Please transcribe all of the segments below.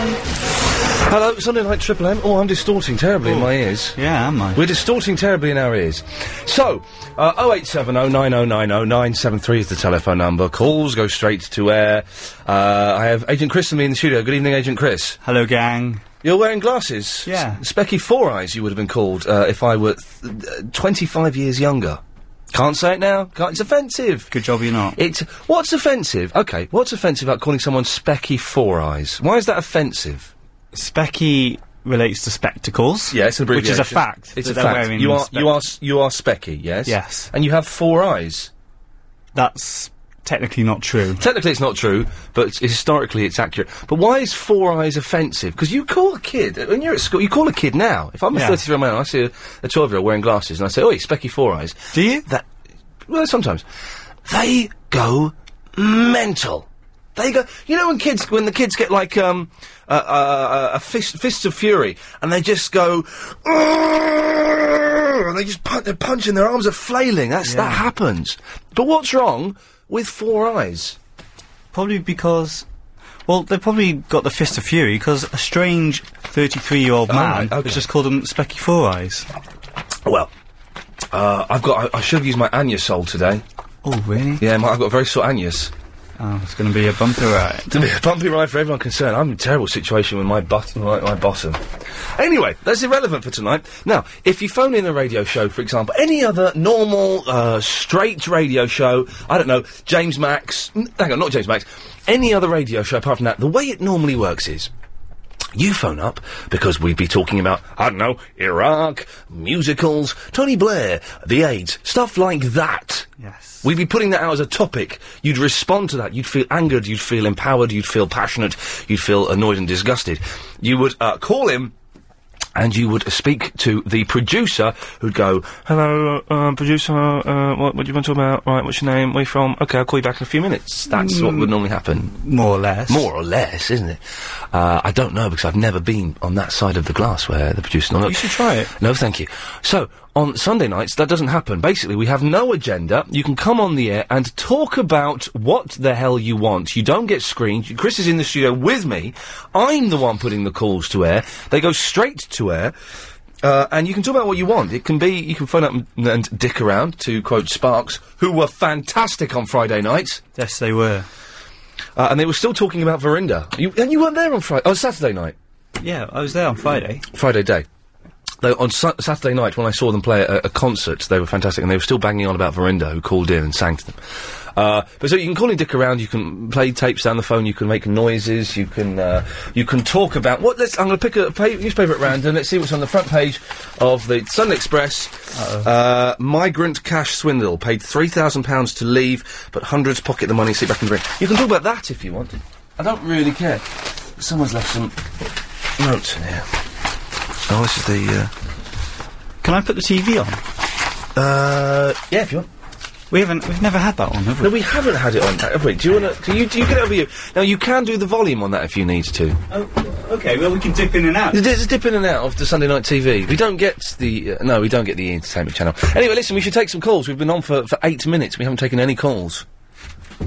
Hello, Sunday Night Triple M. Oh, I'm distorting terribly in my ears. Oh. Yeah, am I? We're distorting terribly in our ears. So, uh, 0870 9090 973 is the telephone number. Calls go straight to air. Uh, I have Agent Chris and me in the studio. Good evening, Agent Chris. Hello, gang. You're wearing glasses? Yeah. S- Specky Four Eyes, you would have been called uh, if I were th- uh, 25 years younger. Can't say it now. Can't, it's offensive. Good job you're not. It's what's offensive? Okay, what's offensive about calling someone Specky Four Eyes? Why is that offensive? Specky relates to spectacles. Yeah, it's an Which is a abbreviation. fact. It's that a they're fact. wearing You are spec- you are s- you are Specky, yes. Yes. And you have four eyes. That's technically not true. Technically, it's not true, but it's- historically, it's accurate. But why is four eyes offensive? Because you call a kid when you're at school. You call a kid now. If I'm a Yeah. 33 year old man, and I see a 12 year old wearing glasses, and I say, "Oh, Specky Four Eyes." Do you? that well sometimes they go mental they go you know when kids when the kids get like um a, a, a fist fists of fury and they just go "Argh!" and they just punch, they're punching their arms are flailing that's that happens but what's wrong with four eyes Probably because. Well, they've probably got the fist of fury because a strange 33 year old Oh, man right, okay. has just called them Specky Four Eyes. well uh, I've got. I, I should have used my Anya sole today. Oh, really? Yeah, my, I've got a very sore Anya's. Oh, it's going to be a bumper ride. It's a bit of a bumpy ride for everyone concerned. I'm in a terrible situation with my butt, my, my bottom. Anyway, that's irrelevant for tonight. Now, if you phone in the radio show, for example, any other normal, uh, straight radio show, I don't know, James Max, n- hang on, not James Max, any other radio show apart from that, the way it normally works is you phone up because we'd be talking about, I don't know, Iraq, musicals, Tony Blair, the AIDS, stuff like that. Yes. We'd be putting that out as a topic. You'd respond to that. You'd feel angered. You'd feel empowered. You'd feel passionate. You'd feel annoyed and disgusted. You would uh, call him. And you would speak to the producer, who'd go, "Hello, uh, producer. Uh, what, what do you want to talk about? Right, what's your name? Where you from? Okay, I'll call you back in a few minutes." That's what would normally happen. Mm. More or less. More or less, isn't it? Uh, I don't know because I've never been on that side of the glass where the producer. No, You should try it. No, thank you. So on Sunday nights, that doesn't happen. Basically, we have no agenda. You can come on the air and talk about what the hell you want. You don't get screened. Chris is in the studio with me. I'm the one putting the calls to air. They go straight to air. Uh, and you can talk about what you want. It can be, you can phone up and, and dick around, to quote Sparks, who were fantastic on Friday nights. Yes, they were. Uh, and they were still talking about Verinda. You, and you weren't there on Friday. Oh, Saturday night. Yeah, I was there on Friday. Friday day. Though on Sa- Saturday night, when I saw them play at a, a concert, they were fantastic, and they were still banging on about Verinda, who called in and sang to them. Uh, but so you can call and dick around, you can play tapes down the phone, you can make noises, you can uh, you can talk about what. Let's. I'm going to pick a pa- newspaper at random. Let's see what's on the front page of the Sun Express. Uh, migrant cash swindle paid three thousand pounds to leave, but hundreds pocket the money, sit back and drink. You can talk about that if you want. I don't really care. Someone's left some notes in here. Oh, this is the. Can I put the TV on? Uh, uh, yeah, if you want. We haven't. We've never had that on, have No, we? we haven't had it on, have we? Do you want to? Do you, do you get over you? Now you can do the volume on that if you need to. Oh, okay. Well, we can dip in and out. There's a dip in and out of the Sunday night TV. We don't get the uh, no, we don't get the entertainment channel. Anyway, listen, we should take some calls. We've been on for, for eight minutes. We haven't taken any calls.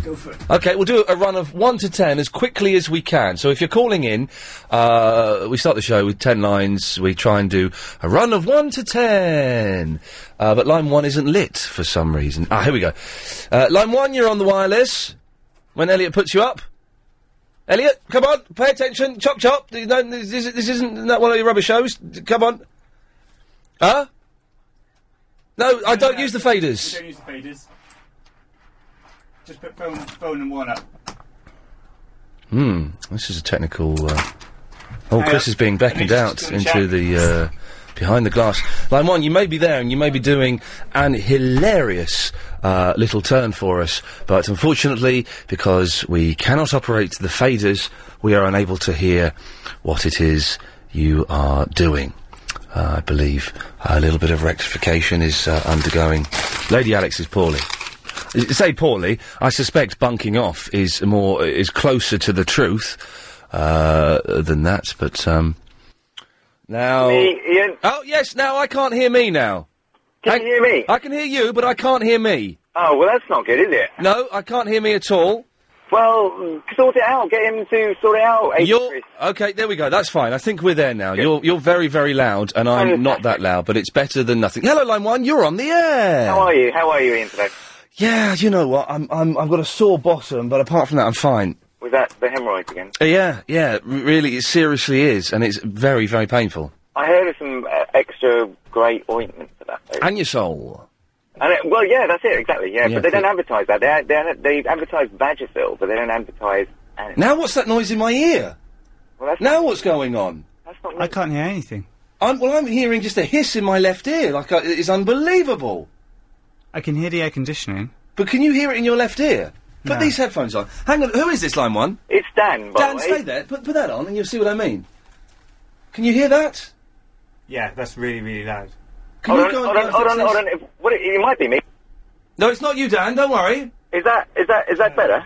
Go for it. Okay, we'll do a run of one to ten as quickly as we can. So if you're calling in, uh, we start the show with ten lines. We try and do a run of one to ten. Uh, but line one isn't lit for some reason. Ah, here we go. Uh, line one, you're on the wireless. When Elliot puts you up. Elliot, come on, pay attention. Chop, chop. Th- no, This, is- this isn't not one of your rubber shows. D- Come on. Huh? No, I don't use the faders. use the faders. Just put phone, phone and one up. Hmm, this is a technical. Uh... Oh, Hey, Chris is being let me beckoned just out go and into check. the uh, behind the glass. Line one, you may be there and you may be doing an hilarious uh, little turn for us, but unfortunately, because we cannot operate the faders, we are unable to hear what it is you are doing. Uh, I believe a little bit of rectification is uh, undergoing. Lady Alex is poorly. Say poorly. I suspect bunking off is more is closer to the truth uh, than that. But um, now, Me, Ian, oh yes, now I can't hear me now. can I- you hear me? I can hear you, but I can't hear me. Oh, well, that's not good, is it? No, I can't hear me at all. Well, mm, sort it out. Get him to sort it out. eh, You're Chris? okay. There we go. That's fine. I think we're there now. You're you're very very loud, and I'm not that loud, but it's better than nothing. Hello, line one. You're on the air. How are you? How are you, Ian, today? Yeah, you know what? I'm I'm I've got a sore bottom, but apart from that, I'm fine. Was that the hemorrhoids again? Uh, yeah, yeah. r- Really, it seriously is, and it's very very painful. I heard of some uh, extra great ointment for that. Though. And your soul. And it, well, yeah, that's it, exactly. Yeah, Yeah, but they don't but- advertise that. They they, they advertise Vagisil, but they don't advertise. Anise. Now what's that noise in my ear? Well, that's now what's going on? I can't hear anything. I'm, well, I'm hearing just a hiss in my left ear. Like I, it's unbelievable. I can hear the air conditioning. But can you hear it in your left ear? Put No. these headphones on. Hang on. Who is this line one? It's Dan. Dan, stay there. Put put that on, and you'll see what I mean. Can you hear that? Yeah, that's really, really loud. Can hold you on, go uh, hold and on, hold on, hold on. If- What, it, it might be me. No, it's not you, Dan. Don't worry. Is that is that is that better?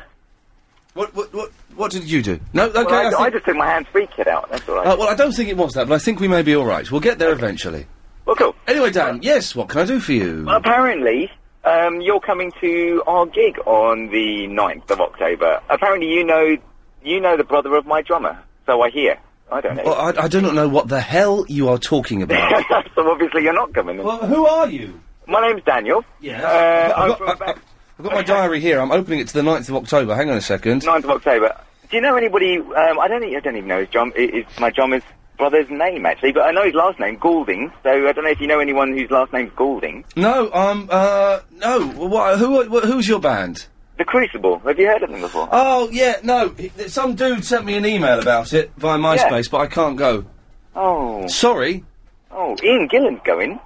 What what what what did you do? No, okay. Well, I, I think- I just took my hands free kit out. That's all right. Uh, well, I don't think it was that, but I think we may be all right. We'll get there eventually. well, cool. Anyway, Dan, yes, what can I do for you? Well, apparently, um, you're coming to our gig on the 9th of October. Apparently, you know you know the brother of my drummer. So I hear. I don't know. Well, I, I do not know what the hell you are talking about. so obviously, you're not coming. then. who are you? my name's Daniel. Yeah. Uh, I've I'm got- from I- about I've got my diary here. I'm opening it to the 9th of October. Hang on a second. 9th of October. Do you know anybody? Um, I don't. think- I don't even know his drum. i- Is my drummer's brother's name actually, but I know his last name Goulding. So I don't know if you know anyone whose last name's Goulding. No, um, uh, no. What, who, are- wh- who's your band? The Crucible. Have you heard of them before? Oh, yeah, no. he- Some dude sent me an email about it via MySpace, but I can't go. Oh, Sorry. oh, Ian Gillan's going.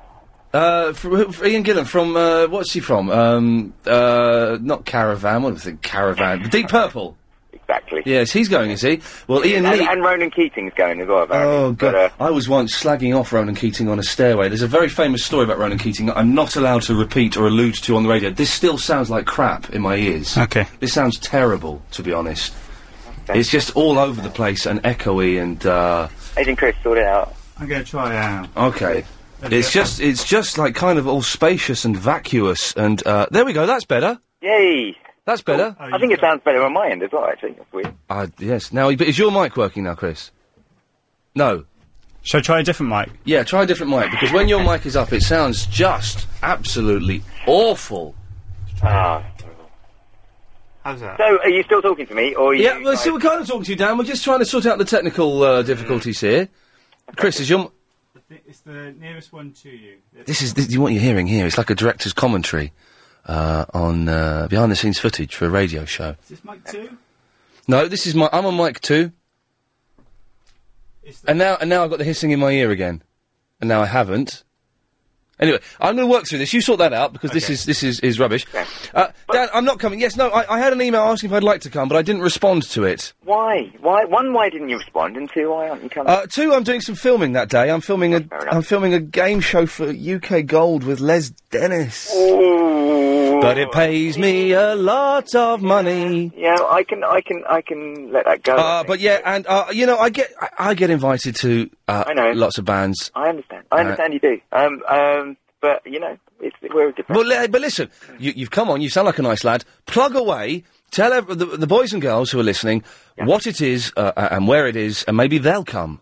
Uh, fr- who- fr- Ian Gillan from, uh, what's he from? Um, uh, not Caravan, what do I think? Caravan. Deep Purple. Exactly. Yes, he's going, is he? Well, Ian and, Lee. and Ronan Keating's going as well. Apparently. Oh But, god! uh, I was once slagging off Ronan Keating on a stairway. There's a very famous story about Ronan Keating that I'm not allowed to repeat or allude to on the radio. This still sounds like crap in my ears. Okay. This sounds terrible, to be honest. It's just all over the place and echoey and uh, Agent Chris, sort it out. I'm going to try um, out. okay. It's just it's just like kind of all spacious and vacuous and uh, there we go. That's better. Yay! That's better. I think it sounds better on my end as well. Actually, that's weird. Uh, yes. Now but is your mic working now, Chris? No. Shall I try a different mic? Yeah, try a different mic because when your mic is up, it sounds just absolutely awful. Ah. How's that? So, are you still talking to me, or are you, Yeah, well, see, we're kind of talking to you, Dan. We're just trying to sort out the technical uh, difficulties here. Chris, is your m- It's the nearest one to you. this is this, what you're hearing here? It's like a director's commentary uh, on uh, behind the scenes footage for a radio show. Is this mic two? No, this is my. I'm on mic two, It's the, and now and now I've got the hissing in my ear again, and now I haven't. Anyway, I'm going to work through this. You sort that out because this Okay. is this is, is rubbish. Uh, Dan, I'm not coming. Yes, no, I, I had an email asking if I'd like to come, but I didn't respond to it. why? Why? One, why didn't you respond? And two, why aren't you coming? Uh, two, I'm doing some filming that day. I'm filming a Fair enough. I'm filming a game show for UK Gold with Les Dennis. Ooh. But it pays me a lot of money. Yeah, I can, I can, I can let that go. I Uh, think. but yeah, and uh, you know, I get I, I get invited to uh, I know. lots of bands. I understand. I understand you do. Um, um, but you know, it's we're a good. But, li- but listen, you, you've come on. You sound like a nice lad. Plug away. Tell ev- the, the boys and girls who are listening what it is uh, uh, and where it is, and maybe they'll come.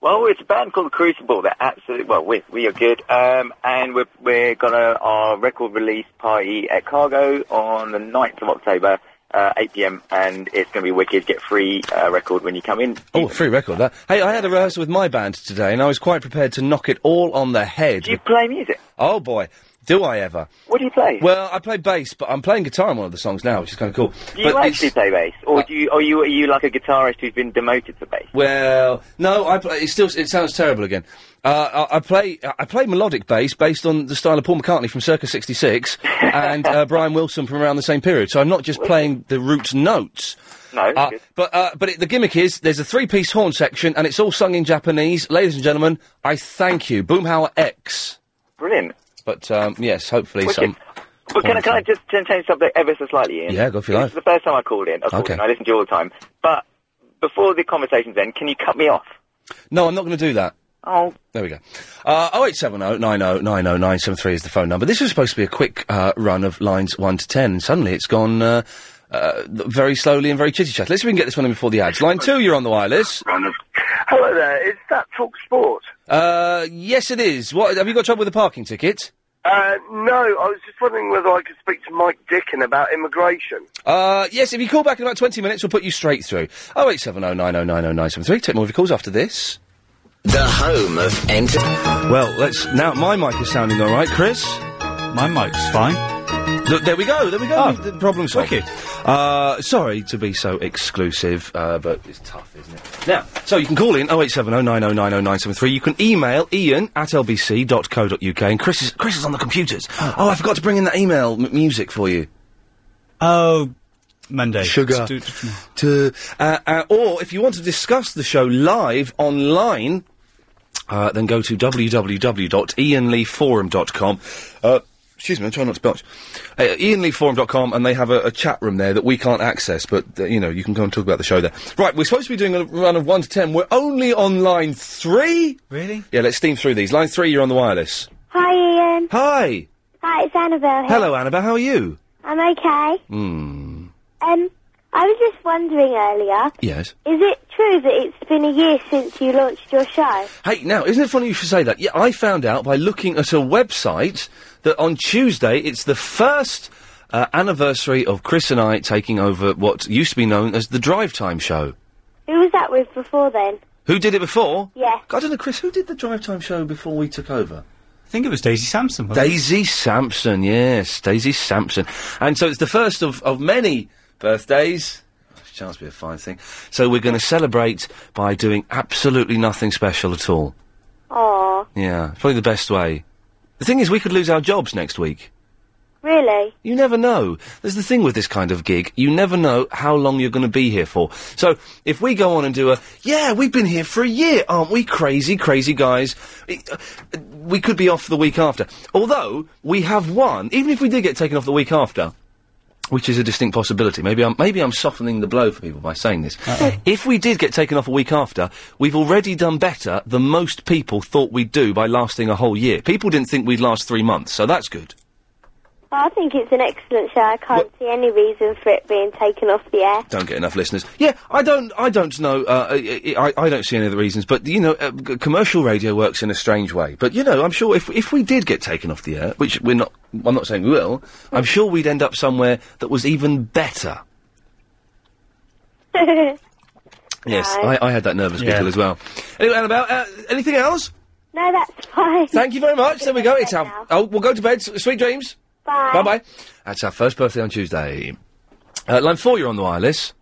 Well, it's a band called The Crucible. They're absolutely well. We we are good. Um, and we're we're gonna our record release party at Cargo on the 9th of October, uh, 8 p.m. And it's gonna be wicked. Get free uh, record when you come in. Oh, a free record that. Hey, I had a rehearsal with my band today, and I was quite prepared to knock it all on the head. Do you play music? Oh boy, do I ever? What do you play? Well, I play bass, but I'm playing guitar on one of the songs now, which is kind of cool. do you but actually it's- play bass, or do you are you are you like a guitarist who's been demoted to bass? Well, no, I play, it still it sounds terrible again. Uh, I, I play I play melodic bass based on the style of Paul McCartney from circa '66 and uh, Brian Wilson from around the same period. So I'm not just playing the root notes. No, Uh, good. but uh, but it, the gimmick is there's a three-piece horn section and it's all sung in Japanese. Ladies and gentlemen, I thank you, Boomhauer X. Brilliant. But um, yes, hopefully Wicked. some. But can I, can I just ch- change subject ever so slightly? Ian? Yeah, go for your This life. is the first time I called in. I, called Okay. in. I listen to you all the time. But before the conversations end, can you cut me off? No, I'm not going to do that. Oh. There we go. Uh, 0870 90 90 973 is the phone number. This was supposed to be a quick uh, run of lines 1 to 10, and suddenly it's gone uh, uh, very slowly and very chitty chat. Let's see if we can get this one in before the ads. Line 2, you're on the wireless. Hello there. Is that Talk Sport? Uh, yes, it is. What Have you got trouble with the parking ticket? Uh, no, I was just wondering whether I could speak to Mike Dickin about immigration. Uh, yes, if you call back in about 20 minutes, we'll put you straight through. 0870 90 90 973. Take more of your calls after this. The home of enter. Well, let's. Now, my mic is sounding all right, Chris. My mic's fine. Look, there we go, there we go. Oh, the problem solved. Uh, sorry to be so exclusive, uh, but it's tough, isn't it? Now, so you can call in 0870 90 90 973. You can email ian at lbc.co.uk. And Chris is, Chris is on the computers. Ah. Oh, I forgot to bring in that email m- music for you. Oh, Monday. Sugar. Stu- to, uh, uh, or if you want to discuss the show live online, uh, then go to www.ianleeforum.com. Uh, excuse me, I'm trying not to belch. Uh, ianleeforum.com, and they have a, a chat room there that we can't access, but, uh, you know, you can go and talk about the show there. Right, we're supposed to be doing a run of 1 to 10. We're only on line 3? Really? Yeah, let's steam through these. Line 3, you're on the wireless. Hi, Ian. Hi! Hi, it's Annabelle here. Hello, Annabelle, how are you? I'm okay. Hmm, Um, I was just wondering earlier, yes. is it true that it's been a year since you launched your show? Hey, now, isn't it funny you should say that? Yeah, I found out by looking at a website that on Tuesday it's the first uh, anniversary of Chris and I taking over what used to be known as the Drive Time Show. Who was that with before then? Who did it before? Yeah. I don't know, Chris, who did the Drive Time Show before we took over? I think it was Daisy Sampson. wasn't it? Daisy Sampson, yes, Daisy Sampson. And so it's the first of, of many birthdays. Chance to be a fine thing. So we're going to celebrate by doing absolutely nothing special at all. Oh, Yeah, it's probably the best way. The thing is, we could lose our jobs next week. really? You never know. There's the thing with this kind of gig. You never know how long you're going to be here for. So, if we go on and do a, yeah, we've been here for a year, aren't we? Crazy, crazy guys. It- uh, uh, we could be off the week after. Although, we have one, even if we did get taken off the week after, which is a distinct possibility. Maybe I'm, maybe I'm softening the blow for people by saying this. If we did get taken off a week after, we've already done better than most people thought we'd do by lasting a whole year. People didn't think we'd last three months, so that's good. Well, I think it's an excellent show. I can't see any reason for it being taken off the air. don't get enough listeners. Yeah, I don't. I don't know. Uh, I, I, I don't see any of the reasons, but you know, uh, g- commercial radio works in a strange way. But you know, I'm sure if if we did get taken off the air, which we're not, I'm not saying we will. I'm sure we'd end up somewhere that was even better. Yes, Right. I, I had that nervous giggle as well. Anyway, Annabelle, uh, anything else? no, that's fine. Thank you very much. There we go. It's our. Oh, we'll go to bed. S- Sweet dreams. Bye. Bye bye. That's our first birthday on Tuesday. Uh, line four, you're on the wireless.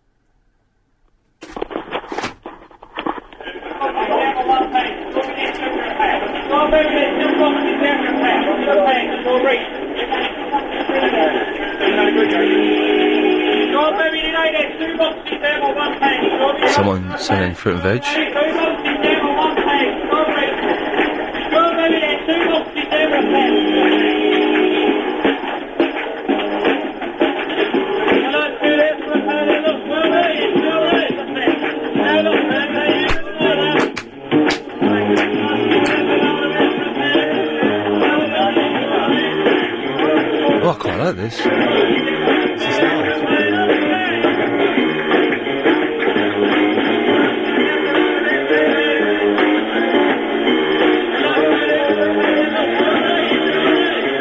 Someone selling fruit and veg. Oh, I quite like this.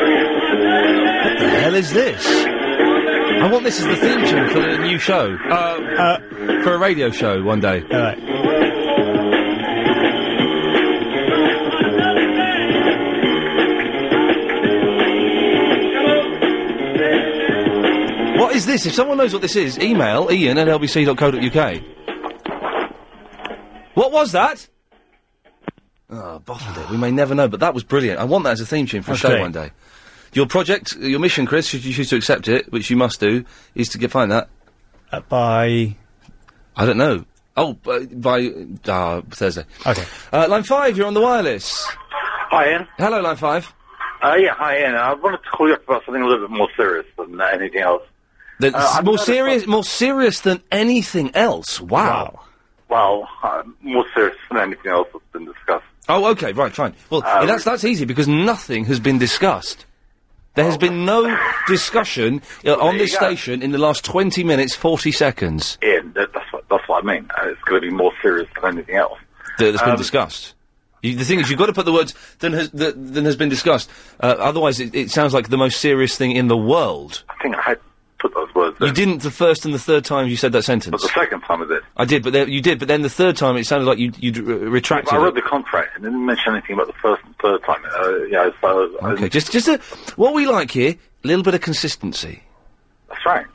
What the hell is this? I want this as the theme tune for the new show. Uh, uh, for a radio show one day. What is this? If someone knows what this is, email ian at lbc.co.uk. What was that? Oh, bottled it. We may never know, but that was brilliant. I want that as a theme tune for a That's show great. one day. Your project, your mission, Chris, should you choose to accept it, which you must do, is to get find that. Uh, by I don't know. Oh, by, by uh, Thursday. okay. Uh, line five, you're on the wireless. Hi, Ian. Hello, line five. Uh, yeah, hi, Ian. I wanted to call you up about something a little bit more serious than uh, anything else. That's Uh, I've more heard of- serious, more serious than anything else. Wow. Well, uh, more serious than anything else that's been discussed. Oh, okay, right, fine. Well, Um, yeah, that's that's easy because nothing has been discussed. There has been no discussion uh, on Oh, there this you go. station in the last twenty minutes, forty seconds Ian, that, that's, what, that's what I mean. Uh, it's going to be more serious than anything else. that has been Um, discussed. You, the thing is, you've got to put the words "than has, that, than has been discussed." Uh, otherwise, it, it sounds like the most serious thing in the world. I think I had put those words. You didn't the first and the third time you said that sentence. But the second time I did. I did, but then, you did, but then the third time it sounded like you you retracted. I it. read the contract and it didn't mention anything about the first and third time. Uh, yeah, so I- Okay, just just a, what we like here, a little bit of consistency. that's right.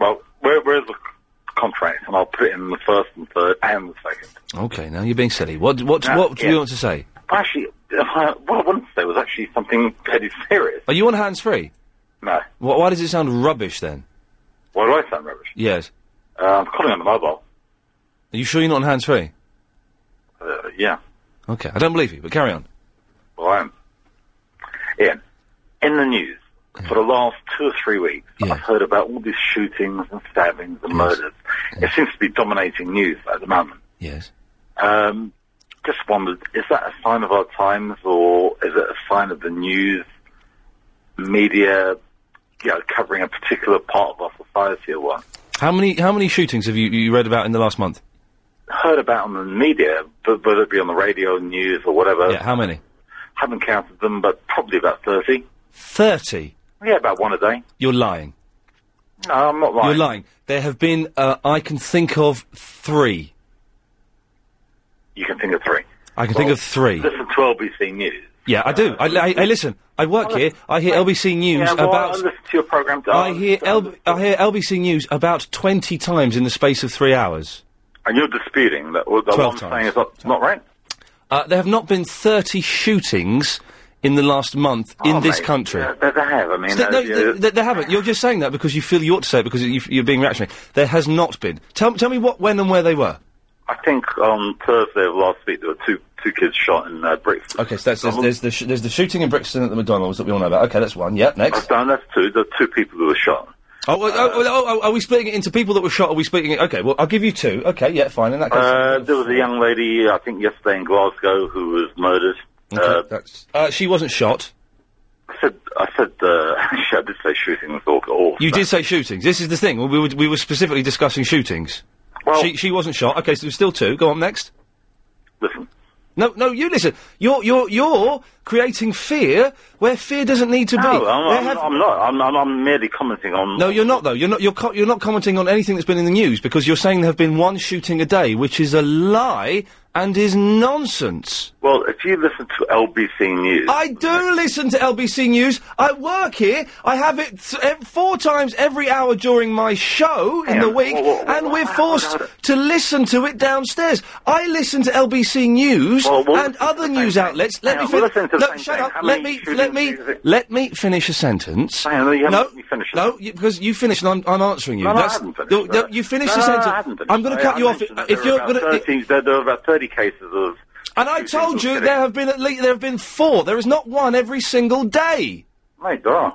Well, where, where's the c- contract? And I'll put it in the first and third and the second. Okay, now you're being silly. What what Yeah, what do yeah. you want to say? Actually, uh, what I wanted to say was actually something pretty serious. Are you on hands free? No. Why, why does it sound rubbish then? Why do I sound rubbish? Yes. Uh, I'm calling on the mobile. Are you sure you're not on hands free? Uh, yeah. Okay, I don't believe you, but carry on. Well, I'm. Ian, in the news for the last two or three weeks, I've heard about all these shootings and stabbings and murders. It seems to be dominating news at the moment. Yes. Um, just wondered, is that a sign of our times, or is it a sign of the news media, you know, covering a particular part of our society or what? How many how many shootings have you, you read about in the last month? Heard about on the media, but whether it be on the radio, news, or whatever. Yeah, how many? Haven't counted them, but probably about thirty. Thirty. Yeah, about one a day. You're lying. No, I'm not lying. You're lying. There have been uh, I can think of three. You can think of three. I can think of three. Listen to LBC News. Yeah, I do. I, I, I listen. I work here. I hear LBC News yeah, well, I about. listen to your program. I hear L- I hear LBC News about twenty times in the space of three hours. And you're disputing that what that 12 what I'm times. saying is not, not right. Uh, there have not been thirty shootings in the last month Oh, in this mate, country. yeah, they, they have. I mean, Th- uh, no, yeah, th- th- there haven't. You're just saying that because you feel you ought to say it because you, you're being reactionary. There has not been. Tell, tell me what, when, and where they were. I think on Thursday of last week there were two two kids shot in uh, Brixton. Okay, so that's, there's, there's, the sh- there's the shooting in Brixton at the McDonald's that we all know about. Okay, that's one. Yep, next. No, that's two. There are two people who were shot. Oh, well, oh, well, oh, oh, are we splitting it into people that were shot? Are we splitting it? Okay, well, I'll give you two. Okay, yeah, fine. In that case, Uh, there was a young lady, I think, yesterday in Glasgow who was murdered. uh, uh, she wasn't shot. I said, I said, uh, actually, I did say shooting was all. all You did say shootings. This is the thing. We were, we were specifically discussing shootings. Well- she, she wasn't shot. Okay, so there's still two. Go on, next. Listen. No, no, you listen. You're, you're, you're creating fear where fear doesn't need to No, be. I'm, There I'm, have- I'm not. I'm, I'm, I'm merely commenting on. No, you're not though. You're not. You're, co- you're not commenting on anything that's been in the news because you're saying there have been one shooting a day, which is a lie and is nonsense. Well, if you listen to LBC News, I do listen to LBC News. I work here. I have it th- ev- four times every hour during my show in the week, and we're forced to listen to it downstairs. I listen to LBC News and other news outlets. Let me Hang on, we'll fin- listen to no, the same shut thing. up. How Let many me let me let me finish a sentence. no, you haven't no, let me finish it. no, you- because you finished and I'm, I'm answering Oh, you. No, no, I That's- haven't finished no, it. no, you finished No, the no, no, sentence. I haven't finished I'm going to it. I- cut I you off mentioned that if there you're were going about 13 there, there were about thirty cases of. And I told you there have been at least there have been four. There is not one every single day. My God.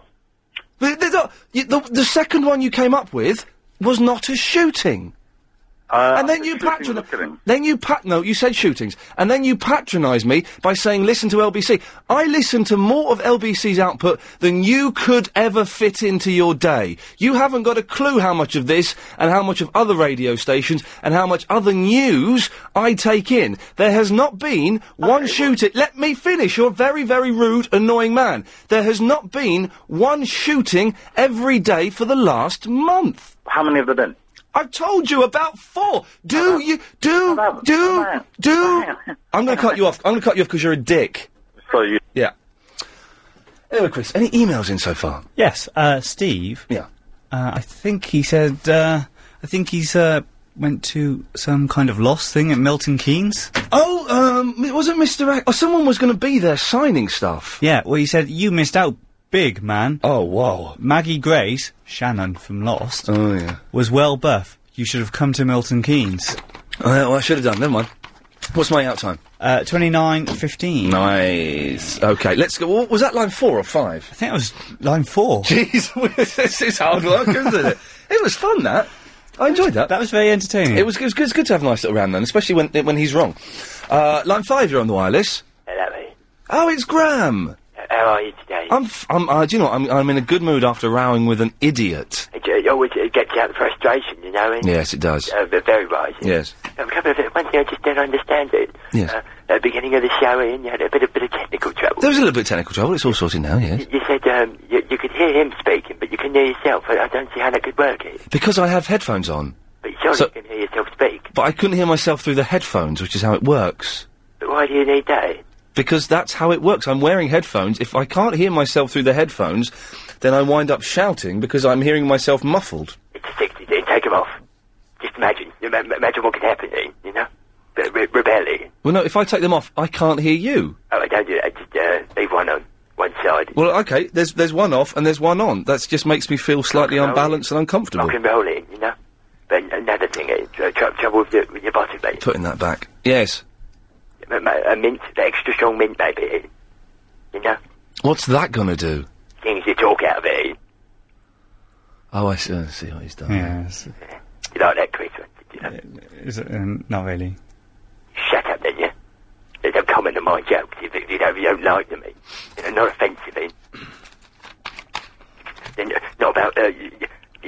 The, the, the- you- the- the second one you came up with was not a shooting. Uh, and then you patronise. Then you pat. No, you said shootings, and then you patronise me by saying, "Listen to LBC." I listen to more of LBC's output than you could ever fit into your day. You haven't got a clue how much of this and how much of other radio stations and how much other news I take in. There has not been one shooting. Let me finish. You're a very, very rude, annoying man. There has not been one shooting every day for the last month. How many have there been? Uh-huh. I've told you about four. Do you do do do? I'm going to cut you off. I'm going to cut you off because you're a dick. So you. Yeah. Anyway, Chris, any emails in so far? Yes, uh, Steve. Yeah. Uh, I think he said. Uh, I think he's uh, went to some kind of lost thing at Milton Keynes. Oh, um, it wasn't Mr. Ac- oh, someone was going to be there signing stuff. Yeah. Well, he said you missed out, big man. Oh, wow. Maggie Grace, Shannon from Lost, Oh yeah. was well buff. You should have come to Milton Keynes. Uh, well, I should have done. Never mind. What's my out time? Uh, Twenty nine fifteen. Nice. Okay, let's go. wa- Was that line four or five? I think it was line four. Jeez, this is hard work, isn't it? It was fun that. I enjoyed that. That was very entertaining. It was, it was good. It's good to have a nice little round then, especially when when he's wrong. Uh, line five, you're on the wireless. Oh, it's Graham. How are you today? I'm, f- I'm uh, do you know, what? I'm, I'm in a good mood after rowing with an idiot. It, it always it gets you out of frustration, you know. And, Yes, it does. Uh, but very right. Yes. A couple of one thing I just don't understand it. Yes. Uh, at the beginning of the show, Ian, you had a bit, a bit of technical trouble. There was a little bit of technical trouble. It's all sorted now, yes. You said um, you, you could hear him speaking, but you can hear yourself. I, I don't see how that could work. It. Because I have headphones on. But surely So- you can hear yourself speak. But I couldn't hear myself through the headphones, which is how it works. But why do you need that? Because that's how it works. I'm wearing headphones. If I can't hear myself through the headphones, then I wind up shouting because I'm hearing myself muffled. Sixty, then take him off. Just imagine, Im- im- imagine what could happen. Ian, You know, Re- re- rebellion. Well, no, if I take them off, I can't hear you. Oh, I don't do that. Just uh, leave one on one side. Well, okay, there's there's one off and there's one on. That just makes me feel slightly Rock and roll. unbalanced and uncomfortable. Rock and roll in, you know. But another thing, eh, tr- tr- trouble with your, with your bottom, mate. Putting that back. Yes. M- m- A mint, the extra strong mint, maybe. You know, What's that gonna do? things you talk out of it. eh? Oh, I see, I see what he's done. Yes. You like that, Chris? You know, Is it, um, not really. shut up, then, yeah. They don't comment on my jokes if, if you don't, you don't like them. eh? You know, not offensive, eh? Then, uh, not about uh, y- y-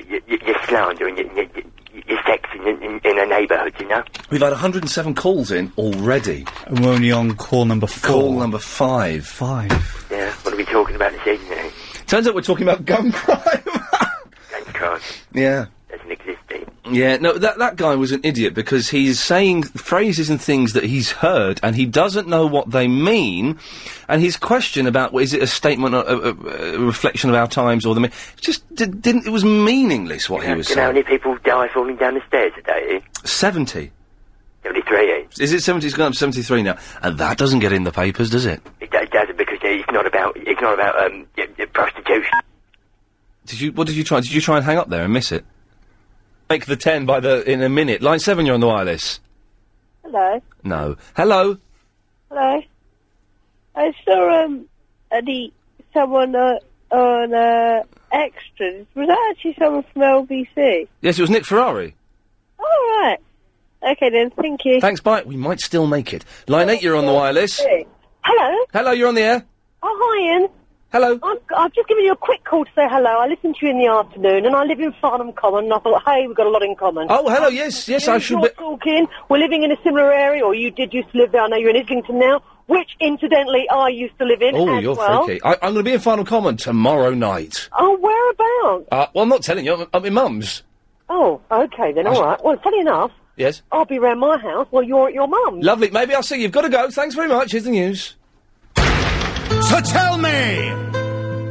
y- y- your slander and your, your, your- your sex in, in, in a neighbourhood, you know. We've had 107 calls in already. And we're only on call number four. Call number five. Five. Yeah, what are we talking about this evening? eh? Turns out we're talking about gun crime. Thank God, yeah. doesn't exist, eh? Yeah, no, that, that guy was an idiot because he's saying phrases and things that he's heard and he doesn't know what they mean. And his question about well, is it a statement, or a, a, a reflection of our times, or the. Me- just d- didn't. It was meaningless what he was Do you know how saying. many people die falling down the stairs today? 70. 73, eh? Is it 70? It's gone up to 73 now. And that doesn't get in the papers, does it? It, do- it doesn't because it's not about, it's not about, um, y- y- prostitution. Did you? What did you try? Did you try and hang up there and miss it? Make the 10 by the. in a minute. Line 7, you're on the wireless. Hello. No. Hello? Hello. I saw um any someone uh, on uh, extras. Was that actually someone from LBC? Yes, it was Nick Ferrari. All right. Okay then. Thank you. Thanks, bye. We might still make it. Line 8, you're on the wireless. Hello. Hello, you're on the air. Oh, hi, Ian. Hello. I'm, I've just given you a quick call to say hello. I listened to you in the afternoon, and I live in Farnham Common. And I thought, hey, we've got a lot in common. Oh, hello, yes, yes, You, I should You're be- talking. We're living in a similar area, or you did used to live there. I know you're in Islington now, which incidentally I used to live in. Oh, as you're well. freaky. I, I'm going to be in Final Comment tomorrow night. Oh, whereabouts? Uh, well, I'm not telling you. I'm, I'm in Mum's. Oh, okay then. I All s- right. Well, funny enough, Yes. I'll be round my house while you're at your mum's. Lovely. Maybe I'll see you. You've got to go. Thanks very much. Here's the news. So tell me,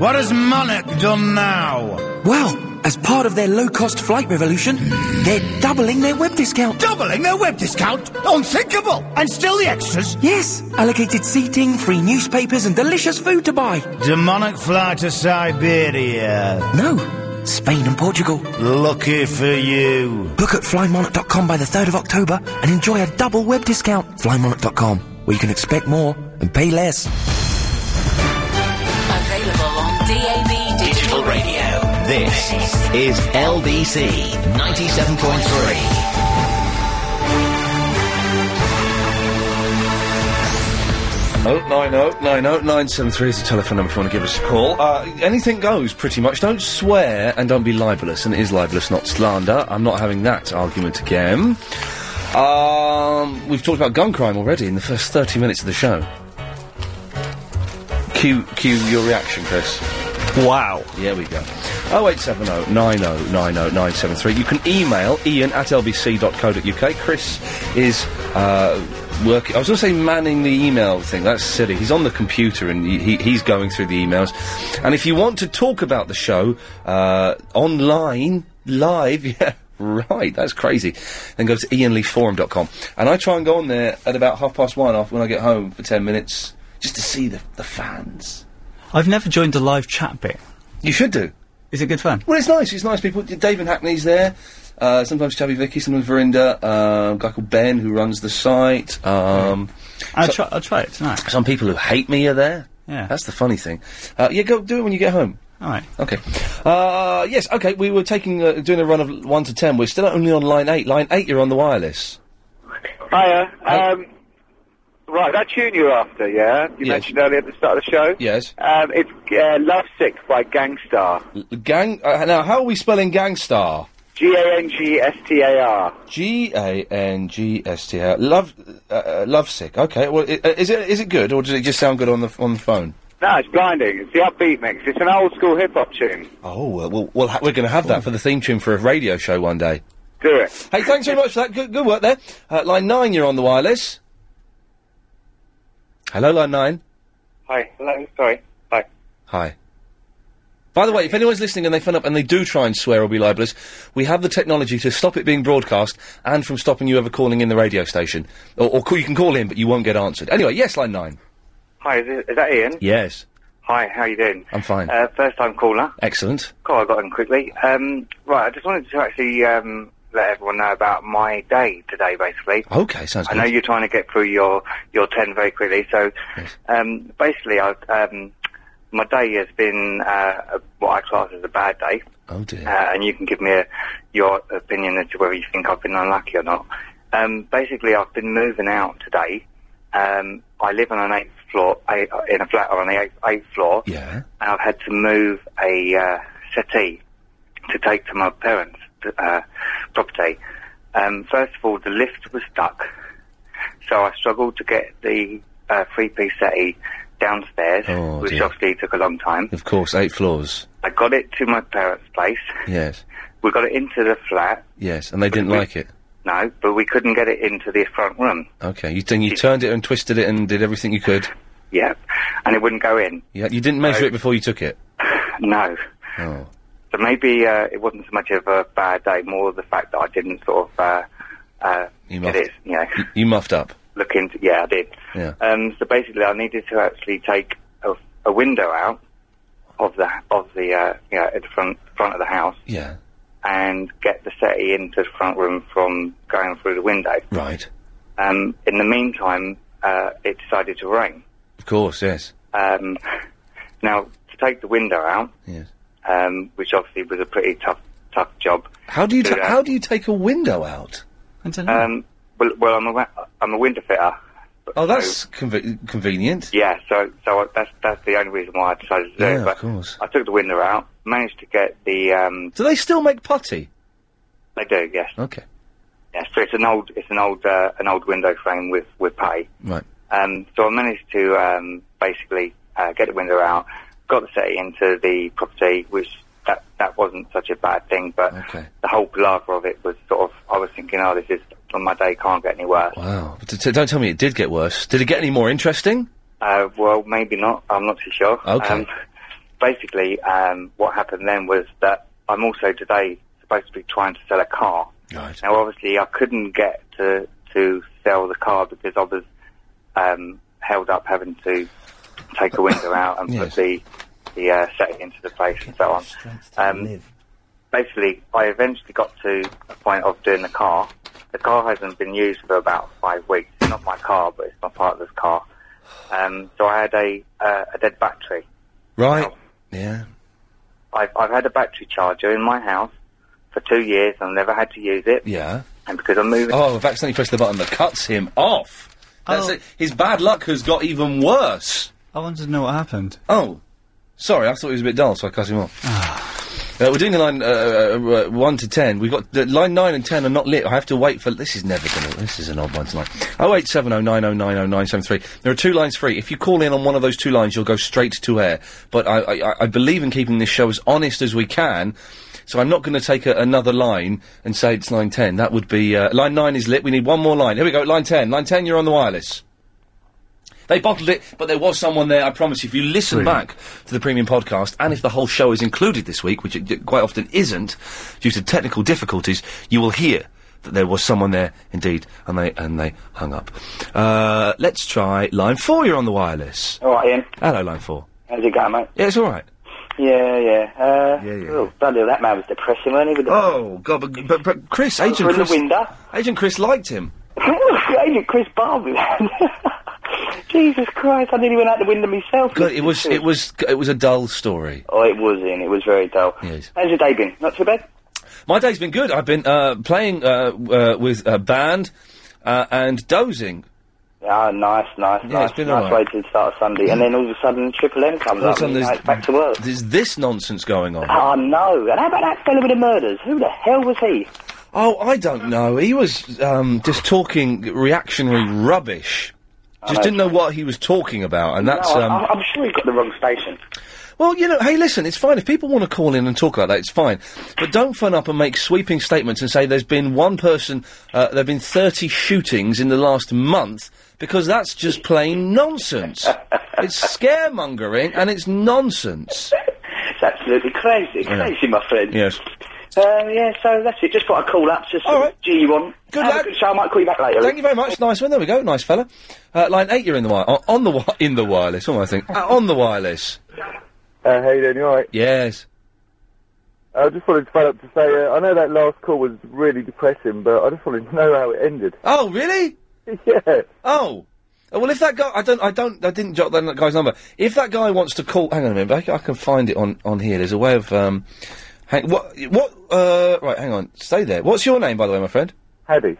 what has Monarch done now? Well, as part of their low-cost flight revolution, they're doubling their web discount. Doubling their web discount? Unthinkable! And still the extras? Yes, allocated seating, free newspapers, and delicious food to buy. Demonic fly to Siberia. No, Spain and Portugal. Lucky for you. Book at flymonarch.com by the 3rd of October and enjoy a double web discount. Flymonarch.com, where you can expect more and pay less. Available on DAB digital radio. This is LBC 97.3. Oh nine oh nine oh nine seven three is the telephone number if you want to give us a call. Uh, anything goes, pretty much. Don't swear and don't be libelous, and it is libelous, not slander. I'm not having that argument again. Um, we've talked about gun crime already in the first thirty minutes of the show. Cue, cue your reaction, Chris. Wow. Here we go. 0870 90 90 973. You can email ian at lbc.co.uk. Chris is uh, working. I was going to say manning the email thing. That's silly. He's on the computer and he, he, he's going through the emails. And if you want to talk about the show uh, online, live, yeah. Right, that's crazy. Then go to ianleeforum.com. And I try and go on there at about half past one after when I get home for ten minutes just to see the, the fans. I've never joined a live chat bit. You should do. Is it good fun? Well, it's nice. It's nice people. David Hackney's there. Uh, sometimes Chubby Vicky, sometimes Verinda. Um, a guy called Ben who runs the site. Um, I'll, so- try, I'll try it tonight. Some people who hate me are there. Yeah. That's the funny thing. Uh, yeah, go do it when you get home. All right. Okay. Uh, yes, okay, we were taking, uh, doing a run of 1 to 10. We're still only on line 8. Line 8, you're on the wireless. Hiya. Um, Right, that tune you're after, yeah? You mentioned earlier at the start of the show? Yes. Um, it's uh, Love Sick by Gangstar. L- gang. Uh, now, how are we spelling gangstar? G A N G S T A R. G A N G S T A. Love, uh, uh, lovesick. Okay. Well, i- uh, is it is it good or does it just sound good on the f- on the phone? No, it's blinding. It's the upbeat mix. It's an old school hip hop tune. Oh, uh, well, we'll ha- we're going to have that for the theme tune for a radio show one day. Do it. Hey, thanks very much for that. Good, good work there. Uh, line nine, you're on the wireless. Hello, line nine. Hi. Hello. Sorry. Hi. Hi. By the way, if anyone's listening and they phone up and they do try and swear or be libelous, we have the technology to stop it being broadcast and from stopping you ever calling in the radio station. Or, or call, you can call in, but you won't get answered. Anyway, yes, line nine. Hi, is, it, is that Ian? Yes, Hi, how you doing? I'm fine. Uh, first time caller. Excellent. Cool, I got in quickly. Um, right, I just wanted to actually um, let everyone know about my day today, basically. Okay, sounds I good. know you're trying to get through your, your 10 very quickly, so um, basically I, um, my day has been uh, a- what I class as a bad day, Oh dear. uh, and you can give me a, your opinion as to whether you think I've been unlucky or not. Um, basically, I've been moving out today. Um, I live on an eighth floor, eight, in a flat on the eighth, eighth floor, Yeah. and I've had to move a uh, settee to take to my parents' uh, property. Um, first of all, the lift was stuck, so I struggled to get the uh, three-piece settee downstairs, Oh, which dear. obviously took a long time. Of course, eight floors. I got it to my parents' place. Yes, We got it into the flat, yes, and they didn't like it. no, but we couldn't get it into the front room. Okay, you then you turned it and twisted it and did everything you could. Yeah, and it wouldn't go in. Yeah, you didn't measure it before you took it. No. Oh, So maybe uh, it wasn't so much of a bad day, more the fact that I didn't sort of uh, uh, you get muffed. it, you know, You, you muffed up. look into. Yeah, I did. Yeah. Um, so basically, I needed to actually take a, a window out of the of the uh, you know, at the front front of the house Yeah. and get the settee into the front room from going through the window. Right. Um, in the meantime, uh, it decided to rain. Of course. Yes. Um, now, to take the window out, Yes. um, which obviously was a pretty tough tough job. How do you to ta- that. how do you take a window out? I don't Um, well, well, I'm a wa- I'm a window fitter. oh, that's conve- convenient. Yeah, so so I- that's that's the only reason why I decided to do Yeah, it. of But course. I took the window out, managed to get the. Um, Do they still make putty? they do, yes. Okay. Yes, so it's an old it's an old uh, an old window frame with with putty. Right. Um, so I managed to um, basically uh, get the window out, got the settee into the property, which that that wasn't such a bad thing, but Okay. the whole palaver of it was sort of. I was thinking, oh, this is my day can't get any worse. Wow. But t- t- don't tell me it did get worse. Did it get any more interesting? Uh, well, maybe not. I'm not too sure. Okay. Um, basically, um, what happened then was that I'm also today supposed to be trying to sell a car. Right. Now, obviously, I couldn't get to to sell the car because I was um, held up having to take a window out and put the the uh, setting into the place and so on. Um, basically, I eventually got to a point of doing the car. The car hasn't been used for about five weeks. It's not my car, but it's my partner's car. Um, so I had a uh, a dead battery. Right. Yeah. I've I've had a battery charger in my house for two years and never had to use it. Yeah. And because I'm moving, Oh, I've accidentally pressed the button that cuts him off. That's it. His bad luck has got even worse. Oh. I wanted to know what happened. Ah. Oh, sorry. I thought he was a bit dull, so I cut him off. Uh, we're doing the line uh, uh, uh, one to ten. We've got the line nine and ten are not lit. I have to wait for this. Is never gonna. This is an odd one tonight. Oh eight seven oh nine oh nine oh nine seven three. There are two lines free. If you call in on one of those two lines, you'll go straight to air. But I, I, I- I believe in keeping this show as honest as we can. So I'm not going to take a, another line and say it's line ten. That would be uh, line nine is lit. We need one more line. Here we go. Line ten. Line ten. You're on the wireless. They bottled it, but there was someone there. I promise. you. If you listen back to the premium podcast, and if the whole show is included this week, which it d- quite often isn't due to technical difficulties, you will hear that there was someone there indeed, and they and they hung up. Uh, let's try line four. You're on the wireless. All right, Ian. Hello, line four. How's it going, mate? Yeah, it's all right. Yeah, yeah. Uh, yeah, yeah. Oh, bloody hell, that man was depressing, wasn't he? With the- Oh God, but, but, but Chris, Out Agent through Chris, the window. Agent Chris liked him. Agent Chris Barber, man. Jesus Christ, I nearly went out the window myself. God, it was it was it was a dull story. Oh, it was, Ian. It was very dull. Yes. How's your day been? Not too bad? My day's been good. I've been uh, playing uh, w- uh, with a band uh, and dozing. Ah, nice, nice, Yeah, nice. it's been nice alright. way to start a Sunday, and then all of a sudden Triple M comes All up. of a and, sudden you know, there's- it's back to work. There's this nonsense going on. Oh no! And how about that fellow with the murders? Who the hell was he? Oh, I don't know. He was um, just talking reactionary rubbish. Just didn't know what he was talking about, and that's. no, I- um, I, I'm sure he got the wrong station. Well, you know, hey, listen, it's fine. If people want to call in and talk like that, it's fine. But don't phone up and make sweeping statements and say there's been one person, uh, there have been 30 shootings in the last month, because that's just plain nonsense. it's scaremongering and it's nonsense. It's absolutely crazy, Yeah. crazy, my friend. Yes. Uh, yeah, so that's it. Just thought I'd call up. Just all right. G you on. Good Have a good show. I might call you back later. Thank you very much. Nice one. There we go. Nice fella. Uh, line 8, you're in the wire. On, on the wi- in the wireless, what am I thinking? Uh, on the wireless. Uh, how you doing? You alright? Yes. I just wanted to phone up to say, uh, I know that last call was really depressing, but I just wanted to know how it ended. Oh, really? yeah. Oh. Oh, Well, if that guy, I don't, I don't, I didn't jot that guy's number. If that guy wants to call, hang on a minute, I, c- I can find it on, on here. There's a way of, um, hang, what, what, uh, right, hang on, stay there. What's your name, by the way, my friend? Haddy.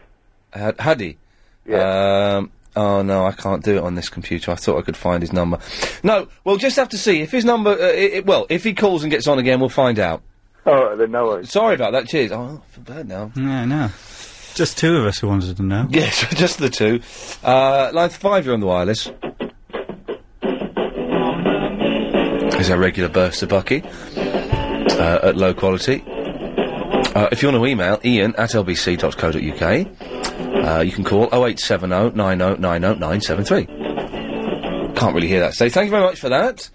Had- Haddy. Yeah. Um, oh no, I can't do it on this computer. I thought I could find his number. No, we'll just have to see if his number. Uh, i i well, if he calls and gets on again, we'll find out. All right, then, no worries. Sorry about that. Cheers. Oh, I feel bad now. Yeah, no. Just two of us who wanted to know. Yes, just the two. Uh, line five, you're on the wireless. There's our regular burst of Bucky uh, at low quality. Uh, if you want to email, ian at lbc.co.uk. Uh, you can call 0870 90 90 973. Can't really hear that today. Thank you very much for that.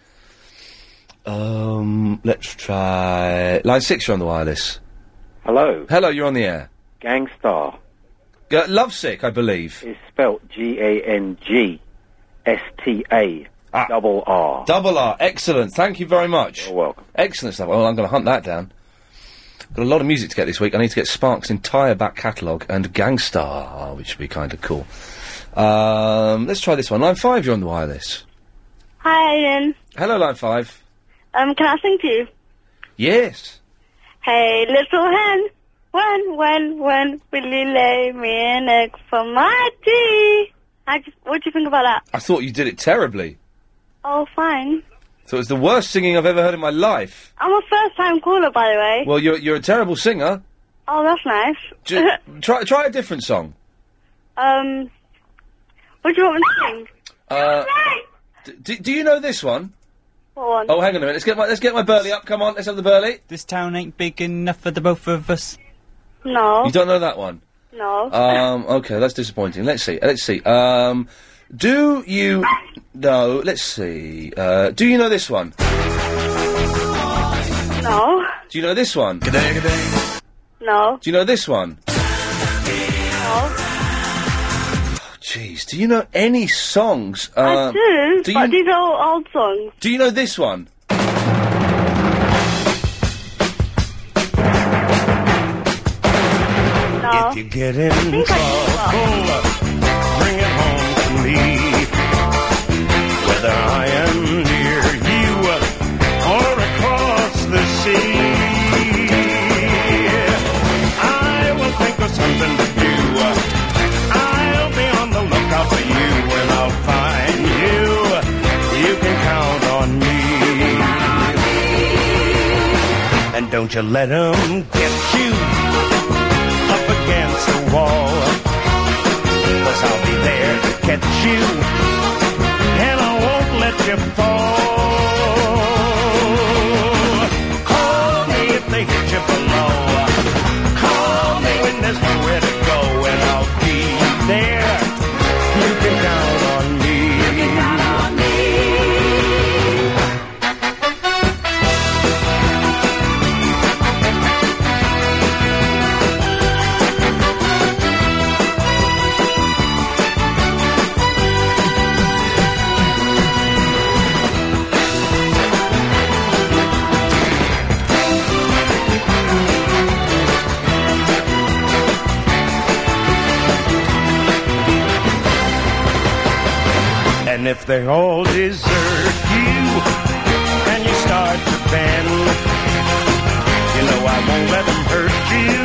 Um, let's try... Line 6, you're on the wireless. Hello. Hello, you're on the air. Gangstar. G- lovesick, I believe. It's spelt G A N G S T A Ah. double R. Double R, excellent. Thank you very much. You're welcome. Excellent stuff. Well, I'm going to hunt that down. Got a lot of music to get this week. I need to get Sparks' entire back catalogue and Gangstar, ah, which would be kind of cool. Um, let's try this one. Line five, you're on the wireless. Hi, Ian. Hello, line five. Um, can I sing to you? Yes. Hey, little hen, when, when, when will you lay me an egg for my tea? I just, what do you think about that? I thought you did it terribly. Oh, fine. So it's the worst singing I've ever heard in my life. I'm a first-time caller, by the way. Well, you're you're a terrible singer. Oh, that's nice. Ju- try try a different song. Um, what do you want me to sing? Uh, d- d- do you know this one? What one? Oh, hang on a minute. Let's get my let's get my burley up. Come on, let's have the burley. This town ain't big enough for the both of us. No. You don't know that one. No. Um, okay, that's disappointing. Let's see. Let's see. Um, do you know? Let's see. Uh, do you know this one? no. Do you know this one? No. Do you know this one? No. Jeez, do you know any songs? I Um, do, do you- but these are all old songs. Do you know this one? No. You get in trouble, bring it home to me. Whether I am near you or across the sea, I will think of something to do. I'll be on the lookout for you when I'll find you. You can count on me. And don't you let 'em get you up against the wall. Cause I'll be there to catch you, and I won't let you fall. Call me if they hit you below. Call me when there's nowhere to go, and I'll be there. You can count on me. You can count on me. And if they all desert you and you start to bend, you know I won't let them hurt you.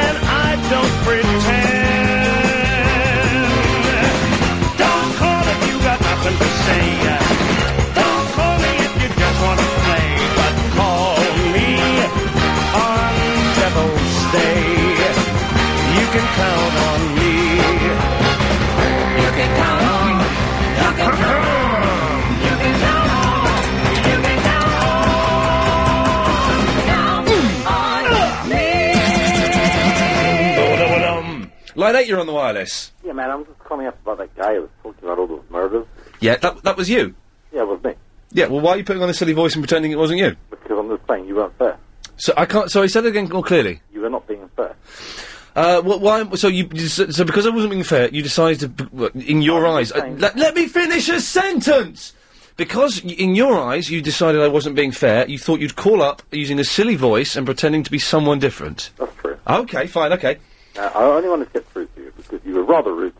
And I don't pretend. day. You can count on me. You can count on. You can count on. You can count on. You can count on. Count on me. Ba-da-ba-dum. Line eight, you're on the wireless. Yeah, man, I'm just calling up about that guy who was talking about all those murders. Yeah, that that was you. Yeah, it was me. Yeah, well, why are you putting on a silly voice and pretending it wasn't you? Because I'm just saying you weren't fair. So I can't. So I said it again more clearly. You were not being fair. Uh, wh- why? So you, you s- so because I wasn't being fair, you decided to, b- w- in your eyes, uh, let, let me finish a sentence. Because y- in your eyes, you decided I wasn't being fair. You thought you'd call up using a silly voice and pretending to be someone different. That's true. Okay, fine. Okay. Now, I only wanted to get through to you because you were rather rude.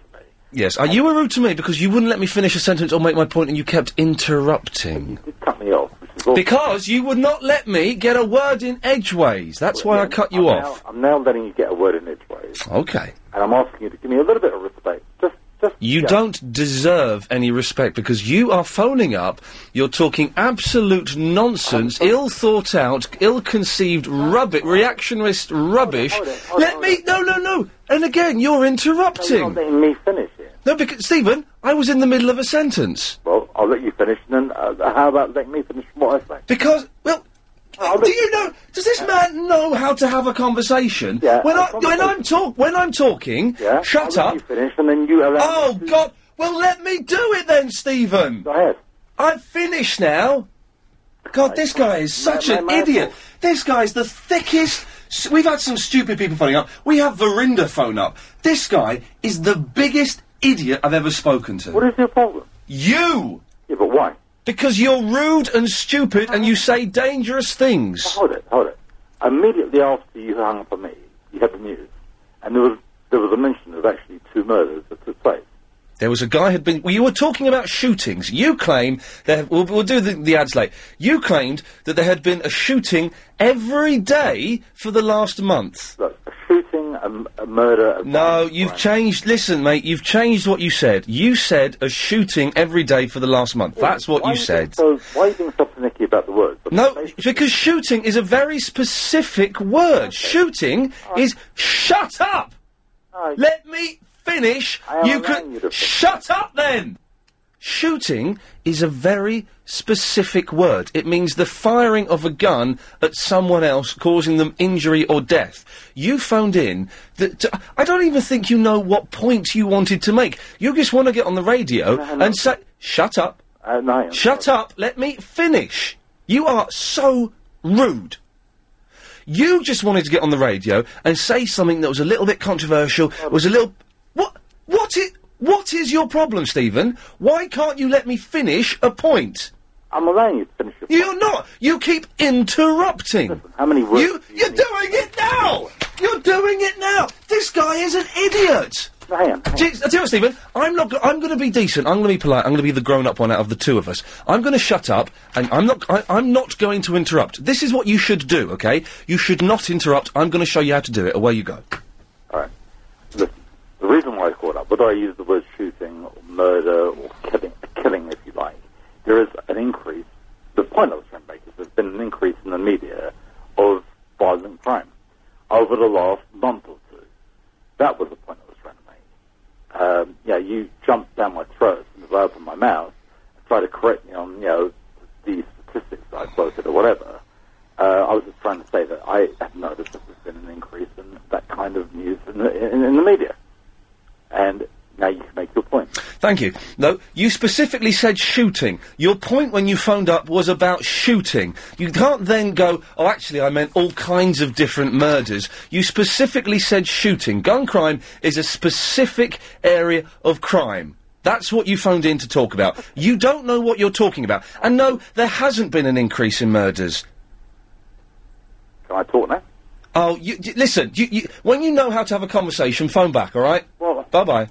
Yes. Are you were rude to me because you wouldn't let me finish a sentence or make my point, and you kept interrupting. Cut me off. Which is awful. Because you would not let me get a word in edgeways. That's why I cut you I'm off. Now, I'm now letting you get a word in edgeways, Okay. and I'm asking you to give me a little bit of respect. Just, just. You yeah. don't deserve any respect because you are phoning up. You're talking absolute nonsense, ill thought out, ill conceived rubbish, reactionist rubbish. Let me. No, no, no. And again, you're interrupting. not letting me finish it. No, because Stephen, I was in the middle of a sentence. Well, I'll let you finish, and then uh, how about letting me finish what I say? Because, well, do you know? Does this man know how to have a conversation? Yeah, When a I when I'm talk when I'm talking, shut I'll up. Let you finish, and then you allow. Oh God! Well, let me do it then, Stephen. Go ahead. I'm finished now. God, this guy is such my- an my idiot. This guy's the thickest. s- We've had some stupid people phoning up. We have Verinda phone up. This guy is the biggest idiot I've ever spoken to. What is your problem? You. Yeah, but why? Because you're rude and stupid, and you say dangerous things. Hold it, hold it. Immediately after you hung up on me, you had the news, and there was there was a mention of actually two murders that took place. There was a guy who'd been. Well, you were talking about shootings. You claim that we'll, we'll do the, the ads late. You claimed that there had been a shooting every day for the last month. Look, a shooting, a, m- a murder. A No, you've changed. Listen, mate, you've changed what you said. You said a shooting every day for the last month. That's what Why you are said. being So why are you being so finicky about the words? No, because shooting is a very specific word. Shooting is shut up. Let me finish. You could shut up then. Shooting is a very specific word. It means the firing of a gun at someone else, causing them injury or death. You phoned in. That to, I don't even think you know what point you wanted to make. You just want to get on the radio and say, "Shut up." Shut up. Let me finish. You are so rude. You just wanted to get on the radio and say something that was a little bit controversial, was a little. What? What is? What is your problem, Stephen? Why can't you let me finish a point? I'm allowing you to finish your You're not. You keep interrupting. how many words? You, you're doing it now! You're doing it now! This guy is an idiot! I am. Do you, I tell you what, Stephen, I'm not. Go- I'm going to be decent. I'm going to be polite. I'm going to be the grown-up one out of the two of us. I'm going to shut up, and I'm not. I, I'm not going to interrupt. This is what you should do. Okay? You should not interrupt. I'm going to show you how to do it. Away you go. The reason why I called up, whether I use the word shooting, or murder, or killing, killing if you like, there is an increase. The point I was trying to make is there's been an increase in the media of violent crime over the last month or two. That was the point I was trying to make. Um, yeah, you jumped down my throat and I opened my mouth and tried to correct me on, you know, the statistics that I quoted or whatever. Uh, I was just trying to say that I have noticed that there's been an increase in that kind of news in the, in, in the media. And now you can make your point. Thank you. No, you specifically said shooting. Your point when you phoned up was about shooting. You can't then go, oh, actually, I meant all kinds of different murders. You specifically said shooting. Gun crime is a specific area of crime. That's what you phoned in to talk about. You don't know what you're talking about. And no, there hasn't been an increase in murders. Can I talk now? Oh, you, you- listen, you, you, when you know how to have a conversation, phone back, all right? Bye bye.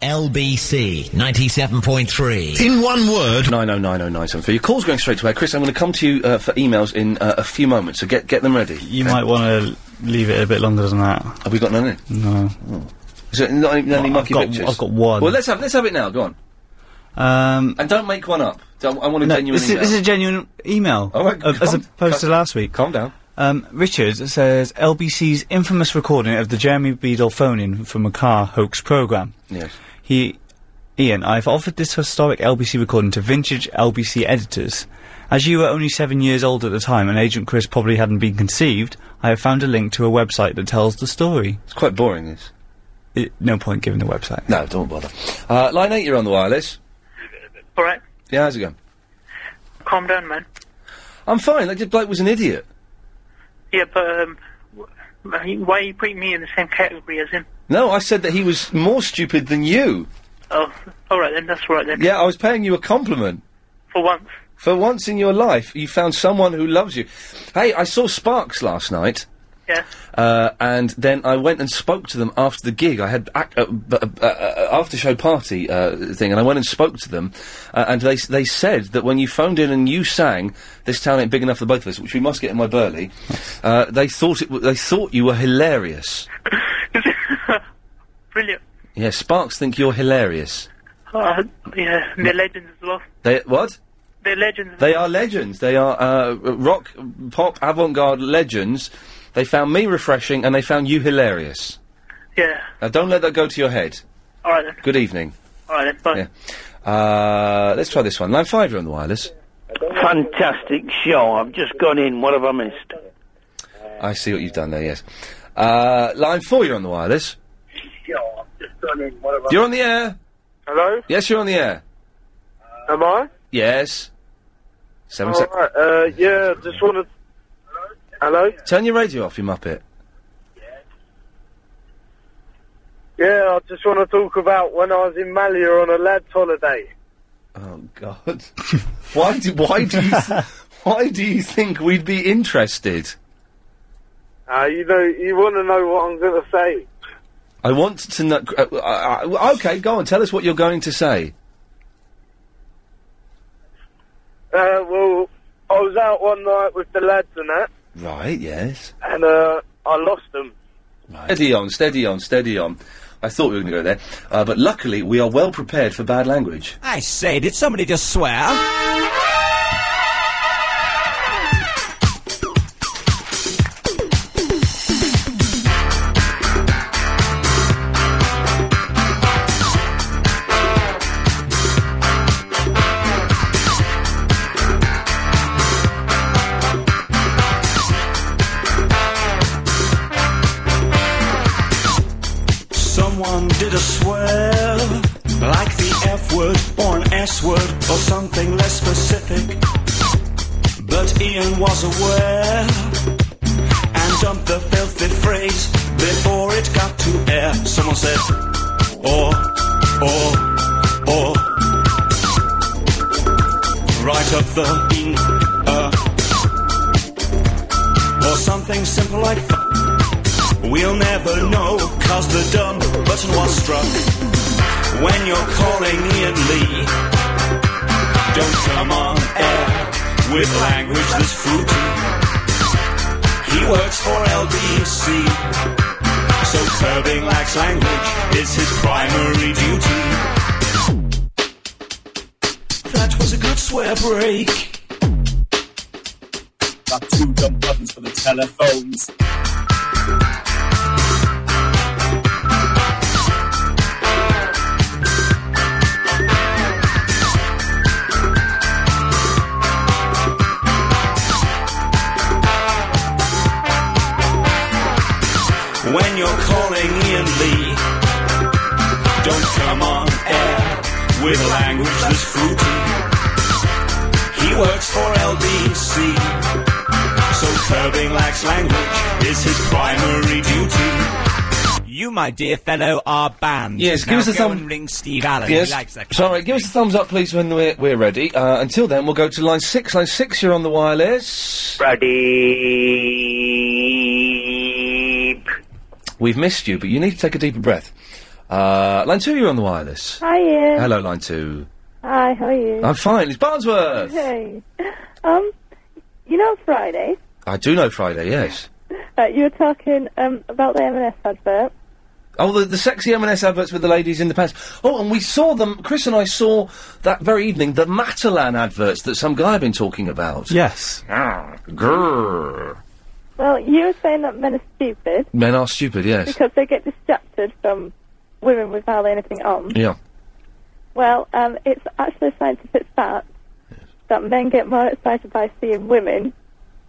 LBC 97.3. In one word. 909097. For your call's going straight to air. Chris, I'm going to come to you uh, for emails in uh, a few moments, so get get them ready. You might want to leave it a bit longer than that. Have we got none in? Oh. No. Is there not any, not any Well, I've monkey got- pictures? I've got one. Well, let's have, let's have it now. Go on. Um, And don't make one up. Don't- I want a no, genuine this, is, email. this is a genuine email. All right, uh, as calm- opposed to last week. Calm down. Um, Richard says LBC's infamous recording of the Jeremy Beadle phone-in from a car hoax program. Yes. He, Ian, I've offered this historic LBC recording to vintage LBC editors. As you were only seven years old at the time and Agent Chris probably hadn't been conceived, I have found a link to a website that tells the story. It's quite boring, this. It, no point giving the website. No, don't bother. Uh, line 8, you're on the wireless. All right, Yeah, how's it going? calm down, man. I'm fine. That bloke was an idiot. Yeah, but um, wh- why are you putting me in the same category as him? No, I said that he was more stupid than you. Oh, all right then. That's all right then. Yeah, I was paying you a compliment. For once. For once in your life, you found someone who loves you. Hey, I saw Sparks last night. Yeah. Uh, and then I went and spoke to them after the gig. I had ac- uh, b- uh, uh, after show party uh, thing, and I went and spoke to them, uh, and they s- they said that when you phoned in and you sang "This Town Ain't Big Enough for Both of Us," which we must get in my Burley, uh, they thought it w- they thought you were hilarious. Brilliant. Yeah, Sparks think you're hilarious. Uh, yeah, and they're legends as well. They what? They're legends. They are legends. They are uh, r- rock, pop, avant-garde legends. They found me refreshing, and they found you hilarious. Yeah. Now, don't let that go to your head. All right then. Good evening. All right then. Bye. Yeah. Uh, let's try this one. Line five, you're on the wireless. Fantastic show. I've just gone in. What have I missed? I see what you've done there, yes. Uh, line four, you're on the wireless. You're on the air. Hello? Yes, you're on the air. Am I? Yes. Seven sec- Alright, uh, yeah, just wanted. Hello? Turn your radio off, you muppet. Yeah, I just want to talk about when I was in Malia on a lad's holiday. Oh God! why do why do you th- why do you think we'd be interested? Uh, you know, you want to know what I'm going to say. I want to know. Uh, uh, uh, okay, go on. Tell us what you're going to say. Uh, well, I was out one night with the lads and that, Right? Yes. and uh, I lost them. Steady on, steady on, steady on. I thought we were going to go there, uh, but luckily we are well prepared for bad language. I say, did somebody just swear? Someone did a swear, like the F word or an S word or something less specific. But Ian was aware and dumped the filthy phrase before it got to air. Someone said, "Oh, or, or, or. oh." Right up the in, uh, or something simple like We'll never know, cause the dumb button was struck. When you're calling Ian Lee, don't come on air with language that's fruity. He works for LBC, so curbing lax language is his primary duty. That was a good swear break. Got two dumb buttons for the telephones. when you're calling Ian Lee. Don't come on air with language that's fruity. He works for LBC, so curbing lax language is his primary duty. You, my dear fellow, are banned. Yes, give Now us a go thumb- and ring Steve Allen. yes. He likes that. Sorry. Give us a thumbs up, please, when we're we're ready. Uh, until then, we'll go to line six. Line six, you're on the wireless. Ready. We've missed you, but you need to take a deeper breath. Uh, line two, you're on the wireless. Hi, Ian. Hello, line two. Hi, how are you? I'm fine. It's Barnsworth. Hey. Um, you know Friday, I do know Friday. Yes. uh, you were talking um, about the M&S advert. Oh, the, the sexy M&S adverts with the ladies in the pants. Oh, and we saw them. Chris and I saw that very evening the Matalan adverts that some guy had been talking about. Yes. Grrr. Well, you were saying that men are stupid Men are stupid, yes. because they get distracted from um, women with hardly anything on. Yeah. Well, um, it's actually a scientific fact that men get more excited by seeing women.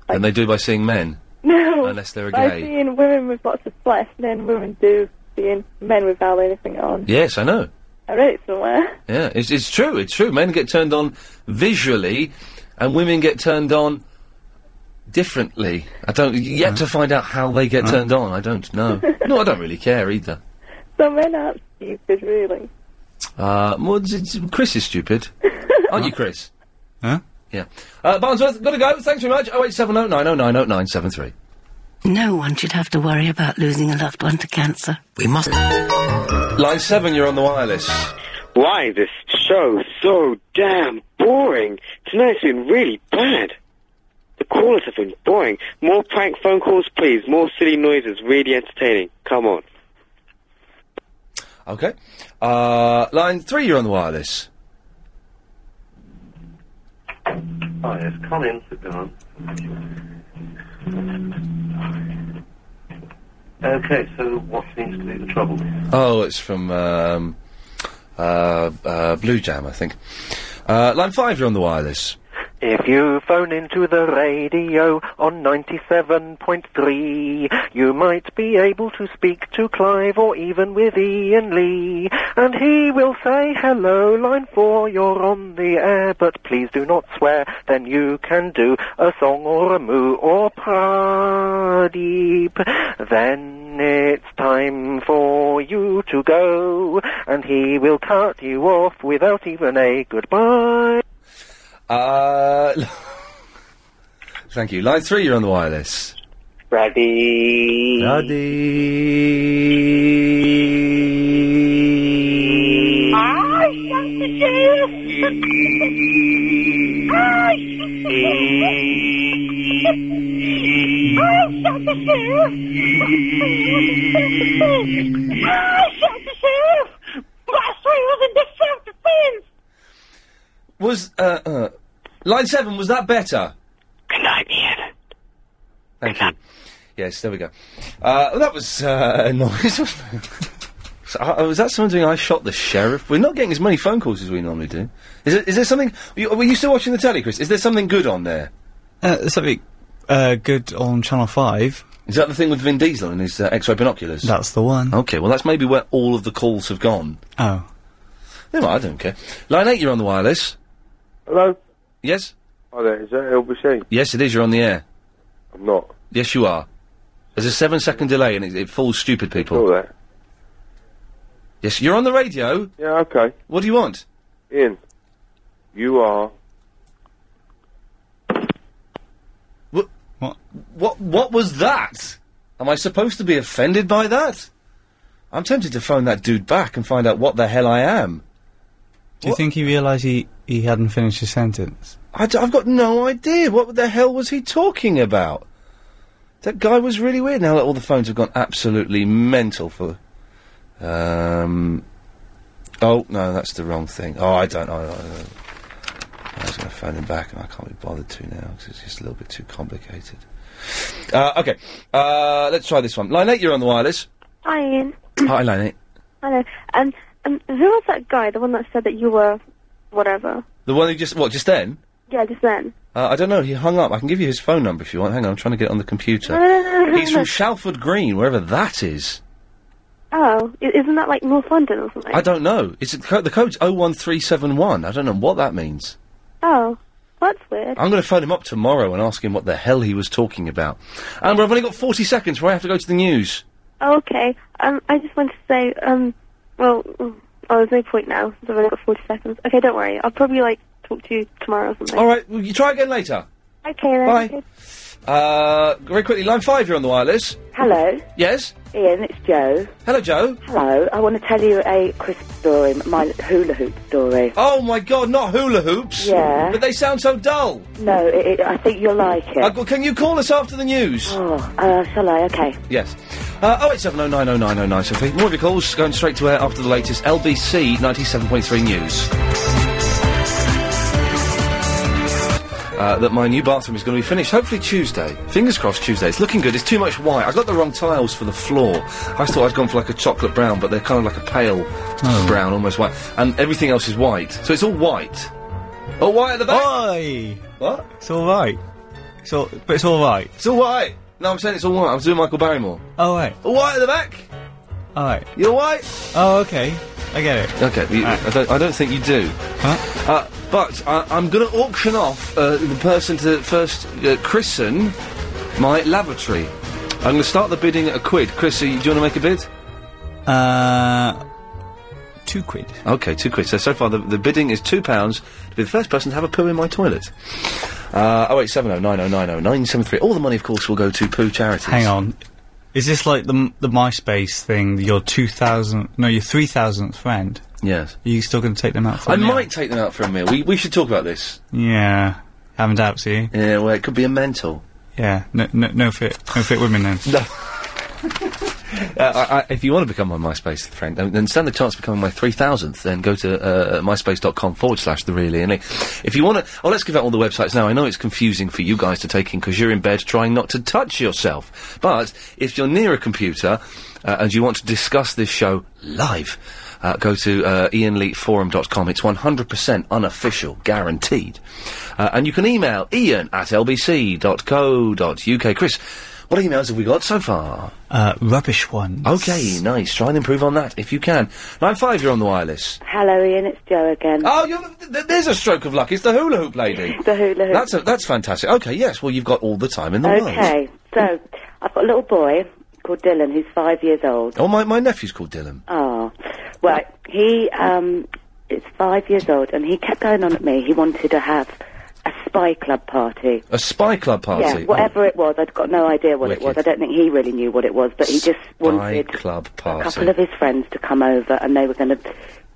And they do by seeing men. No, Unless they're a by gay. seeing women with lots of flesh than women do seeing men with hardly anything on. Yes, I know. I read it somewhere. Yeah, it's, it's true, it's true. Men get turned on visually, and women get turned on differently. I don't, yet to find out how they get turned on, I don't know. no, I don't really care either. So men aren't stupid, really. Uh, well, it's- it's- Chris is stupid. Aren't you, Chris? Huh? Yeah. Uh, Barnsworth, gotta go. Thanks very much. 0870 909 0973. No one should have to worry about losing a loved one to cancer. We must. Line 7, you're on the wireless. Why this show's so damn boring? Tonight's been really bad. The callers have been boring. More prank phone calls, please. More silly noises. Really entertaining. Come on. Okay. Uh, line 3, you're on the wireless. Oh, yes, come in, sit down. Okay, so what seems to be the trouble? Oh, it's from um, uh, uh, Blue Jam, I think. Uh, line 5, you're on the wireless. If you phone into the radio on 97.3, you might be able to speak to Clive or even with Ian Lee. And he will say, hello, line 4, you're on the air, but please do not swear. Then you can do a song or a moo or pradeep. Then it's time for you to go, and he will cut you off without even a goodbye. Uh, thank you. Line 3, you're on the wireless. Ready. Was, uh, uh, line 7, was that better? Good night, Ian. Thank you. Yes, there we go. Uh, well, that was, uh, a noise, wasn't it? So, uh, was that someone doing I shot the sheriff? We're not getting as many phone calls as we normally do. Is, it, is there something... You, were you still watching the telly, Chris? Is there something good on there? Uh, something uh, good on Channel 5. Is that the thing with Vin Diesel and his uh, X-ray binoculars? That's the one. Okay, well, that's maybe where all of the calls have gone. Oh. Never mind, I don't care. Line 8, you're on the wireless. Hello? Yes? Hi there, is that LBC? Yes, it is, you're on the air. I'm not. Yes, you are. There's a seven second delay and it, it fools stupid people. All that. Yes, you're on the radio. Yeah, okay. What do you want? Ian, you are. What? What? What was that? Am I supposed to be offended by that? I'm tempted to phone that dude back and find out what the hell I am. Do you think he realised he, he hadn't finished his sentence? I d- I've got no idea. What the hell was he talking about? That guy was really weird. Now that all the phones have gone absolutely mental for. Um. Oh no, that's the wrong thing. Oh, I don't know. I, I- I was going to phone him back, and I can't be bothered to now because it's just a little bit too complicated. Uh, okay, uh, let's try this one. Line eight, you're on the wireless. Hi, Ian. Hi, line eight. Hello. Um, um, who was that guy, the one that said that you were whatever? The one who just what just then? Yeah, just then. Uh, I don't know. He hung up. I can give you his phone number if you want. Hang on, I'm trying to get it on the No, no, computer. no, no, He's no. from Shalford Green, wherever that is. Oh, i- isn't that like North London or something? I don't know. It's co- the code's 01371. I don't know what that means. Oh, that's weird. I'm going to phone him up tomorrow and ask him what the hell he was talking about. Amber, I've only got 40 seconds before I have to go to the news. Okay. Um, I just want to say, um, well, mm, oh, there's no point now. since I've only got 40 seconds. Okay, don't worry. I'll probably like talk to you tomorrow or something. All right, well, you try again later. Okay then. Oh. Bye. Okay. Uh, very quickly, line five, you're on the wireless. Hello, Yes? Ian, it's Joe. Hello, Joe. Hello, I want to tell you a crisp story, my hula hoop story. Oh my god, not hula hoops. Yeah. But they sound so dull. No, it, it, I think you'll like it. Uh, g- can you call us after the news? Oh, uh, shall I? Okay. Yes. Uh, 08709090909, Sophie. More of your calls going straight to air after the latest LBC 97.3 news. uh, that my new bathroom is going to be finished. Hopefully Tuesday. Fingers crossed Tuesday. It's looking good. It's too much white. I got the wrong tiles for the floor. I thought I'd gone for like a chocolate brown, but they're kind of like a pale Oh. brown, almost white. And everything else is white. So it's all white. Oh, white at the back. Oi! What? It's all right. It's all, but it's all right. It's all right. No, I'm saying it's all white. I was doing Michael Barrymore. Oh right. All white at the back. All right. You're white. Oh okay. I get it. Okay, you, I, don't, I don't think you do. Huh? Uh, but I, I'm going to auction off uh, the person to first uh, christen my lavatory. I'm going to start the bidding at a quid. Chrissy, do you want to make a bid? Uh, two quid. Okay, two quid. So, so far the, the bidding is two pounds to be the first person to have a poo in my toilet. Uh, oh wait, seven oh nine oh nine oh nine seven three. All the money, of course, will go to poo charities. Hang on. Is this like the the MySpace thing? Your two thousand? No, your three thousandth friend. Yes. Are you still going to take them out for? I a meal? might take them out for a meal. We, we should talk about this. Yeah. Haven't doubts you. Yeah, well, it could be a mental. Yeah. No, no, no fit, no fit women then. No. Uh, I, I, if you want to become my MySpace friend and, and stand the chance of becoming my 3000th, then go to uh, myspace.com forward slash the really. And if you want to, oh, let's give out all the websites now. I know it's confusing for you guys to take in because you're in bed trying not to touch yourself. But if you're near a computer uh, and you want to discuss this show live, uh, go to uh, ianleetforum.com. It's 100% unofficial, guaranteed. Uh, and you can email ian at lbc.co.uk. Chris, what emails have we got so far? Uh, rubbish one. Okay, nice. Try and improve on that if you can. Nine five, you're on the wireless. Hello, Ian. It's Joe again. Oh, you're, th- th- there's a stroke of luck. It's the hula hoop lady. The hula hoop. That's a, that's fantastic. Okay, yes. Well, you've got all the time in the world. okay, so I've got a little boy called Dylan who's five years old. Oh, my my nephew's called Dylan. Oh, well, he um, is five years old, and he kept going on at me. He wanted to have a spy club party. A spy club party. Yeah, whatever it was, I'd got no idea what it was. Wicked. I don't think he really knew what it was, but he just Spy wanted club a party. couple of his friends to come over, and they were going to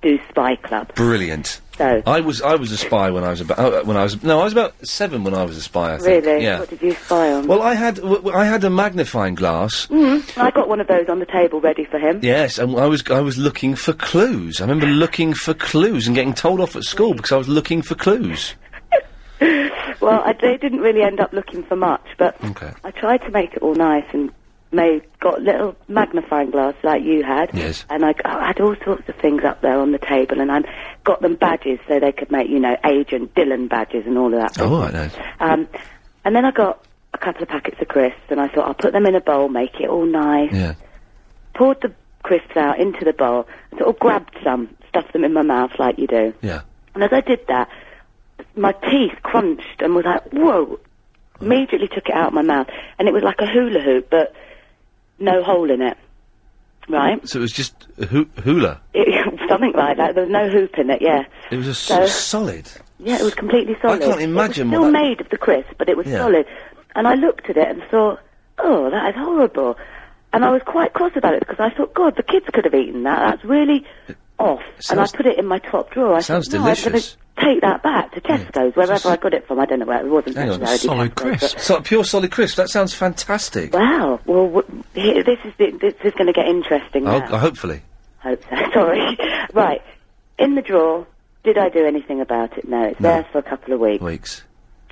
do spy club. Brilliant. So- I was I was a spy when I was about uh, when I was no I was about seven when I was a spy. I think. Really? Yeah. What did you spy on? Well, I had w- w- I had a magnifying glass. Mm, I got one of those on the table ready for him. Yes, and I was I was looking for clues. I remember looking for clues and getting told off at school because I was looking for clues. well, I, they didn't really end up looking for much, but Okay. I tried to make it all nice and made got little magnifying glass like you had. Yes. And I, I had all sorts of things up there on the table, and I got them badges so they could make you know Agent Dylan badges and all of that. Oh, I know. Um, and then I got a couple of packets of crisps, and I thought I'll put them in a bowl, make it all nice. Yeah. Poured the crisps out into the bowl, sort of grabbed some, stuffed them in my mouth like you do. Yeah. And as I did that, my teeth crunched and was like, whoa. Immediately took it out of my mouth. And it was like a hula hoop, but no hole in it. Right? So it was just a hu- hula. It, something like that. There was no hoop in it, yeah. It was a s- So- solid. Yeah, it was completely solid. can't imagine It was what still that- made of the crisp, but it was Yeah. solid. And I looked at it and thought, oh, that is horrible. And I was quite cross about it because I thought, God, the kids could have eaten that. That's really off. and I sounds- put it in my top drawer. I sounds thought, no, I'm going to delicious. take that back to Tesco's, wherever I got it from. I don't know where it wasn't. Hang on, necessarily Tesco's, crisp. So, pure solid crisp. That sounds fantastic. Wow. Well, w- here, this is the, this is going to get interesting. I now. ho- hopefully. Hope so. Sorry. right. In the drawer. Did I do anything about it? No. It's No. there for a couple of weeks. Weeks.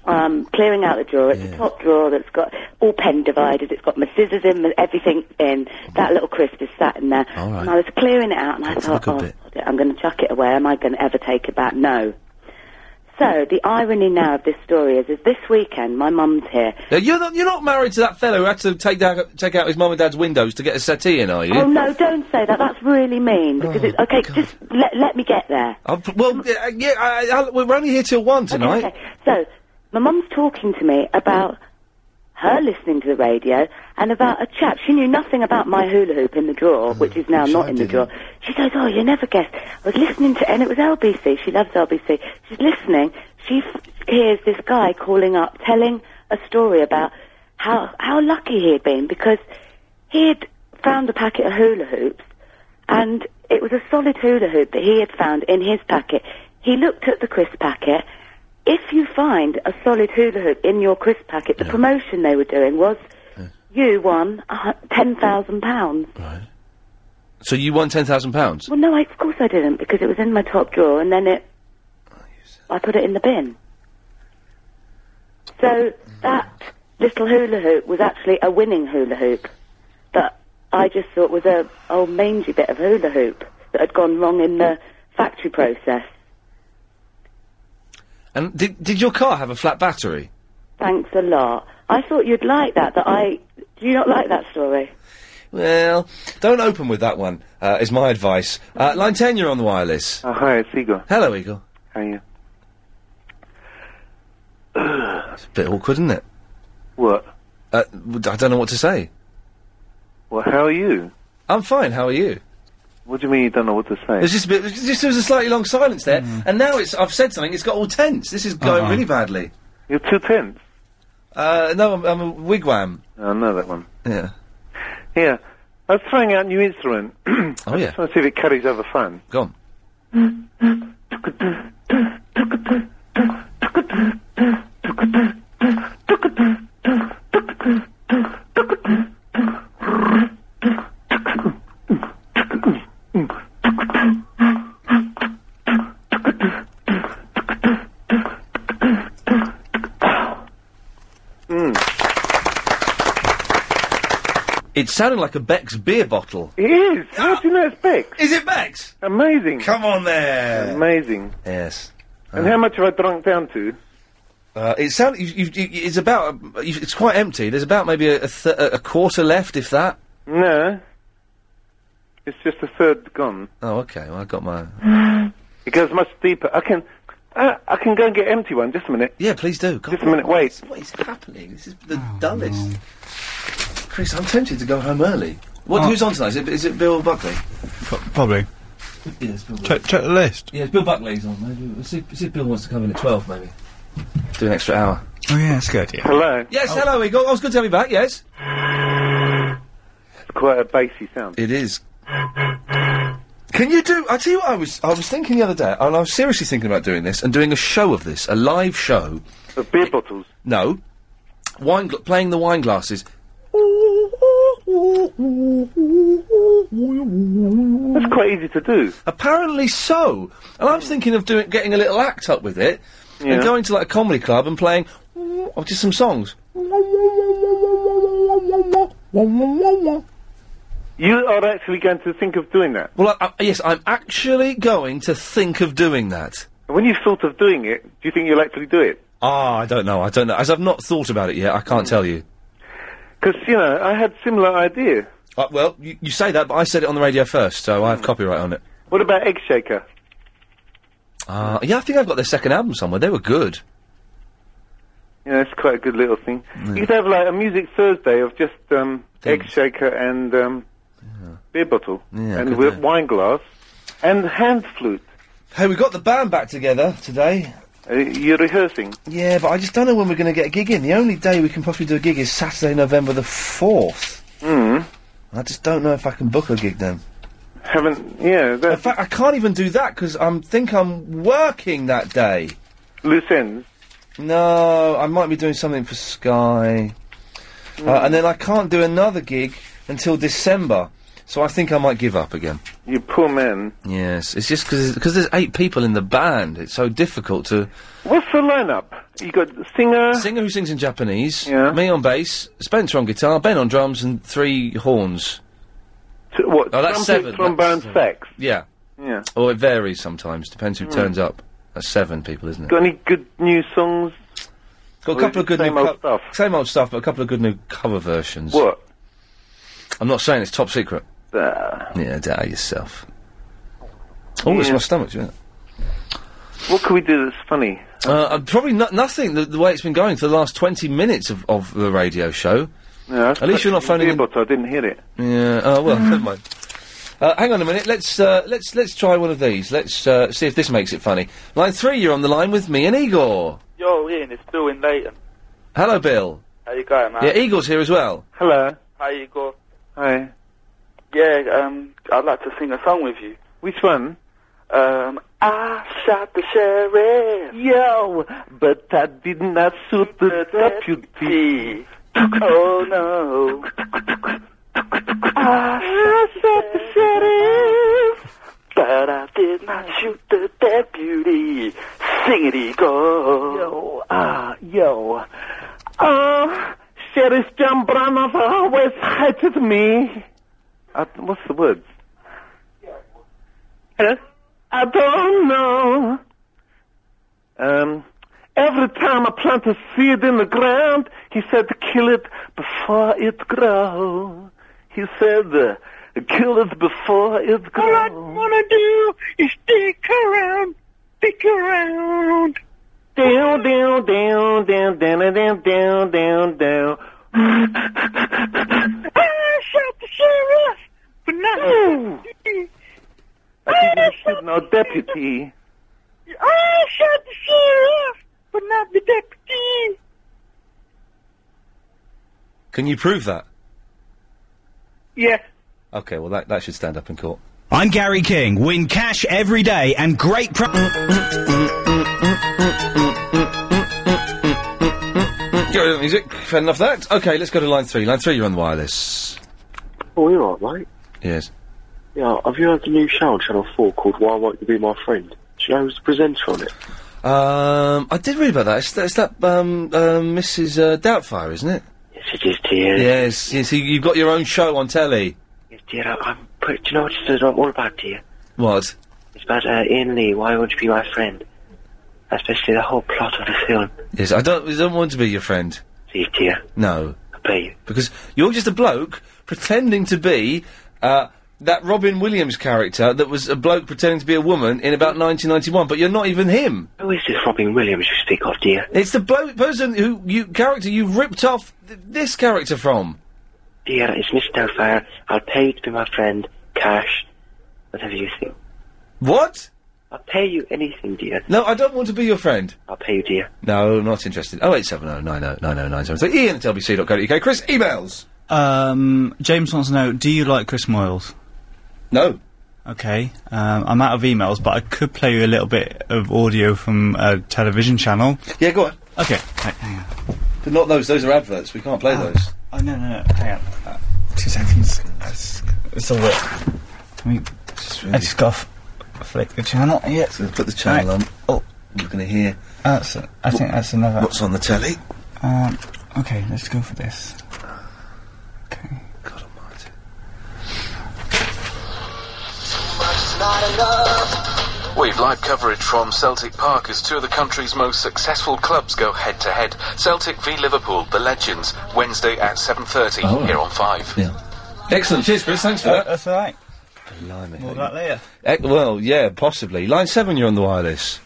Um, clearing out the drawer. It's the top drawer that's got all pen divided. It's got my scissors in, my everything in. That little crisp is sat in there. All right. And I was clearing it out, and Let's I have thought, a good oh, sod it, bit." I'm going to chuck it away. Am I going to ever take it back? No. So the irony now of this story is, is this weekend my mum's here. Now, you're not you're not married to that fellow who had to take down take out his mum and dad's windows to get a settee in, are you? Oh, Oh no, don't say that. That's really mean because it's okay. Just let let me get there. I'll p- well, yeah, yeah I, I, we're only here till one tonight. Okay. So my mum's talking to me about her listening to the radio and about a chap. She knew nothing about my hula hoop in the drawer, which is now not in the drawer. She goes, "Oh, you never guessed." I was listening to, and it was LBC. She loves LBC. She's listening. She f- hears this guy calling up, telling a story about how how lucky he had been because he had found a packet of hula hoops and it was a solid hula hoop that he had found in his packet. He looked at the crisp packet. If you find a solid hula hoop in your crisp packet, the promotion they were doing was you won a hu- £10,000. So you won ten thousand pounds. Well, no, I, of course I didn't because it was in my top drawer and then it. I put it in the bin. So that little hula hoop was actually a winning hula hoop that I just thought was a old mangy bit of hula hoop that had gone wrong in the factory process. And did did your car have a flat battery? Thanks a lot. I thought you'd like that. That I do you not like that story? Well, don't open with that one. Uh, is my advice. Uh, line ten, you're on the wireless. Uh, hi, it's Igor. Hello, Igor. How are you? It's a bit awkward, isn't it? What? Uh, w- I don't know what to say. Well, how are you? I'm fine. How are you? What do you mean you don't know what to say? There's just a bit. there's Just, there was a slightly long silence there, and now it's. I've said something. It's got all tense. This is going Uh-uh. really badly. You're too tense. Uh, no, I'm, I'm a wigwam. I know that one. Yeah. Yeah. I was trying out a new instrument. oh, yeah. I just want to see if it carries over fun. Go on. Hmm. It sounded like a Beck's beer bottle. It is. How do you know it's Bex? Is it Bex? Amazing. Come on there. Amazing. Yes. And how much have I drunk down to? Uh, it sound you, you, you, it's about uh, you, it's quite empty. There's about maybe a, a, th- a a quarter left, if that. No. It's just a third gone. Oh, okay. Well, I got my. It goes much deeper. I can, I, Uh, I can go and get empty one. Just a minute. Yeah, please do. just a minute. Wait. What is happening? This is the dullest. Chris, I'm tempted to go home early. What? Who's on tonight? Is it, is it Bill Buckley? Probably. Yes, Bill. Check, check the list. Yeah, it's Bill Buckley's on. Maybe we'll see, see if Bill wants to come in at twelve, maybe. Do an extra hour. Oh, yeah, that's good. Yeah. Hello. Yes, hello, Igor. Oh, it's good to have you back. Yes. It's quite a bassy sound. It is. Can you do? I tell you what, I was I was thinking the other day, and I was seriously thinking about doing this and doing a show of this, a live show of beer bottles. No, wine gl- playing the wine glasses. That's quite easy to do. Apparently so, and I'm thinking of doing getting a little act up with it Yeah. and going to like a comedy club and playing oh, just some songs. You are actually going to think of doing that. Well, I, I, yes, I'm actually going to think of doing that. And when you've thought of doing it, do you think you'll actually do it? Ah, I don't know. I don't know. As I've not thought about it yet, I can't tell you. Because you know, I had similar idea. Hmm. Uh, well, you, you say that, but I said it on the radio first, so I have copyright on it. What about Egg Shaker? Uh, yeah, I think I've got their second album somewhere. They were good. You know, it's quite a good little thing. You could have like a music Thursday of just um, Egg Shaker and um, beer bottle Yeah, and good with name. wine glass and hand flute. Hey, we got the band back together today. Uh, you're rehearsing. Yeah, but I just don't know when we're going to get a gig in. The only day we can possibly do a gig is Saturday, November the 4th. Mm. I just don't know if I can book a gig then. Haven't. Yeah. In fact, I can't even do that because I think I'm working that day. Loose ends. No, I might be doing something for Sky. Uh, and then I can't do another gig until December. So I think I might give up again. You poor man. Yes, it's just because there's eight people in the band. It's so difficult to. What's the lineup? You got singer. Singer who sings in Japanese. Me on bass, Spencer on guitar, Ben on drums, and three horns. T- what? Oh, that's trumpet, seven. Trombone, That's- sax. Yeah. Yeah. Or it varies sometimes. Depends who Mm. turns up. That's seven people, isn't it? Got any good new songs? Got Or a is couple it of good same new old co- stuff. Same old stuff, but a couple of good new cover versions. What? I'm not saying it's top secret. Uh, Yeah, doubt yourself. Oh, it's Yeah. my stomach, isn't it? what can we do that's funny? Uh, uh, probably no- nothing. The, the way it's been going for the last twenty minutes of, of the radio show. Yeah, At least you're not phoning in. But I didn't hear it. Yeah. Oh well, never mind. Uh, hang on a minute. Let's uh, let's let's try one of these. Let's uh, see if this makes it funny. Line three, you're on the line with me and Igor. Yo, Ian, it's Bill in Leighton. Hello, Bill. How you going, man? Yeah, Igor's here as well. Hello. How you go? Hi. Yeah, um, I'd like to sing a song with you. Which one? Um, I shot the sheriff. Yo, but I did not shoot the deputy. oh no. Ah, I shot the sheriff. But I did not shoot the deputy. Sing it, Igor. Yo, ah, yo, me. Uh, what's the words? Hello? I don't know. Um, every time I plant a seed in the ground, he said to kill it before it grows. He said, uh, kill it before it grows. All I want to do is stick around, stick around. Down, down, down, down, down, down, down, down, down. Ah, I shot the sheriff, but not Ah, I think we should know deputy. I shot the sheriff, but not the deputy. Can you prove that? Yeah. Okay, well, that, that should stand up in court. I'm Gary King. Win cash every day and great pro- Mm, Get rid of the music. Fair enough that. Okay, let's go to line three. Line three, you're on the wireless. Oh, you're all right, mate. Yes. Yeah, have you heard the new show on Channel 4 called Why Won't You Be My Friend? Do you know who's the presenter on it? Um, I did read about that. It's that, it's that um, um, Mrs. Uh, Doubtfire, isn't it? Yes, it is, dear. Yes, yes. you- You've got your own show on telly. Yes, dear, I, I'm... But do you know what it's uh, all about, dear? What? It's about uh, Ian Lee, Why Won't You Be My Friend? That's basically the whole plot of the film. Yes, I don't. I don't want to be your friend. See, dear. No. I bet you. Because you're just a bloke pretending to be uh, that Robin Williams character that was a bloke pretending to be a woman in about 1991, but you're not even him. Who is this Robin Williams you speak of, dear? It's the bloke person who you character you ripped off th- this character from. Dear, it's Miss Doubtfire. I'll pay you to be my friend. Cash. Whatever you think. What? I'll pay you anything, dear. No, I don't want to be your friend. I'll pay you, dear. No, not interested. Oh eight seven oh nine oh nine oh nine seven. So Ian at lbc.co.uk. Chris emails. Um, James wants to know, do you like Chris Moyles? No. Okay. Um, I'm out of emails, but I could play you a little bit of audio from a television channel. Yeah, go on. Okay. Right, hang on. But not those. Those are adverts. We can't play those. Oh, no, no, no. Hang on. Uh, two seconds. That's- It's all right. Let me... I just got off. Flick the channel. Yeah. put the channel on. Oh, you're going to hear. That's. I think that's another. What's on the telly? Um, okay, let's go for this. We've live coverage from Celtic Park as two of the country's most successful clubs go head to head. Celtic v Liverpool, the Legends, Wednesday at 7:30 Oh. here on 5. Excellent. Cheers, Chris. Thanks for Uh, that. That's all right. Blimey. More of that later. Eh, well, yeah, possibly. Line seven, you're on the wireless.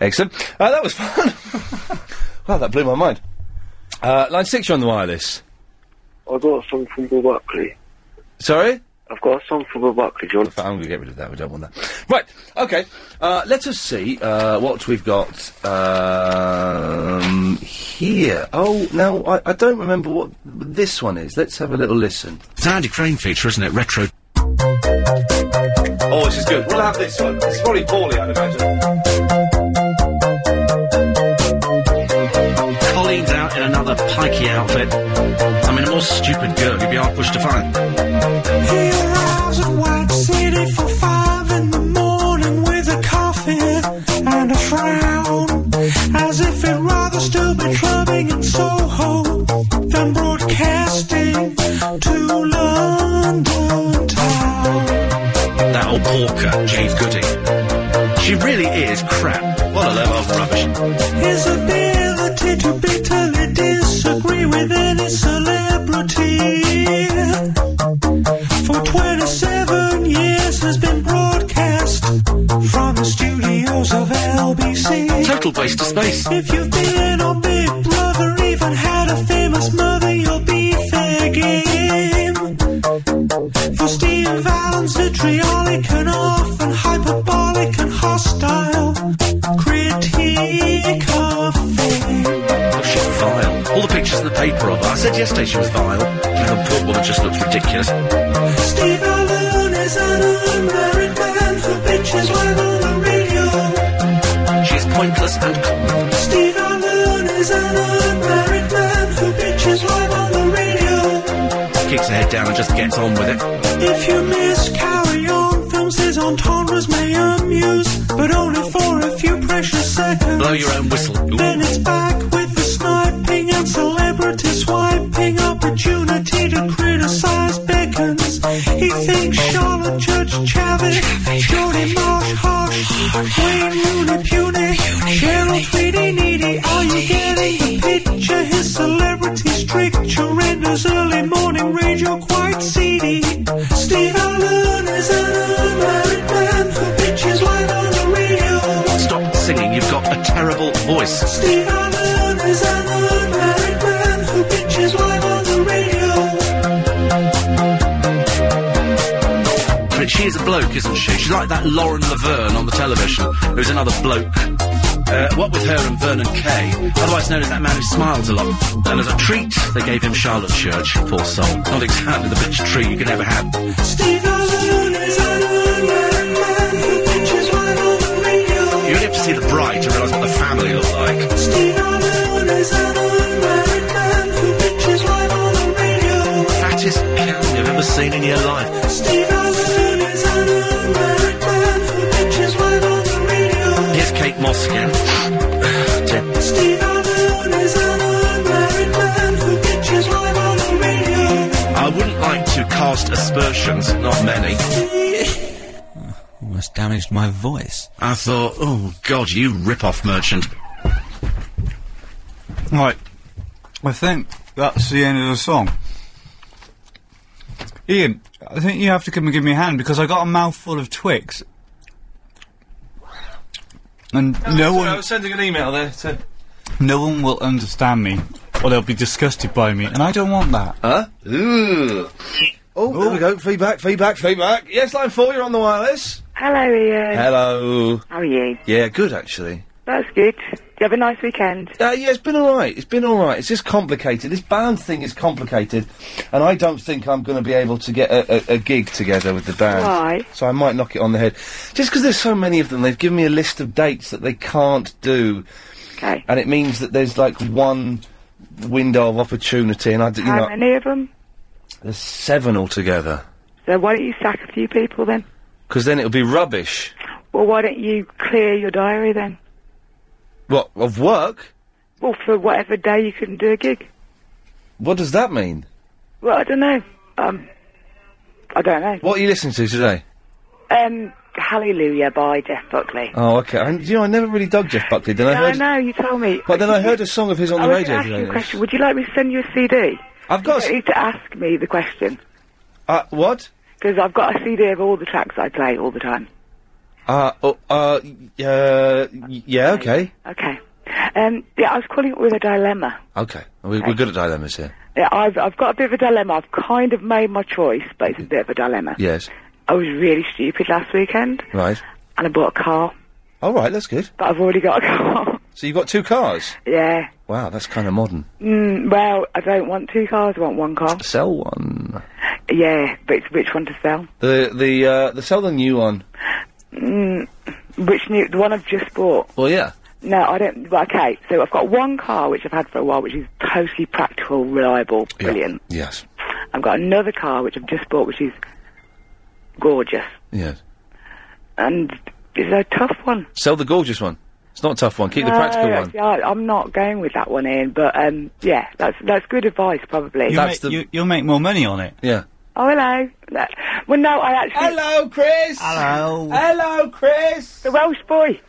Excellent. Uh, that was fun. wow, that blew my mind. Uh, line six, you're on the wireless. I've got a song from Bill Buckley. Sorry? I've got a song from Bill Buckley, John. I'm going to get rid of that. We don't want that. Right. Okay. Uh, let us see uh, what we've got um, here. Oh, now I, I don't remember what this one is. Let's have a little listen. It's Andy Crane feature, isn't it? Retro. Oh, this is good. We'll have this one. It's probably poorly, I'd imagine. Colleen's out in another pikey outfit. I mean, a more stupid girl you'd be hard pushed to find. He arrives at White City for five in the morning with a coffee and a frown, as if he'd rather still be clubbing in Soho than broadcasting to London town. That old porker, Jade Goody. She really is crap. What a load of rubbish. His ability to bitterly disagree with any celebrity for 27 years has been broadcast from the studios of LBC. Total waste of space. If you've been on Big Brother, even had a famous mother, you'll be fair game. For Steve Allen's vitriolic and often hyperbolic and hostile critique of fame. Oh, she's vile. All the pictures in the paper of her. I said yesterday she was vile. And the poor woman just looks ridiculous. Steve Allen down and just gets on with it. If you miss Carry On, film says entendres may amuse, but only for a few precious seconds. Blow your own whistle. Then it's back with the sniping and celebrity swiping opportunity to criticize Beckons. He thinks Charlotte Judge Chavez, Jody Marsh Harsh, Wayne Rooney Puny, Cheryl Tweedy Needy. Are you getting the picture? His celebrity stricture and his early morning rage are quite seedy. Steve Allen is an unmarried man who bitches live on the radio. Stop singing, you've got a terrible voice. Steve Allen is an unmarried man who bitches live on the radio. But she is a bloke, isn't she? She's like that Lauren Laverne on the television, who's another bloke. Uh, what with her and Vernon Kay, otherwise known as that man who smiles a lot. And as a treat, they gave him Charlotte Church, poor soul. Not exactly the bitch treat you can ever have. Steve Allen is an unmarried man who bitches live on the radio. You only have to see the bride to realise what the family look like. Steve Allen is an unmarried man who bitches live on the radio. Fattest cow you've ever seen in your life. Steve Allen is an unmarried man who bitches live on the radio. Here's Kate Moss again. Dead. Steve Allen is an unmarried man who bitches live on the radio. I wouldn't like to cast aspersions, not many. Almost damaged my voice. I thought, oh god, you rip-off merchant. Right. I think that's the end of the song. Ian, I think you have to come and give me a hand because I got a mouthful of Twix. And no one, sending an email there to. no one will understand me, or they'll be disgusted by me, and I don't want that. Huh? Ooh. Oh, there we go. Feedback, feedback, feedback. Yes, line four, you're on the wireless. Hello, Ian. Hello. How are you? Yeah, good actually. That's good. Do you have a nice weekend? Uh, yeah, it's been all right. It's been all right. It's just complicated. This band thing is complicated, and I don't think I'm going to be able to get a, a, a gig together with the band. Why? So I might knock it on the head, just because there's so many of them. They've given me a list of dates that they can't do, okay. and it means that there's like one window of opportunity, and I, d- you How know, many of them? there's seven altogether. So why don't you sack a few people then? Because then it'll be rubbish. Well, why don't you clear your diary then? What of work? Well, for whatever day you couldn't do a gig. What does that mean? Well, I don't know. Um, I don't know. What are you listening to today? Um, Hallelujah by Jeff Buckley. Oh, okay. I, do you know, I never really dug Jeff Buckley. Then I Yeah, heard. I know. You told me. But then I heard a song of his on I the was radio gonna ask today. you a question. Would you like me to send you a CD? I've got. You don't need to ask me the question Uh, what? because I've got a CD of all the tracks I play all the time. Uh, oh, uh, y- uh, y- yeah, okay. Okay. Um, yeah, I was calling it with a dilemma. Okay. We, we're good at dilemmas here. Yeah, I've I've got a bit of a dilemma. I've kind of made my choice, but it's a bit of a dilemma. Yes. I was really stupid last weekend, Right. and I bought a car, All right, that's good. but I've already got a car. So you've got two cars? yeah. Wow, that's kind of modern. Mm, well, I don't want two cars. I want one car. Sell one. Yeah, but it's which one to sell? The, the, uh, the sell the new one. Mm, which new? The one I've just bought. Well, yeah. No, I don't. Well, okay, so I've got one car which I've had for a while, which is totally practical, reliable, brilliant. Yes. I've got another car which I've just bought, which is gorgeous, Yes. and it's a tough one. Uh, Sell the gorgeous one. It's not a tough one. Keep the No, practical one. actually, I, I'm not going with that one, Ian. But um, yeah, that's that's good advice, probably. You make, you, you'll make more money on it. Yeah. Oh, hello. No- Well, no, I actually. Hello, Chris. Hello. Hello, Chris. The Welsh boy.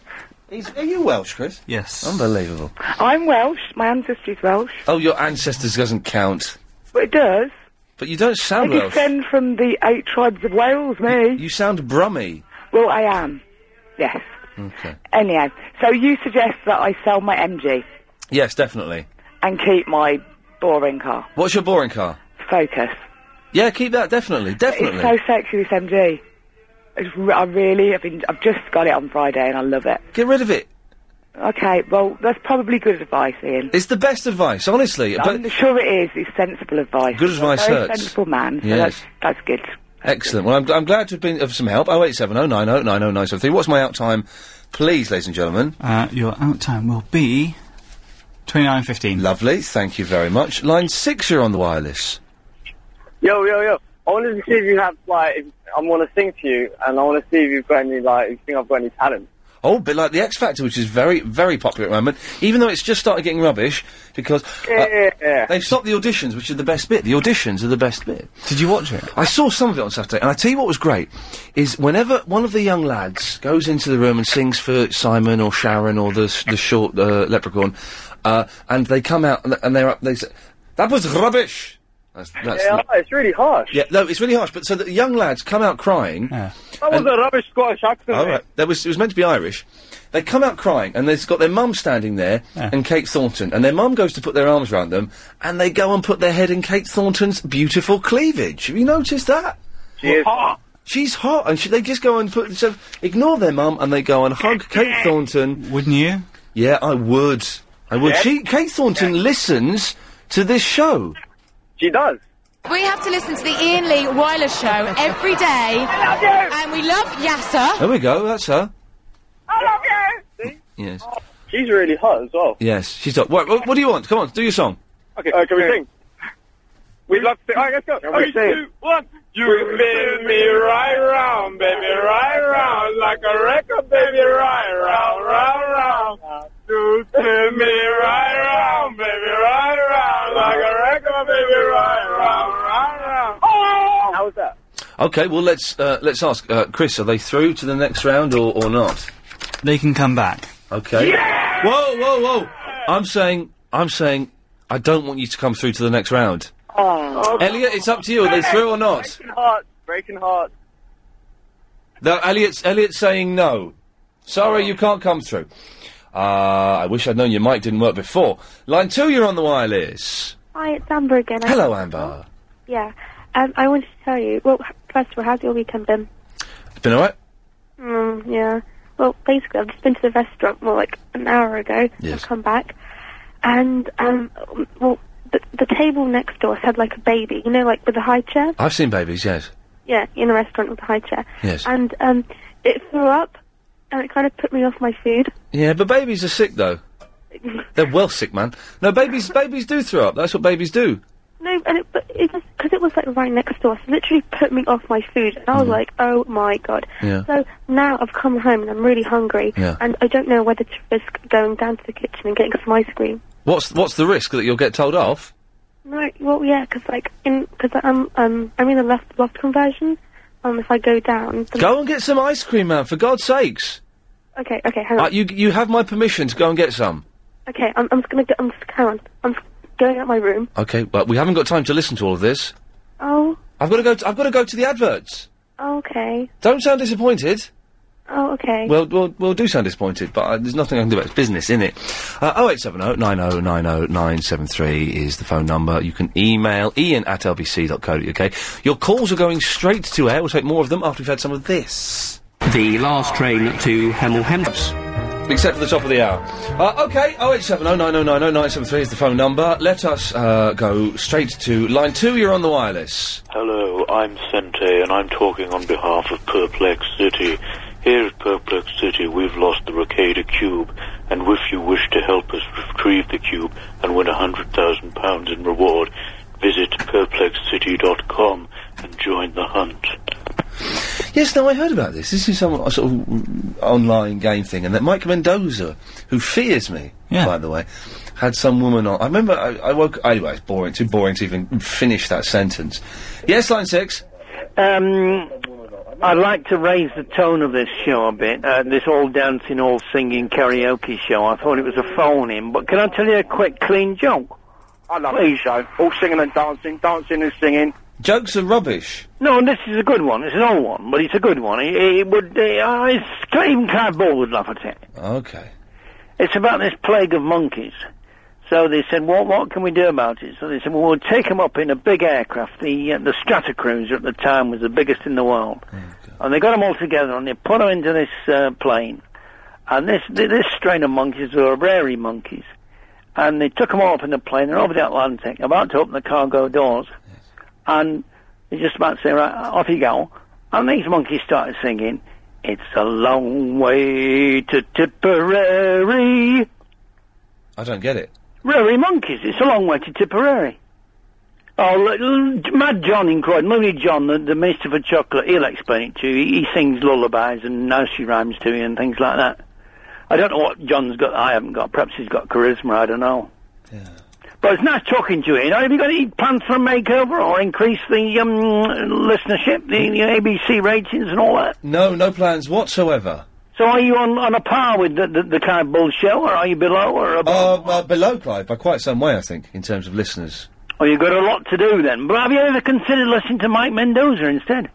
He's, are you Welsh, Chris? Yes. Unbelievable. I'm Welsh. My ancestry's Welsh. Oh, your ancestors doesn't count. But it does. But you don't I sound Welsh. descend from the eight tribes of Wales, me. You sound Brummy. Well, I am. Yes. Okay. Anyhow, so you suggest that I sell my MG Yes, definitely. and keep my boring car, What's your boring car? Focus. Yeah, keep that. Definitely, definitely. It's so sexy, this MG. It's re- I really, I've, been, I've just got it on Friday and I love it. Get rid of it. Okay, well, that's probably good advice, Ian. It's the best advice, honestly. but I'm sure it is. It's sensible advice. Good advice I'm a very hurts. sensible man. So Yes. that's, that's good. excellent. Well, I'm, I'm glad to have been of some help. Oh eight seven oh nine oh nine oh nine seven three. What's my out time, please, ladies and gentlemen? Uh, your out time will be twenty nine fifteen. Lovely. Thank you very much. Line six, you're on the wireless. Yo, yo, yo. I wanted to see if you have, like, if I want to sing to you, and I want to see if you've got any, like, if you think I've got any talent. Oh, a bit like the X Factor, which is very, very popular at the moment, even though it's just started getting rubbish because uh, they've stopped the auditions, which are the best bit. The auditions are the best bit. Did you watch it? I saw some of it on Saturday, and I tell you what was great is whenever one of the young lads goes into the room and sings for Simon or Sharon or the s- the short uh, leprechaun, uh, and they come out and, and they're up, they say, "That was rubbish." That's, that's yeah, it's really harsh. yeah, no, it's really harsh. But so the young lads come out crying. That was And- a rubbish Scottish accent. all right. That was it was meant to be Irish. They come out crying, and they've got their mum standing there and Kate Thornton, and their mum goes to put their arms round them, and they go and put their head in Kate Thornton's beautiful cleavage. Have you noticed that? She's hot. She's hot, and she, they just go and put. So ignore their mum, and they go and hug Kate Thornton. Wouldn't you? Yeah, I would. I would. Yeah. She, Kate Thornton listens to this show. She does. We have to listen to the Ian Lee Wyler show every day. And we love Yasser. There we go. That's her. I love you! See? Yes. She's really hot as well. Yes. She's like, what, what, what do you want? Come on, do your song. Okay, can we sing? We'd love to sing. Alright, let's go. Can we Three, sing? two, one. You spin me right round, baby, right round, like a record, baby, right round, round, round. You spin me right round, baby, right round, like a record, baby, right round, round, round. Oh! How was that? Okay, well let's uh, let's ask uh, Chris. Are they through to the next round or, or not? They can come back. Okay. Whoa, whoa, whoa! I'm saying, I'm saying, I don't want you to come through to the next round. Oh. Elliot, it's up to you. Are they through or not? Breaking hearts, breaking hearts. No, Elliot's Elliot's saying no. Sorry, you can't come through. Uh, I wish I'd known your mic didn't work before. Line two, you're on the wireless. Hi, it's Amber again. I- Hello, Amber. Yeah. Um, I wanted to tell you. Well, h- first of all, how's your weekend been? It's been alright. Mm, yeah. Well, basically, I've just been to the restaurant, well, like an hour ago. Yes. I've come back. And, um, well, the, the table next to us had like a baby, you know, like with a high chair? I've seen babies. Yes. Yeah, in a restaurant with a high chair. Yes. And, um, it threw up, and it kind of put me off my food. Yeah, but babies are sick though. They're well sick, man. No, babies babies do throw up. That's what babies do. No, and it, but it was because it was like right next to us. It literally put me off my food, and I was like, "Oh my god!" Mm. Yeah. So now I've come home and I'm really hungry, Yeah. and I don't know whether to risk going down to the kitchen and getting some ice cream. What's what's the risk that you'll get told off? No, well, yeah, 'cause like in because I'm um I'm in a left block conversion. Um, if I go down, then- Go and get some ice cream, man. For God's sakes, Okay, okay, hang on. uh, you you have my permission to go and get some. okay, I'm I'm just gonna go. I'm just hang on. I'm just going out my room. Okay, well we haven't got time to listen to all of this. Oh, I've got to go. To, I've got to go to the adverts. okay. Don't sound disappointed. Oh, okay. Well, well, well, do sound disappointed, but uh, there's nothing I can do about it. It's business, isn't it? Uh, 0870 9090 973 is the phone number. You can email ian at lbc.co.uk. Your calls are going straight to air. We'll take more of them after we've had some of this. The last train to Hemel Hempstead. Except for the top of the hour. Uh, okay, 0870 9090 973 is the phone number. Let us uh, go straight to line two. You're on the wireless. Hello, I'm Sente, and I'm talking on behalf of Perplex City. Here at Perplex City, we've lost the Ricada Cube, and if you wish to help us retrieve the cube and win £100,000 in reward, visit perplexcity.com and join the hunt. Yes, no, I heard about this. This is some a sort of mm, online game thing, and that Mike Mendoza, who fears me, by the way, had some woman on. I remember I, I woke. Anyway, it's boring. Too boring to even finish that sentence. Yes, line six. Um, I'd like to raise the tone of this show a bit, uh, this all dancing, all singing karaoke show. I thought it was a phone in, but can I tell you a quick, clean joke? I love this show. All singing and dancing, dancing and singing. Jokes are rubbish. No, this is a good one. It's an old one, but it's a good one. It, it would, uh, it's, even Clive Ball would laugh at it. Okay. It's about this plague of monkeys. So they said, "What? What can we do about it?" So they said, "Well, we'll take them up in a big aircraft. The uh, the Stratocruiser at the time was the biggest in the world, and they got them all together and they put them into this uh, plane. And this th- this strain of monkeys were rarey monkeys, and they took them all up in the plane. They're over the Atlantic, about to open the cargo doors, and they're just about to say, "Right, off you go." And these monkeys started singing, "It's a long way to Tipperary." I don't get it. Rary monkeys. It's a long way to Tipperary. Oh, look, l- Mad John in Croydon. Lovely John, the, the Minister for Chocolate. He'll explain it to you. He, he sings lullabies and nursery rhymes to you and things like that. I don't know what John's got. I haven't got. Perhaps he's got charisma. I don't know. But it's nice talking to you. You know, have you got any plans for a makeover or increase the um, listenership, the, the ABC ratings and all that? No, no plans whatsoever. So are you on, on a par with the, the, the Clive Bull show, or are you below or Uh, above? uh, below Clive by quite some way, I think, in terms of listeners. oh, you've got a lot to do then. But have you ever considered listening to Mike Mendoza instead?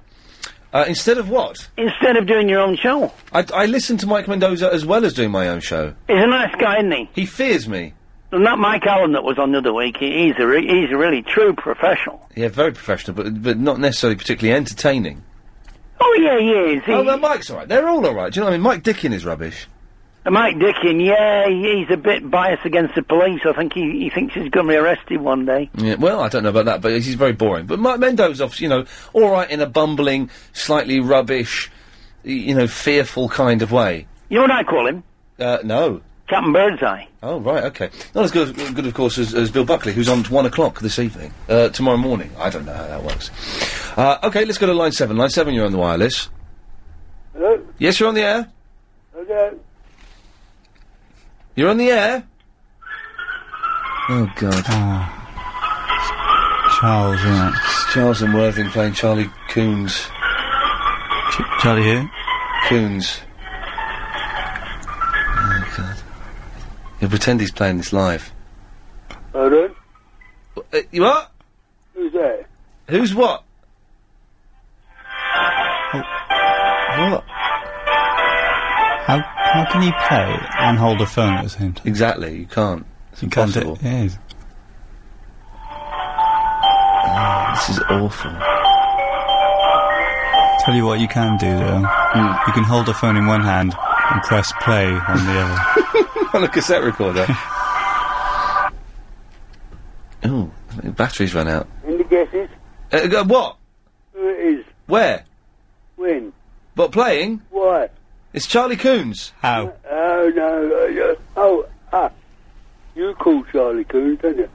Uh, instead of what? Instead of doing your own show. I, I listen to Mike Mendoza as well as doing my own show. He's a nice guy, isn't he? He fears me. And that Mike Allen that was on the other week, he, he's, a re- he's a really true professional. Yeah, very professional, but but not necessarily particularly entertaining. Oh, yeah, he is. He, Oh, well, Mike's all right. They're all all right. Do you know what I mean? Mike Dickin is rubbish. Mike Dickin, yeah, he- he's a bit biased against the police. I think he, he thinks he's going to be arrested one day. Yeah, well, I don't know about that, but he's very boring. But Mike Mendoza's, obviously, you know, all right in a bumbling, slightly rubbish, y- you know, fearful kind of way. You know what I call him? Uh, no. Captain Birdseye. Oh, right, okay. Not as good, good of course, as, as Bill Buckley, who's on at one o'clock this evening, uh, tomorrow morning. I don't know how that works. Uh, okay, let's go to line seven. Line seven, you're on the wireless. Hello? Yes, you're on the air. Hello? You're on the air. Oh God. Ah. Charles, isn't it? Charles and Worthing playing Charlie Coons. Charlie who? Coons. Oh God. He'll pretend he's playing this live. Hello? Uh, you what? Who's that? Who's what? What? How how can you play and hold a phone at the same time? Exactly, you can't. It's you can't. do- yeah, it's- This is awful. Tell you what you can do though. Hmm. You can hold a phone in one hand and press play on the other. on a cassette recorder. oh, the battery's run out. Any guesses? Uh, uh, what? Who it is? Where? When? What playing? What? It's Charlie Coons. How? Oh, no. uh, uh, Oh, ah. You call Charlie Coon, don't you?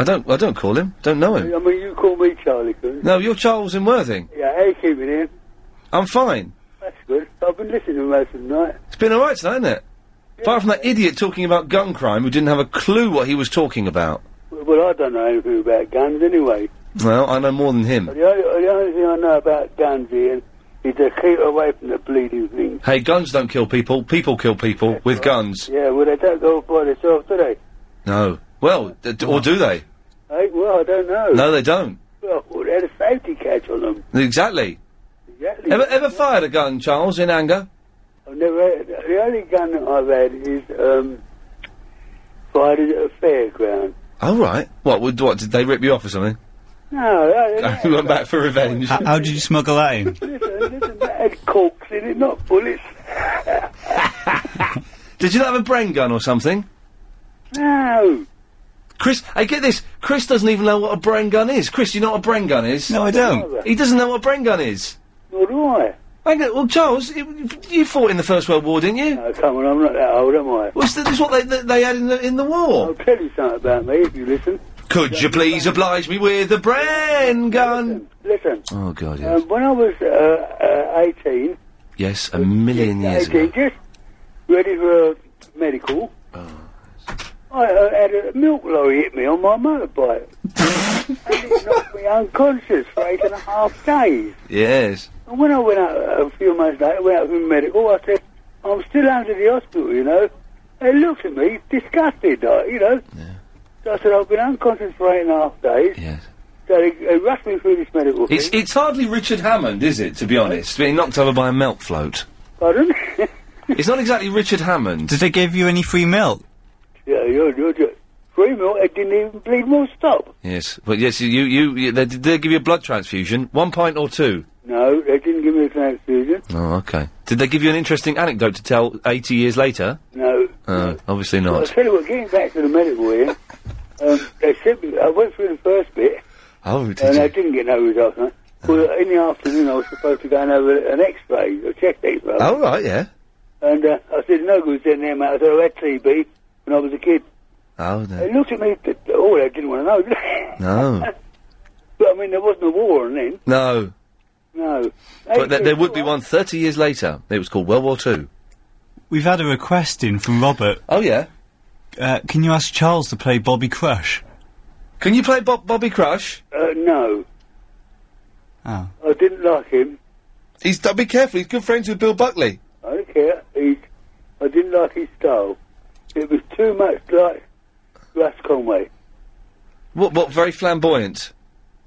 I don't. I don't call him. Don't know him. I mean, you call me Charlie Coon. No, you're Charles in Worthing. Yeah, how you keeping him? I'm fine. That's good. I've been listening to most of the night. It's been all right tonight, hasn't it? Apart from that idiot talking about gun crime, who didn't have a clue what he was talking about. Well, I don't know anything about guns anyway. Well, I know more than him. The only, the only thing I know about guns, Ian, is to keep away from the bleeding thing. Hey, guns don't kill people. People kill people with guns. Yeah, well, they don't go by themselves, do they? No. Well, d- d- or do they? Hey, well, I don't know. No, they don't. Well, they had a safety catch on them. Exactly. Exactly. Ever ever fired a gun, Charles, in anger? I've never had, the only gun that I've had is um, fired at a fairground. All right. What? would- What? Did they rip you off or something? No, I- I- You went back for revenge. How, how did you smuggle that in? that had corks in it, not bullets. Did you not have a brain gun or something? No. Chris, I get this. Chris doesn't even know what a brain gun is. Chris, do you know what a brain gun is? No, I don't. He doesn't know what a brain gun is. Nor do I. I go, well, Charles, you, you fought in the First World War, didn't you? No, come on, I'm not that old, am I? What's the, this is what they, they, they had in the, in the war. I'll tell you something about me if you listen. Could you please oblige me with a brain gun? Listen, Oh, God, yes. um, when I was uh, uh, 18, Yes, a million years ago. 18 just ready for uh, medical, Oh, I uh, had a milk lorry hit me on my motorbike. and it knocked me unconscious for eight and a half days. Yes. And when I went out uh, a few months later, went out for medical, I said, I'm still under the hospital, you know. They looked at me disgusted, like, you know. So I said, I've been unconscious for eight and a half days. Yes. So they, they rushed me through this medical thing. It's, it's hardly Richard Hammond, is it, to be honest? Being knocked over by a milk float. Pardon? It's not exactly Richard Hammond. Did they give you any free milk? yeah, you're, you're, you're. Free milk, it didn't even bleed more stop. Yes, but yes, you, you, you they, did they give you a blood transfusion? One pint or two? No, they didn't give me a transfusion. Oh, okay. Did they give you an interesting anecdote to tell 80 years later? No. Uh, obviously I'll not. tell you what, getting back to the medical here, um, they sent me, I went through the first bit, Oh, did and I you? didn't get no results. Huh? Well, in the afternoon, I was supposed to go and have a, an x-ray, a chest x-ray. Oh, right, yeah. And uh, I said, no good sending them out. I said, I had TB when I was a kid. Oh, no. They looked at me, th- oh, they didn't want to know. No. I mean, there wasn't a war then. No. No. But there, there would be one 30 years later. It was called World War Two. We've had a request in from Robert. Oh, yeah? Uh, can you ask Charles to play Bobby Crush? Can you play Bob- Bobby Crush? Uh, no. Oh. I didn't like him. He's be careful. He's good friends with Bill Buckley. I don't care. He's, I didn't like his style. It was too much like Russ Conway. What? What? Very flamboyant.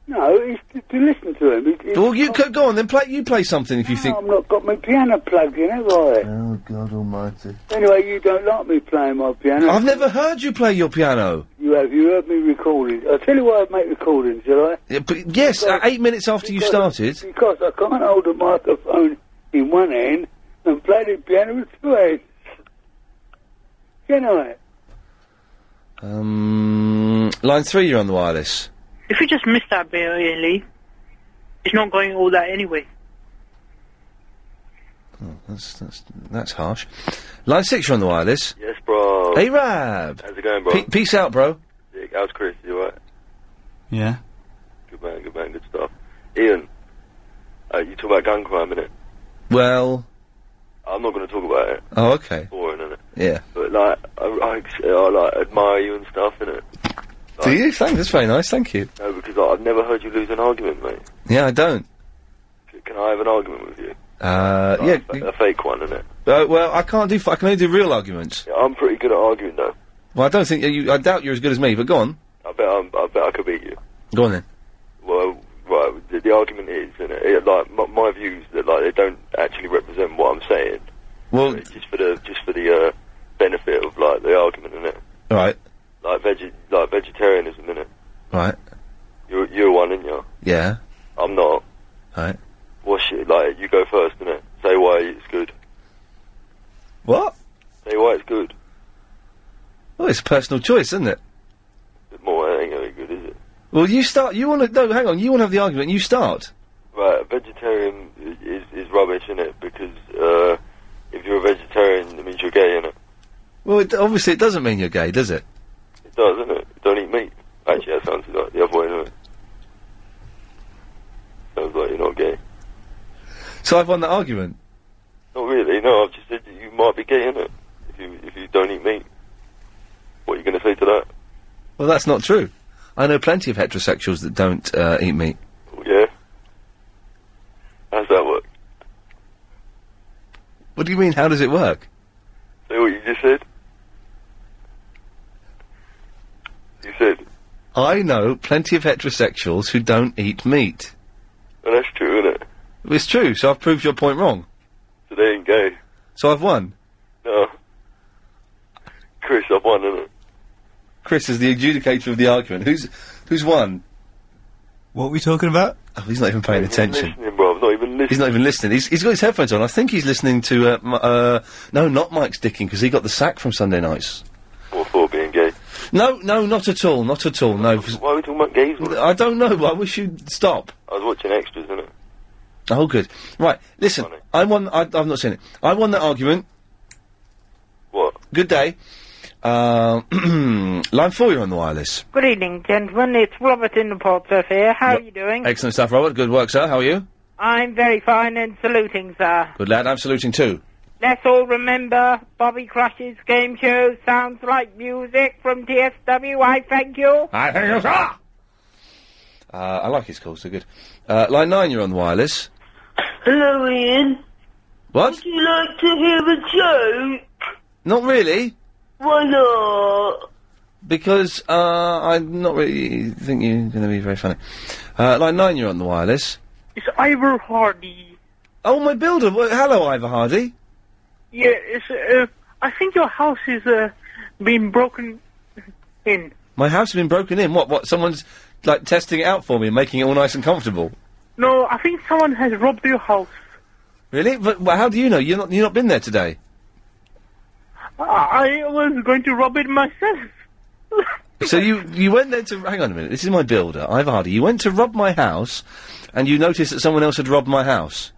No, he's, to, to listen to him. He's, he's, Well, you could go on then. Play. You play something if you think. I've not got my piano plugged in, have I? Oh God Almighty! Anyway, you don't like me playing my piano. I've never heard you play your piano. You have. You heard me recording. I'll tell you why I make recordings, shall I? Yeah, but yes, uh, eight minutes after you started. Because I can't hold a microphone in one hand and play the piano with two hands. Can I? Um, line three, you're on the wireless. If you just miss that bit, Ian Lee, it's not going all that anyway. Oh, that's that's that's harsh. Line six, you're on the wireless. Yes, bro. Hey, Rab. How's it going, bro? Pe- peace out, bro. Yeah, how's Chris? You alright? Yeah. Good man, good man, good stuff. Ian, uh, you talk about gun crime, innit? Well, I'm not going to talk about it. oh, okay. Boring, innit? Yeah. But, like, I, I, ex- I like, admire you and stuff, innit? Do you? Thanks. That's very nice. Thank you. No, because like, I've never heard you lose an argument, mate. Yeah, I don't. C- Can I have an argument with you? Uh, Like, yeah. a fa- A fake one, innit? Uh, well, I can't do. F- I can only do real arguments. Yeah, I'm pretty good at arguing, though. Well, I don't think you. I doubt you're as good as me. But go on. I bet, I'm, I bet I could beat you. Go on then. Well, right. The, the argument is, and it, like my, my views that like they don't actually represent what I'm saying. Well, It's just for the just for the uh, benefit of like the argument, innit? all right, Like veg like vegetarianism, innit? right. You're you're one, aren't you? Yeah. I'm not. Right. Well, shit. Like you go first, innit? Say why it's good. What? Say why it's good. Well, it's a personal choice, isn't it? More it ain't gonna be good, is it? Well, you start. You want to? No, hang on. You want to have the argument. You start. Right. Vegetarian i- is is rubbish, innit? Because uh, if you're a vegetarian, it means you're gay, innit? Well, it, obviously, it doesn't mean you're gay, does it? It does, isn't it? Don't eat meat. Actually, that sounds like the other way, doesn't it? Sounds like you're not gay. So I've won that argument. Not really. No, I've just said that you might be gay, innit? If you if you don't eat meat, what are you going to say to that? Well, that's not true. I know plenty of heterosexuals that don't uh, eat meat. Oh, yeah. How's that work? What do you mean? How does it work? Say what you just said. You said, I know plenty of heterosexuals who don't eat meat. well, that's true, innit? It's true. So I've proved your point wrong. So they ain't gay. So I've won. No. Chris, I've won, innit? Chris is the adjudicator of the argument. Who's who's won? What are we talking about? Oh, he's not even paying attention. Listening, bro. I'm not even listening. He's not even listening. He's, he's got his headphones on. I think he's listening to. Uh, m- uh, no, not Mike's Dicking because he got the sack from Sunday nights. What for being gay? No, no, not at all. Not at all. No. Why are we talking about gays? I don't know. but I wish you'd stop. I was watching extras, innit? Oh, good. Right. Listen, I won. I, I've not seen it. I won that argument. What? Good day. Uh, line four, you're on the wireless. Good evening, gentlemen. It's Robert in the Portsmouth here. How are you doing? Excellent stuff, Robert. Good work, sir. How are you? I'm very fine and saluting, sir. Good lad. I'm saluting too. Let's all remember Bobby Crush's game show sounds like music from DSW. I thank you. I thank you, sir. Uh, I like his calls. They're good. Uh, line nine, you're on the wireless. Hello, Ian. What? Would you like to hear a joke? Not really, Why not? because uh, I'm not really think you're going to be very funny. Uh, line nine, you're on the wireless. It's Ivor Hardy. Oh, my builder. Well, hello, Ivor Hardy. Yeah, it's, uh, I think your house is uh, being broken in. My house has been broken in. What? What? Someone's like testing it out for me and making it all nice and comfortable. No, I think someone has robbed your house. Really? But, but how do you know? You're not. You've not been there today. I, I was going to rob it myself. So you you went there to hang on a minute. This is my builder, Ivor Hardy. You went to rob my house, and you noticed that someone else had robbed my house.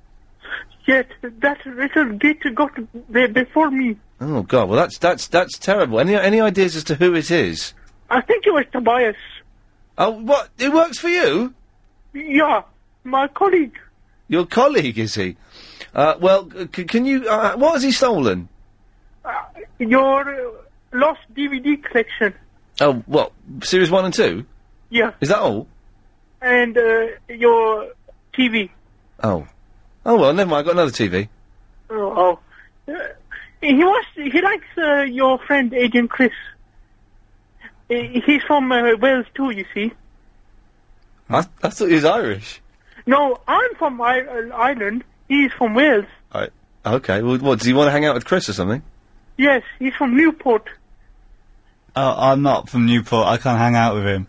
Yet that little git got there before me. Oh God! Well, that's that's that's terrible. Any any ideas as to who it is? I think it was Tobias. Oh, what? It works for you? Yeah, my colleague. Your colleague, is he? Uh, well, c- can you. Uh, what has he stolen? Your uh, lost DVD collection. Oh, what? Series 1 and 2? Yeah, Is that all? and uh, your TV. Oh. Oh, well, never mind. I've got another TV. Oh, Uh, he wants. He likes uh, your friend Agent Chris. Uh, he's from uh, Wales too, you see. I, I thought he was Irish. No, I'm from I- uh, Ireland. He's from Wales. I, okay, well, what? Does he want to hang out with Chris or something? Yes, he's from Newport. Oh, I'm not from Newport. I can't hang out with him.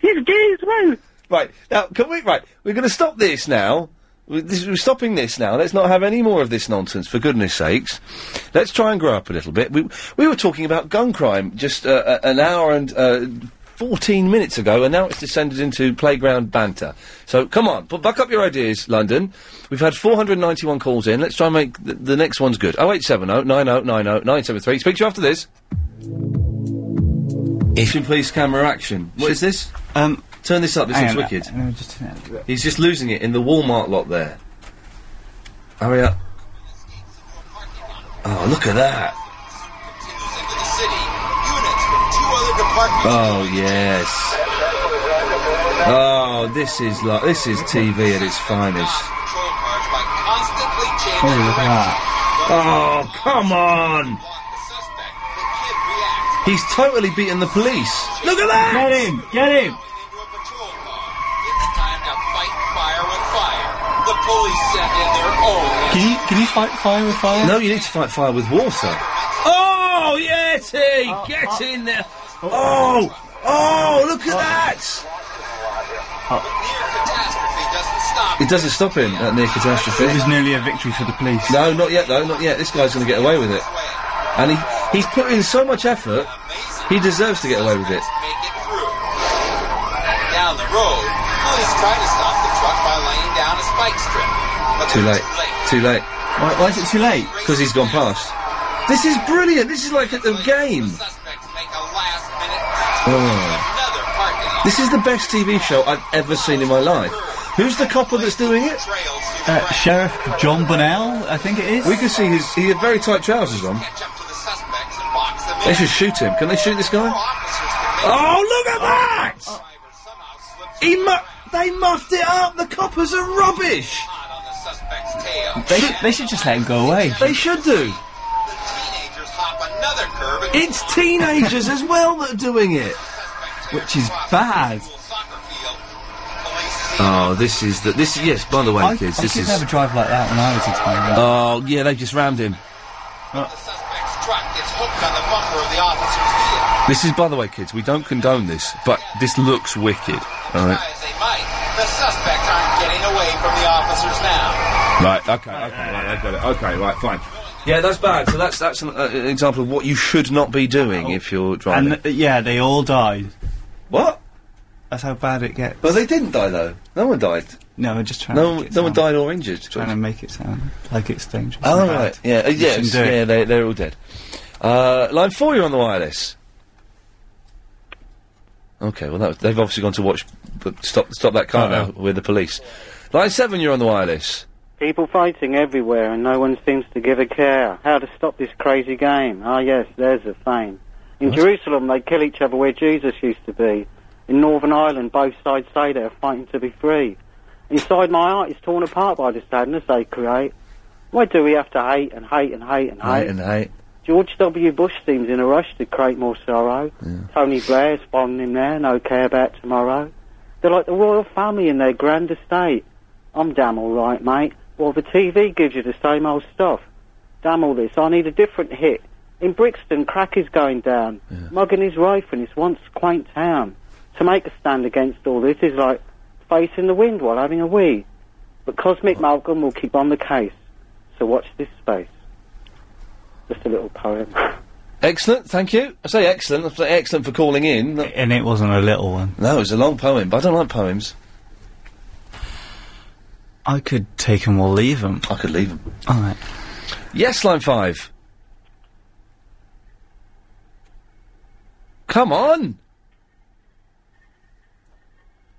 He's gay as well. Right now, can we? Right, we're going to stop this now. We- this- We're stopping this now. Let's not have any more of this nonsense, for goodness sakes. Let's try and grow up a little bit. We we were talking about gun crime just uh, a- an hour and uh, fourteen minutes ago, and now it's descended into playground banter. So come on, put back up your ideas, London. We've had four hundred ninety-one calls in. Let's try and make th- the next ones good. Oh eight seven oh nine oh nine oh nine seven three. Speak to you after this. If you please, camera action. What is this? Um, turn this up. This Hang looks on, wicked. uh, let me just turn it up. He's just losing it in the Walmart lot there. Hurry up. Oh, look at that. Oh, yes. Oh, this is like, this is TV at its finest. Oh, look at that. Oh, come on! He's totally beaten the police. Look at that! Get him! Get him! The police set in their own. Can you can you fight fire with fire? No, you need to fight fire with water. Oh, Yeti! Get in there! Oh! Oh, look at that! Oh. It doesn't stop him, that near catastrophe. It was nearly a victory for the police. No, not yet, though, not yet. This guy's going to get away with it. And he, he's put in so much effort, he deserves to get away with it. Down the road, police try to stop the truck by laying down a spike strip. But Too late. Too late. Why, why is it too late? Because he's gone past. This is brilliant. This is like a, a game. Oh. This is the best TV show Oh, I've ever seen in my life. Who's the copper that's doing it? Uh, Sheriff John Bonnell, I think it is. We can see his. He had very tight trousers on. They should shoot him. Can they shoot this guy? Oh, look at that! He mu- they muffed it up. The coppers are rubbish. They, they should just let him go away. They should do. It's teenagers as well that are doing it. Which is bad. Oh, this is the. This yes. By the way, I, kids, I this could is. never drive like that when I was a teenager. Oh yeah, they just rammed him. This is, by the way, kids. We don't condone this, but this looks wicked. All right. The suspects aren't getting away from the officers now. Right. Okay. Okay. Right. I got it. Okay. Right. Fine. Yeah, that's bad. So that's that's an uh, example of what you should not be doing if you're driving. And th- yeah, they all died. What? That's how bad it gets. Well, they didn't die though. No one died. No, we're just trying. No, to one- make it no one sound- died or injured. Trying to make it sound like it's dangerous. Oh, and bad. right. Yeah, uh, You shouldn't yes, do it. yeah, they, they're all dead. Uh, line four, you're on the wireless. Okay, well, that was, they've obviously gone to watch. But stop, stop that Oh, car now with the police. Line seven, you're on the wireless. People fighting everywhere and no one seems to give a care. How to stop this crazy game? Ah, yes, there's the fame. In Jerusalem, they kill each other where Jesus used to be. In Northern Ireland, both sides say they're fighting to be free. Inside my heart is torn apart by the sadness they create. Why do we have to hate and hate and hate and hate? Right and eight. George W. Bush seems in a rush to create more sorrow. Tony Blair's fond him there, no care about tomorrow. They're like the royal family in their grand estate. I'm damn all right, mate. Well, the TV gives you the same old stuff. Damn all this, I need a different hit. In Brixton, crack is going down. Mugging his rife in his once quaint town. To make a stand against all this is like facing the wind while having a wee. But Cosmic Malcolm will keep on the case. So watch this space. Just a little poem. Excellent, thank you. I say excellent. I say excellent for calling in. And it wasn't a little one. No, it's a long poem, but I don't like poems. I could take him or leave Oh. him. I could leave him. All right. Yes, line five. Come on.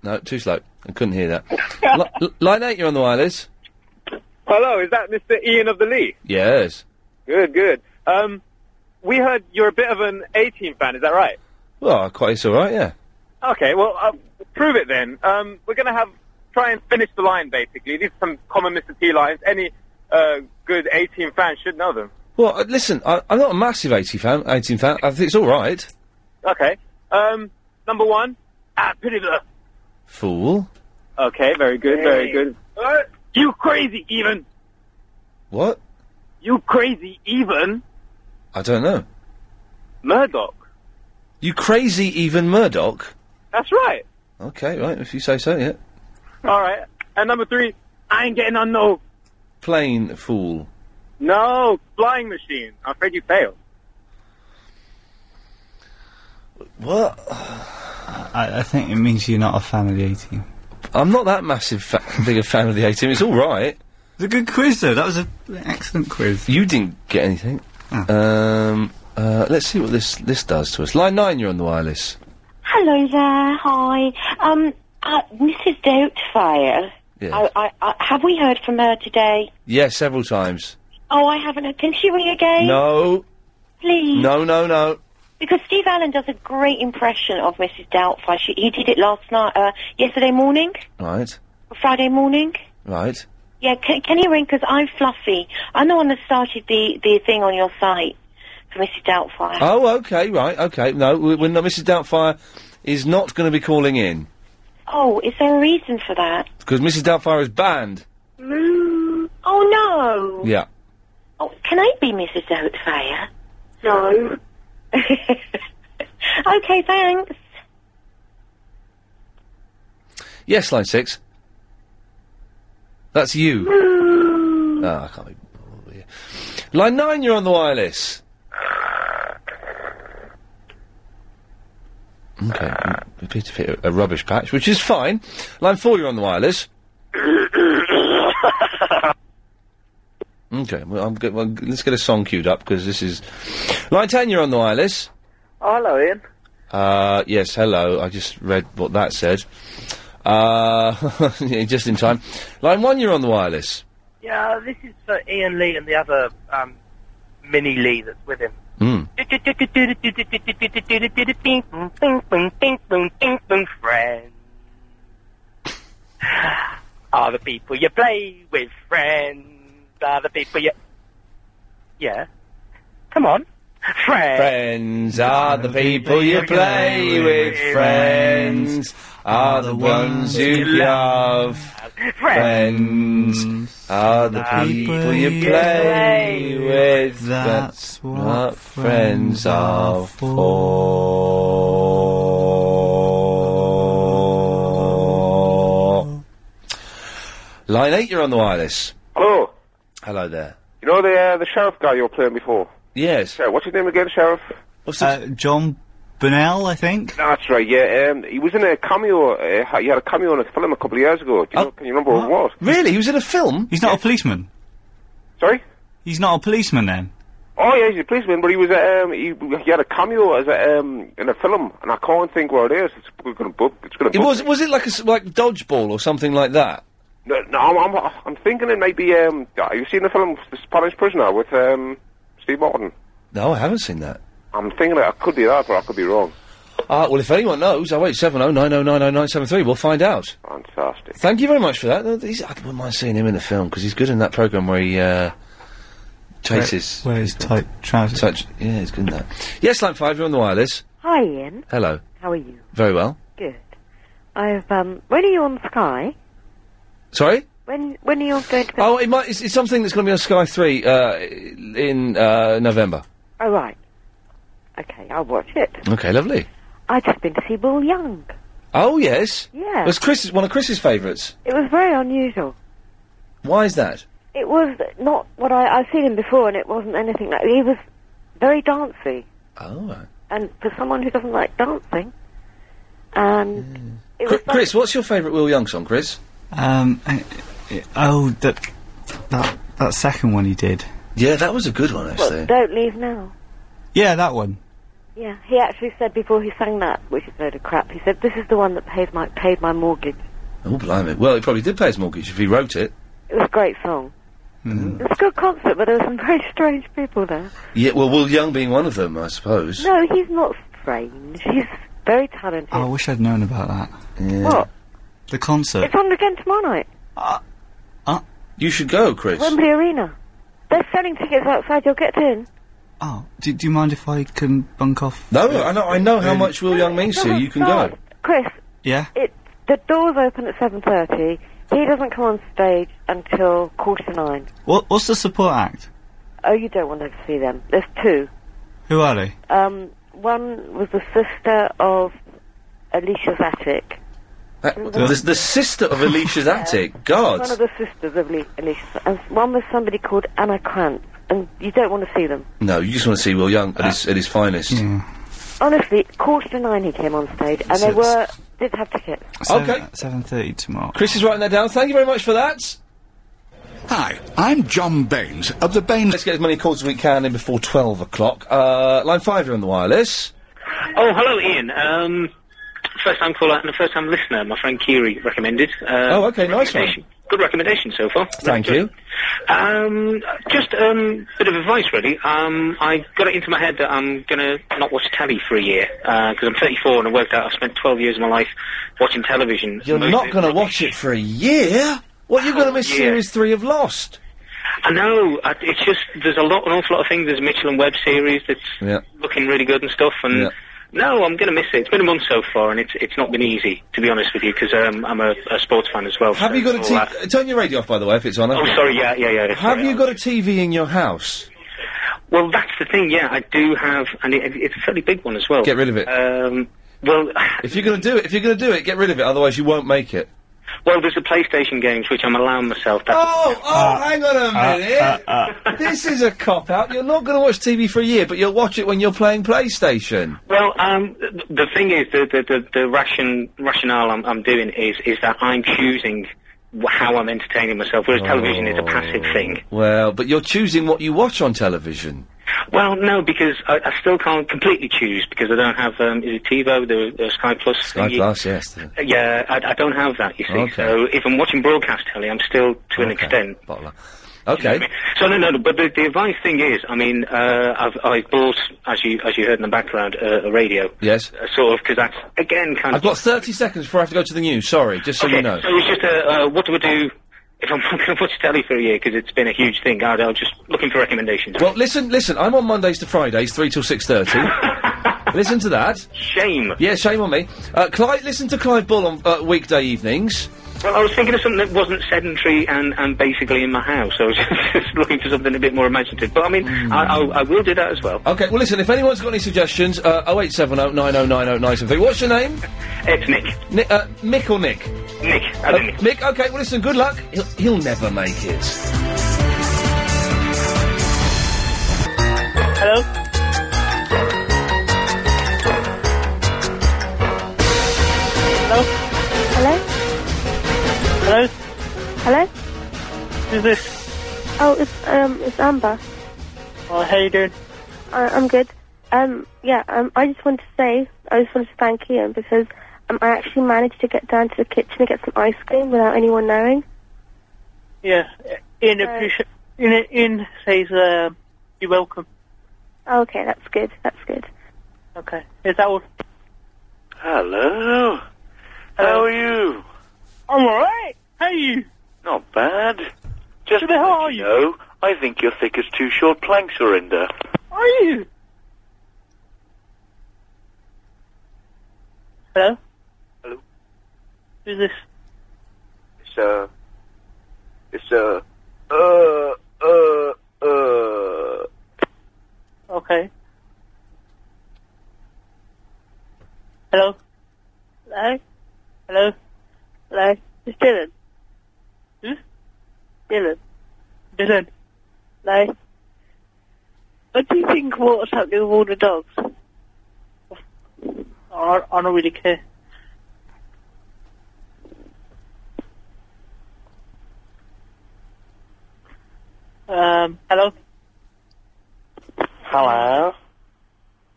No, too slow. I couldn't hear that. Li- l- line eight, you're on the wireless. Hello, is that Mr. Ian of the Lee? Yes. Good, good. Um, we heard you're a bit of an A-Team fan, is that right? Well, quite it's all right. Yeah. Okay, well, uh, prove it then. Um, we're going to have try and finish the line, basically. These are some common Mr. T lines. Any uh, good A-Team fan should know them. Well, uh, listen, I, I'm not a massive 18 fan. 18 fan. I think it's all right. Okay. Um, number one, ah, pity the. Fool. Okay, very good, very good. Uh, you crazy, even. What? You crazy, even. I don't know. Murdoch. You crazy, even Murdoch. That's right. Okay, right. If you say so, yeah. All right. And number three, I ain't getting on no. Plain fool. No, flying machine. I'm afraid you failed. What? I, I think it means you're not a fan of the 18. I'm not that massive, fa- big a fan of the 18. It's all right. It's a good quiz, though. That was an excellent quiz. Ah. You didn't get anything. Um, uh, let's see what this this does to us. Line nine, you're on the wireless. Hello there. Hi. Um, uh, Mrs. Doubtfire. Yes. I, I, I, have we heard from her today? Yeah, several times. Oh, I haven't. heard- Can she ring again? No, Please. no, no, no. Because Steve Allen does a great impression of Mrs. Doubtfire. She, he did it last night, uh, yesterday morning, Right, Friday morning. right. Yeah, can, can you ring? Because I'm Fluffy. I'm the one that started the, the thing on your site for Mrs. Doubtfire. Oh, okay, right, okay. No, we- we're not. Mrs. Doubtfire is not going to be calling in Oh, is there a reason for that? because Mrs. Doubtfire is banned. Oh, no. Yeah. Oh, can I be Mrs. Doubtfire? No. okay, thanks. Yes, line six. That's you. Ah, I can't be. bothered with you. Line nine, you're on the wireless. Okay, we appear to fit a, a rubbish patch, which is fine. Line four, you're on the wireless. okay, well, I'm go- well, g- let's get a song queued up because this is line ten. You're on the wireless. Oh, hello, Ian. Uh, yes, hello. I just read what that said. Uh, yeah, just in time. Line one, you're on the wireless. Yeah, this is for Ian Lee and the other um, mini Lee that's with him. Hmm. Friends are the people you play with. Friends are the people you. Yeah. Come on. Friends. Friends are the people you play with. Friends are the ones you love. Friends are the people you play with. That's what friends are for. Line 8, you're on the wireless. Hello. Hello there. You know the uh, the sheriff guy you were playing before? Yes. Yeah, what's his name again, sheriff? Uh, John Bunnell, I think. That's right. Yeah, um, he was in a cameo. Uh, ha- he had a cameo in a film a couple of years ago. Do you Oh. know, can you remember what it was? Really? He was in a film? He's not a policeman. Sorry? He's not a policeman then. Oh yeah, he's a policeman, but he was uh, um, he, he had a cameo as a, um, in a film, and I can't think where it is. It's going to book. It's going to. It was was it like a s- like dodgeball or something like that? No, no I'm, I'm I'm thinking it might be. Um, have you seen the film The Spanish Prisoner with um, Steve Martin? No, I haven't seen that. I'm thinking it could be that, but I could be wrong. Ah, well, if anyone knows, oh wait, seven oh nine oh nine oh nine seven three. We'll find out. Fantastic. Thank you very much for that. Uh, he's- I wouldn't mind seeing him in a film because he's good in that program where he uh, chases. Where is tight trousers? Such, yeah, he's good in that. Yes, line five. You're on the wireless. Hi, Ian. Hello. How are you? Very well. Good. I've um. When are you on Sky? Sorry. When when are you going to? Be- Oh, it might. It's, it's something that's going to be on Sky Three uh, in uh, November. oh right. Okay, I'll watch it. Okay, lovely. I just been to see Will Young. Oh yes. Yeah. That's Chris. One of Chris's favourites. It was very unusual. Why is that? It was not what I I've seen him before, and it wasn't anything like. He was very dancey, Oh. right. and for someone who doesn't like dancing, um, and Chri- Chris, what's your favourite Will Young song, Chris? Um, I- I- oh, that that that second one he did. Yeah, that was a good one well, don't leave now. Yeah, that one. Yeah, he actually said before he sang that, which is a load of crap. He said, "This is the one that paid my paid my mortgage." Oh, blimey. Well, he probably did pay his mortgage if he wrote it. It was a great song. Mm-hmm. It was a good concert, but there were some very strange people there. Yeah, well, Will Young being one of them, I suppose. No, he's not strange. He's very talented. Oh, I wish I'd known about that. What? The concert. Ah. It's on again tomorrow night. You should go, Chris. Wembley Arena. They're selling tickets outside. You'll get in. Oh, Do, do you mind if I can bunk off? No, I know. I know how much Will Young means to you. You can go. Chris, Yeah. it the doors open at seven thirty. He doesn't come on stage until quarter to nine. What, what's the support act? Oh, you don't want to see them. There's two. Who are they? Um, one was the sister of Alicia's attic. That- Uh, the, the sister of Alicia's attic. God. One of the sisters of Le- Alicia's, and one was somebody called Anna Krantz. And you don't want to see them. No, you just want to see Will Young at his at his finest. Honestly, quarter to nine he came on stage, and they So- were did have tickets. Okay. Seven thirty tomorrow. Chris is writing that down. Thank you very much for that. Hi, I'm John Baines of the Baines. Let's get as many calls as we can in before twelve o'clock. Uh, line five, you're on the wireless. Oh, hello, Ian. Um, first time caller and a first time listener. My friend Kiri recommended. Uh, Oh, okay, nice one. recommendation. Good recommendation so far. Thank you. Um, just a um, bit of advice, really. Um, I got it into my head that I'm going to not watch telly for a year because I'm 34 and I worked out I've spent 12 years of my life watching television. You're Most not of going to watch it for a year. What you're going to miss yeah. series three of Lost? I know. I, it's just there's a lot, an awful lot of things. There's a Mitchell and Webb series that's Yeah. looking really good and stuff. And no, I'm going to miss it. It's been a month so far, and it's it's not been easy to be honest with you because um, I'm a, a sports fan as well. Have so you got a it's all that. TV? Turn your radio off, by the way, if it's on. Oh, sorry. Yeah, yeah, yeah. it's Have all you right. got a TV in your house? Well, that's the thing. Yeah, I do have, and it, it's a fairly big one as well. Get rid of it. Um, well, If you're going to do it, if you're going to do it, get rid of it. Otherwise, you won't make it. well, there's the PlayStation games which I'm allowing myself. That's Oh, oh, hang on a minute. Uh, this is a cop out. You're not going to watch TV for a year, but you'll watch it when you're playing PlayStation. Well, um, th- the thing is, the the, the, the ration, rationale I'm, I'm doing is is that I'm choosing wh- how I'm entertaining myself, whereas television is a passive thing. Well, but you're choosing what you watch on television. Well, no, because I, I still can't completely choose because I don't have um, is it TiVo, the, the Sky Plus Sky thingy? Plus, yes. Uh, Yeah, I, I don't have that, you see. Okay. So if I'm watching broadcast telly, I'm still to an extent. Okay. So no, no, no, but the, the advice thing is, I mean, uh, I've I bought, as you as you heard in the background, uh, a radio, Yes. uh, sort of, because that's again kind I've of. got 30 seconds before I have to go to the news. Sorry, just so okay, you know. so it's just a, uh, what do I do if I'm not going to watch telly for a year because it's been a huge thing. I, I was just looking for recommendations. Well, listen, listen. I'm on Mondays to Fridays, three till six thirty. listen to that. Shame. Yeah, shame on me. Uh, Clive, listen to Clive Bull on uh, weekday evenings. Well, I was thinking of something that wasn't sedentary and, and basically in my house. I was just looking for something a bit more imaginative. But I mean, I, I, I will do that as well. Okay, well, listen. If anyone's got any suggestions, uh, 0870 9090973. What's your name? It's Nick. Nick uh, Mick or Nick? Nick. Uh, Mick. Okay. Well, listen. Good luck. He'll, he'll never make it. Hello? Hello? Hello? Hello? Hello? Who's this? Oh, it's um, it's Amber. Oh, how you doing? I- I'm good. Um, yeah. Um, I just wanted to say, I just wanted to thank Ian because um, I actually managed to get down to the kitchen and get some ice cream without anyone knowing. Yeah. uh, In appreciate. In in says uh, you're welcome. Oh, okay, that's good. That's good. Okay. Is that all? Hello. How are you? I'm all right. How are you? Not bad. Just to let you know, I think you're thick as two short planks, Orinda. Are you? Hello. Hello? Who's this? It's uh, it's uh, uh, uh, uh. Okay. Hello. Hello? Hello. Hello? It's Dylan. Hmm? Dylan. Dylan. Hello? What do you think of what's happening with all the dogs? I, I don't really care. Um, hello? Um, Hello.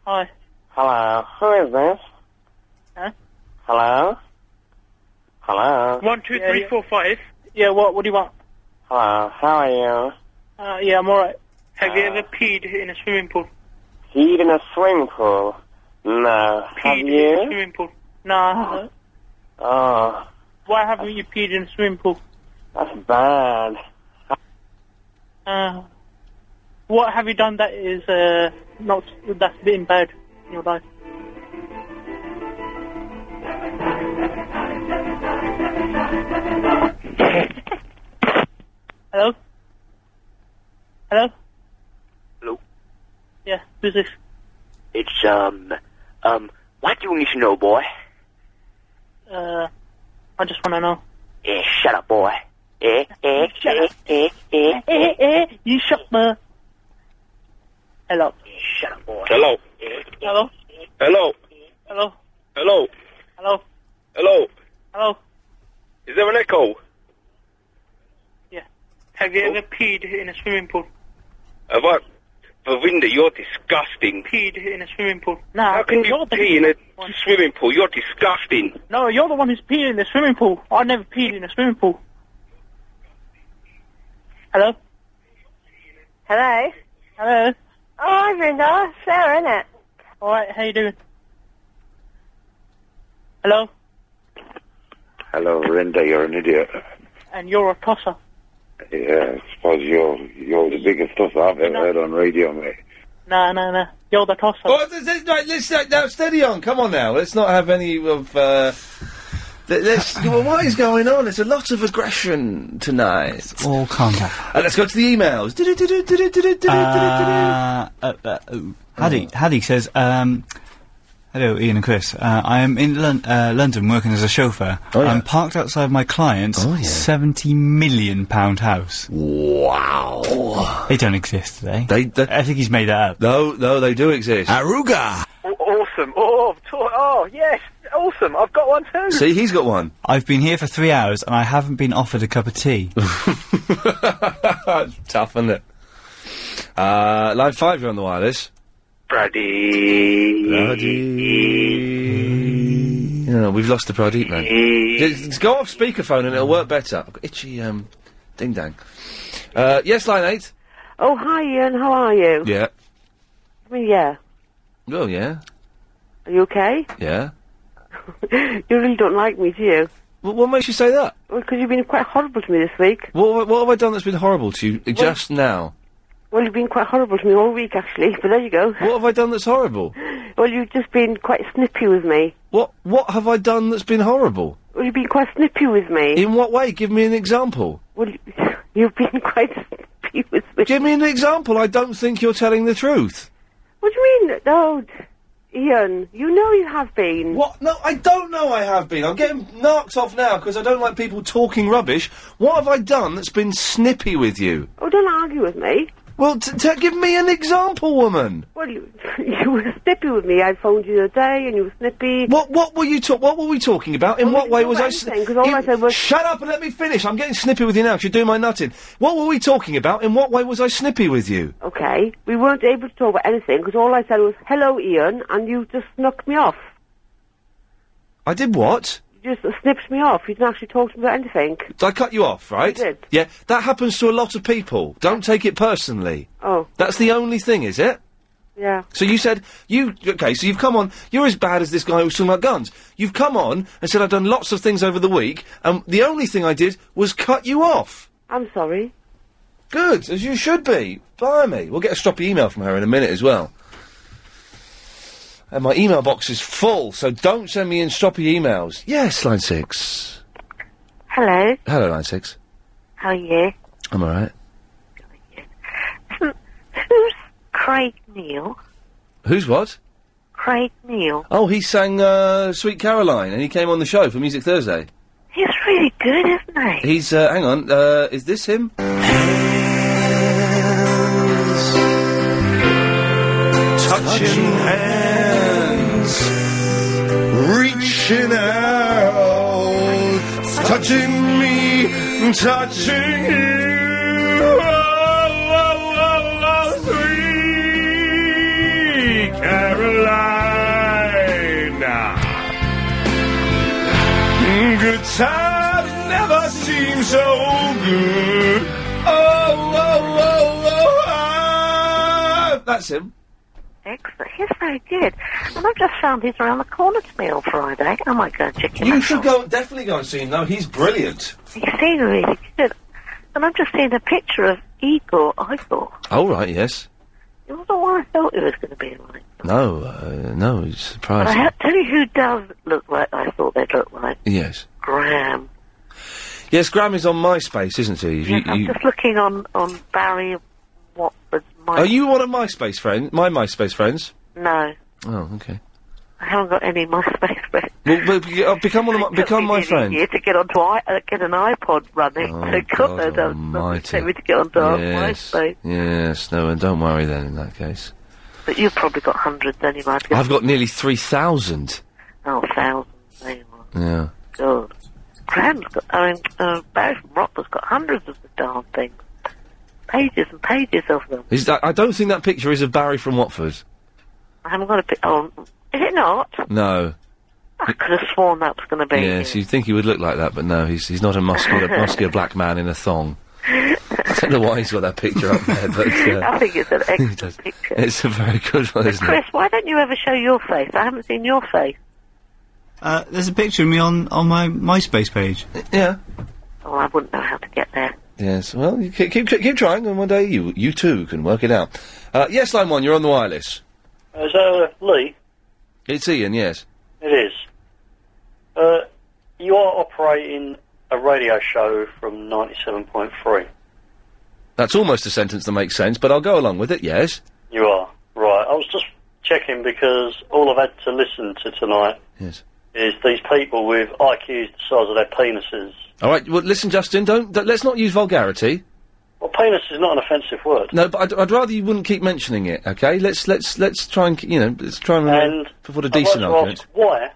Hi. Hello, who is this? Huh? Hello? Hello? One, two, three, four, five. Yeah, what? What do you want? Hello, how are you? Uh, yeah, I'm Uh, all right. Have you ever peed in a swimming pool? Peed in a swimming pool? No. Have Peed in a you? swimming pool? Nah. Oh, Why haven't you peed in a swimming pool? that's bad. Uh, what have you done that is uh, not that's been bad in your life? Hello. Hello. Hello? Yeah, who's this? It's, um, um, what do you need to know, boy? Uh, I just want to know. Eh, shut up, boy. Eh, eh, shut eh, eh, eh, eh, Eh, eh, you shut the. Hello. shut up, boy. Hello. Hello. Hello. Hello. Hello. Hello. Hello. Hello. Is there an echo? Have you ever peed in a swimming pool? Have I... Vavinda, you're disgusting. Peed in a swimming pool? No. How can you pee in a swimming pool? You're disgusting. No, you're the one who's peed in the swimming pool. I never peed in a swimming pool. Hello? Hello? Hello? Oh, hi, Brenda. Sarah, innit? Alright, how you doing? Hello? Hello, Rinda, you're an idiot. And you're a tosser. Yeah, I suppose you're, you're the biggest stuff I've ever heard on radio, mate. No, no, no. You're the tosser. Oh, th- th- right, let's uh, now steady on. Come on now. Let's not have any of. Uh, th- let's. well, what is going on? There's a lot of aggression tonight. It's all calmed down. Uh, let's go to the emails. Uh, uh, uh, ooh. Haddy, Oh. Haddy says, um, hello, Ian and Chris. Uh, I am in Lon- uh, London working as a chauffeur. Oh, I'm parked outside my client's seventy million pound house. Wow! They don't exist today. They, I think he's made that up. No, no, they do exist. Aruga. Awesome. Oh, to- oh, yes. Awesome. I've got one too. See, he's got one. I've been here for three hours and I haven't been offered a cup of tea. Oh, Tough, isn't it? Uh, line five, you're on the wireless. Brady. No, we've lost the Pradeep man. Just, just go off speakerphone and it'll work better. I've got itchy, um, ding dang. Uh, yes, line eight. Oh, hi, Ian. How are you? Yeah. I mean, yeah. Oh, yeah. Are you okay? Yeah. you really don't like me, do you? Well, what makes you say that? Well, because you've been quite horrible to me this week. What, what have I done that's been horrible to you just now? Well, you've been quite horrible to me all week, actually. But there you go. What have I done that's horrible? Well, you've just been quite snippy with me. What What have I done that's been horrible? Well, you've been quite snippy with me. In what way? Give me an example. Well, you- you've been quite. Give me an example. I don't think you're telling the truth. What do you mean? No, Ian. You know you have been. What? No, I don't know I have been. I'm getting knocked off now because I don't like people talking rubbish. What have I done that's been snippy with you? Oh, don't argue with me. Well, t- t- give me an example, woman. Well, you you were snippy with me. I phoned you the other day, and you were snippy. What What were you ta- What were we talking about? In what way was I? s- Because all I in- said was Shut up and let me finish. I'm getting snippy with you now. 'cause You're doing my nutting. What were we talking about? In what way was I snippy with you? Okay, we weren't able to talk about anything because all I said was "Hello, Ian," and you just knocked me off. I did what? You just snipped me off. You didn't actually talk to me about anything. So I cut you off, right? You did. Yeah, that happens to a lot of people. Don't take it personally. Oh, That's the only thing, is it? yeah. So you said you okay? So you've come on. You're as bad as this guy who was talking about guns. You've come on and said I've done lots of things over the week, and the only thing I did was cut you off. I'm sorry. Good as you should be. Blimey, we'll get a stroppy email from her in a minute as well. And my email box is full, so don't send me in stroppy emails. Yes, line six. Hello, Hello, line six. how are you? I'm all right. Oh, Who's Craig Neal? Who's what? Craig Neal. Oh, he sang uh, "Sweet Caroline" and he came on the show for Music Thursday. He's really good, isn't he? He's uh, hang on. Uh, is this him? Touching hands, reaching out, touching me, touching you. Oh, oh, oh, oh, sweet Caroline. Times never seem so good. Oh, oh, oh, oh, ah. That's him. Excellent. Yes, they did. And I've just found he's around the corner to me on Friday. Oh, I might go and check him You out. should go, definitely go and see him now. He's brilliant. He seemed really good. And I've just seen a picture of Igor Igor. All right, yes. It wasn't what I thought it was going to be like. No, uh, no, he's But I surprising. have to tell you who does look like I thought they'd look like. Yes. Graham. Yes, Graham is on MySpace, isn't he? If you- I'm you- just looking on, on Barry Watford's my... Are you one of MySpace friends? My MySpace friends? No. Oh, okay. I haven't got any MySpace friends. Well, well, be- uh, become one of my, become my friend. Here to get onto I- uh, get an iPod running. Oh, so God, no, that was almighty. take me to get onto Yes. MySpace. Yes. No, and don't worry then. In that case, But you've probably got hundreds anyway. I've got nearly three thousand. Oh, thousands. Anyway. Yeah. God. Graham's got, I mean, uh, Barry from Rockford's got hundreds of the darn things. Pages and pages of them. Is that, I don't think that picture is of Barry from Watford. I haven't got a bit, oh, is it not? No. I could have sworn that was going to be. Yes, you'd think he would look like that, but no, he's he's not a muscular muscular black man in a thong. I don't know why he's got that picture up there, but uh, I think it's an he excellent does. picture. It's a very good one, But isn't it? Chris, why don't you ever show your face? I haven't seen your face. Uh, there's a picture of me on, on my MySpace page. Yeah. Oh, I wouldn't know how to get there. Yes. Well, you keep, keep keep trying, and one day you you too can work it out. Uh, yes, line one, you're on the wireless. Is that uh, Lee? It's Ian. Yes. It is. Uh, you are operating a radio show from 97.3. That's almost a sentence that makes sense, but I'll go along with it. Yes. You are. Right. I was just checking because all I've had to listen to tonight Yes. is these people with IQs the size of their penises. All right. Well, listen, Justin. Don't don't- let's not use vulgarity. Well, penis is not an offensive word. No, but I'd, I'd rather you wouldn't keep mentioning it. Okay. Let's let's let's try and you know let's try and, And put a I'd decent like to argument. ask why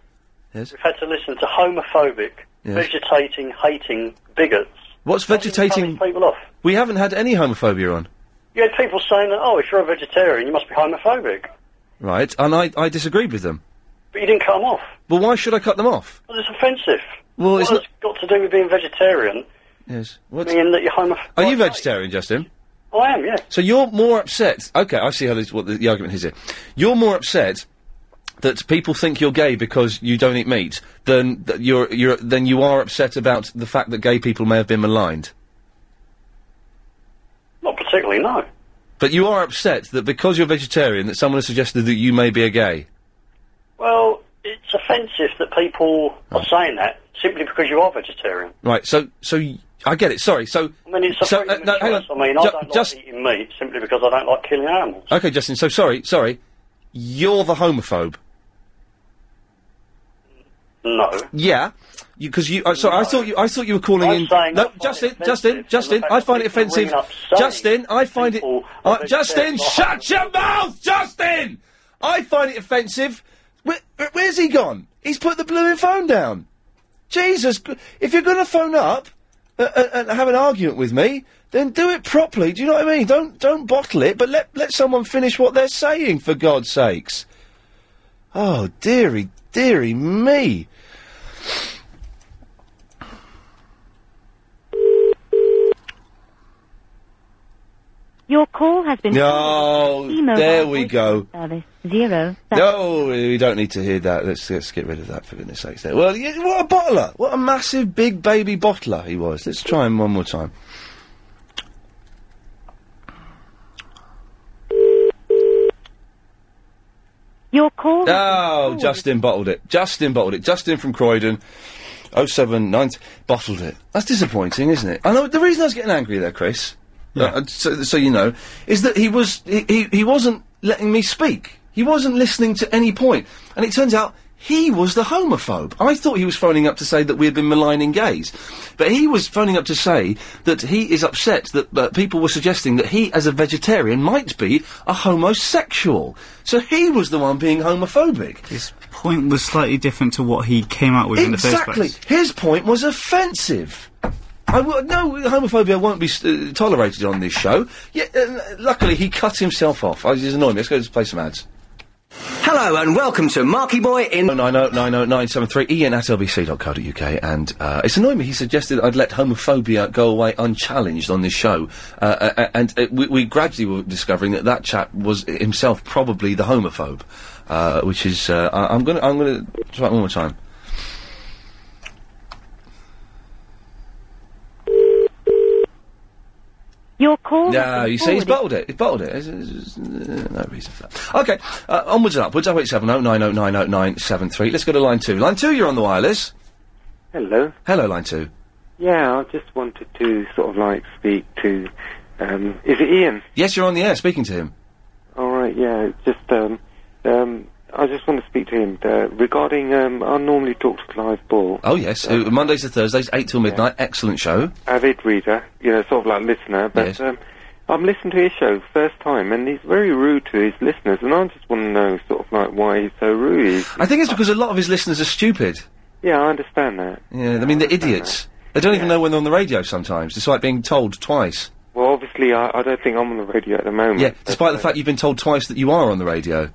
Yes. we've had to listen to homophobic, Yes. vegetating, hating bigots. What's vegetating? People off. We haven't had any homophobia on. You had people saying that, oh, if you're a vegetarian, you must be homophobic. Right, and I, I disagreed with them. But you didn't cut them off. Well, why should I cut them off? Well, it's offensive. Well, what it's has got to do with being vegetarian? Yes. Meaning that you're homo. Are you vegetarian, Justin? I am, yeah. So you're more upset. Okay, I see how this, what the, the argument is here. You're more upset that people think you're gay because you don't eat meat than that you're, you're than you are upset about the fact that gay people may have been maligned. Not particularly, no. But you are upset that because you're vegetarian, that someone has suggested that you may be a gay. Well, it's offensive that people Oh. are saying that simply because you are vegetarian. Right. So so y- I get it. Sorry. So I mean, it's a So, freedom uh, no, of hang choice. on. I mean, I Ju- don't just- like eating meat simply because I don't like killing animals. okay, Justin. So sorry. Sorry. You're the homophobe. No. Yeah, because you. Uh, so I thought you. I thought you were calling in. No, Justin, Justin, Justin. I find it offensive. Justin, I find it. I- Oh, Justin, shut your mouth, Justin. I find it offensive. Where, where- where's he gone? He's put the blooming phone down. Jesus, gr- if you're going to phone up uh, uh, and have an argument with me, then do it properly. Do you know what I mean? Don't don't bottle it, but let let someone finish what they're saying for God's sakes. Oh dearie, dearie me. Your call has been No, Email there by we go. service zero. No, we don't need to hear that. Let's let's get rid of that for goodness' sakes. There. Well, yeah, what a bottler! What a massive big baby bottler he was. Let's try him one more time. Your call. Oh, Justin bottled it. Justin bottled it. Justin from Croydon. 079 bottled it. That's disappointing, isn't it? I know the reason I was getting angry there, Chris. uh, uh, so, so you know, is that he was he, he he wasn't letting me speak. He wasn't listening to any point, and it turns out he was the homophobe. I thought he was phoning up to say that we had been maligning gays, but he was phoning up to say that he is upset that uh, people were suggesting that he, as a vegetarian, might be a homosexual. So he was the one being homophobic. His point was slightly different to what he came out with in the first Exactly. place. His point was offensive. I w- no, homophobia won't be uh, tolerated on this Oh, show. Yeah, uh, luckily, he cut himself off. I was just annoying me. Let's go to play some ads. Hello and welcome to Marky Boy in. 9090973, ian at lbc.co.uk, and uh, it's annoying me. He suggested I'd let homophobia go away unchallenged on this show, uh, uh, and uh, we, we gradually were discovering that that chap was himself probably the homophobe, uh, which is uh, I, I'm gonna I'm gonna try it one more time. Your call. No, you see, he's bottled it. He's bottled it. There's- there's- there's no reason for that. Okay, uh, onwards and upwards. 08709090973. Let's go to line two. Line two, you're on the wireless. Hello. Hello, line two. Yeah, I just wanted to sort of like speak to. Um, is it Ian? Yes, you're on the air. Speaking to him. All right. Yeah. it's Just um, um, I just want to speak to him uh, regarding. Um, I normally talk to Clive Ball, Oh yes, uh, Mondays to Thursdays, eight till midnight. Excellent show. avid reader, you know, sort of like listener, but. Yes. Um, I'm listening to his show first time, and he's very rude to his listeners, and I just want to know sort of like why he's so rude. He's- I think it's because a lot of his listeners are stupid. yeah, I understand that. Yeah, I mean they're idiots. They don't even know when they're on the radio sometimes, despite being told twice. Well, obviously, I, I don't think I'm on the radio at the moment. Yeah, despite the fact you've been told twice that you are on the radio.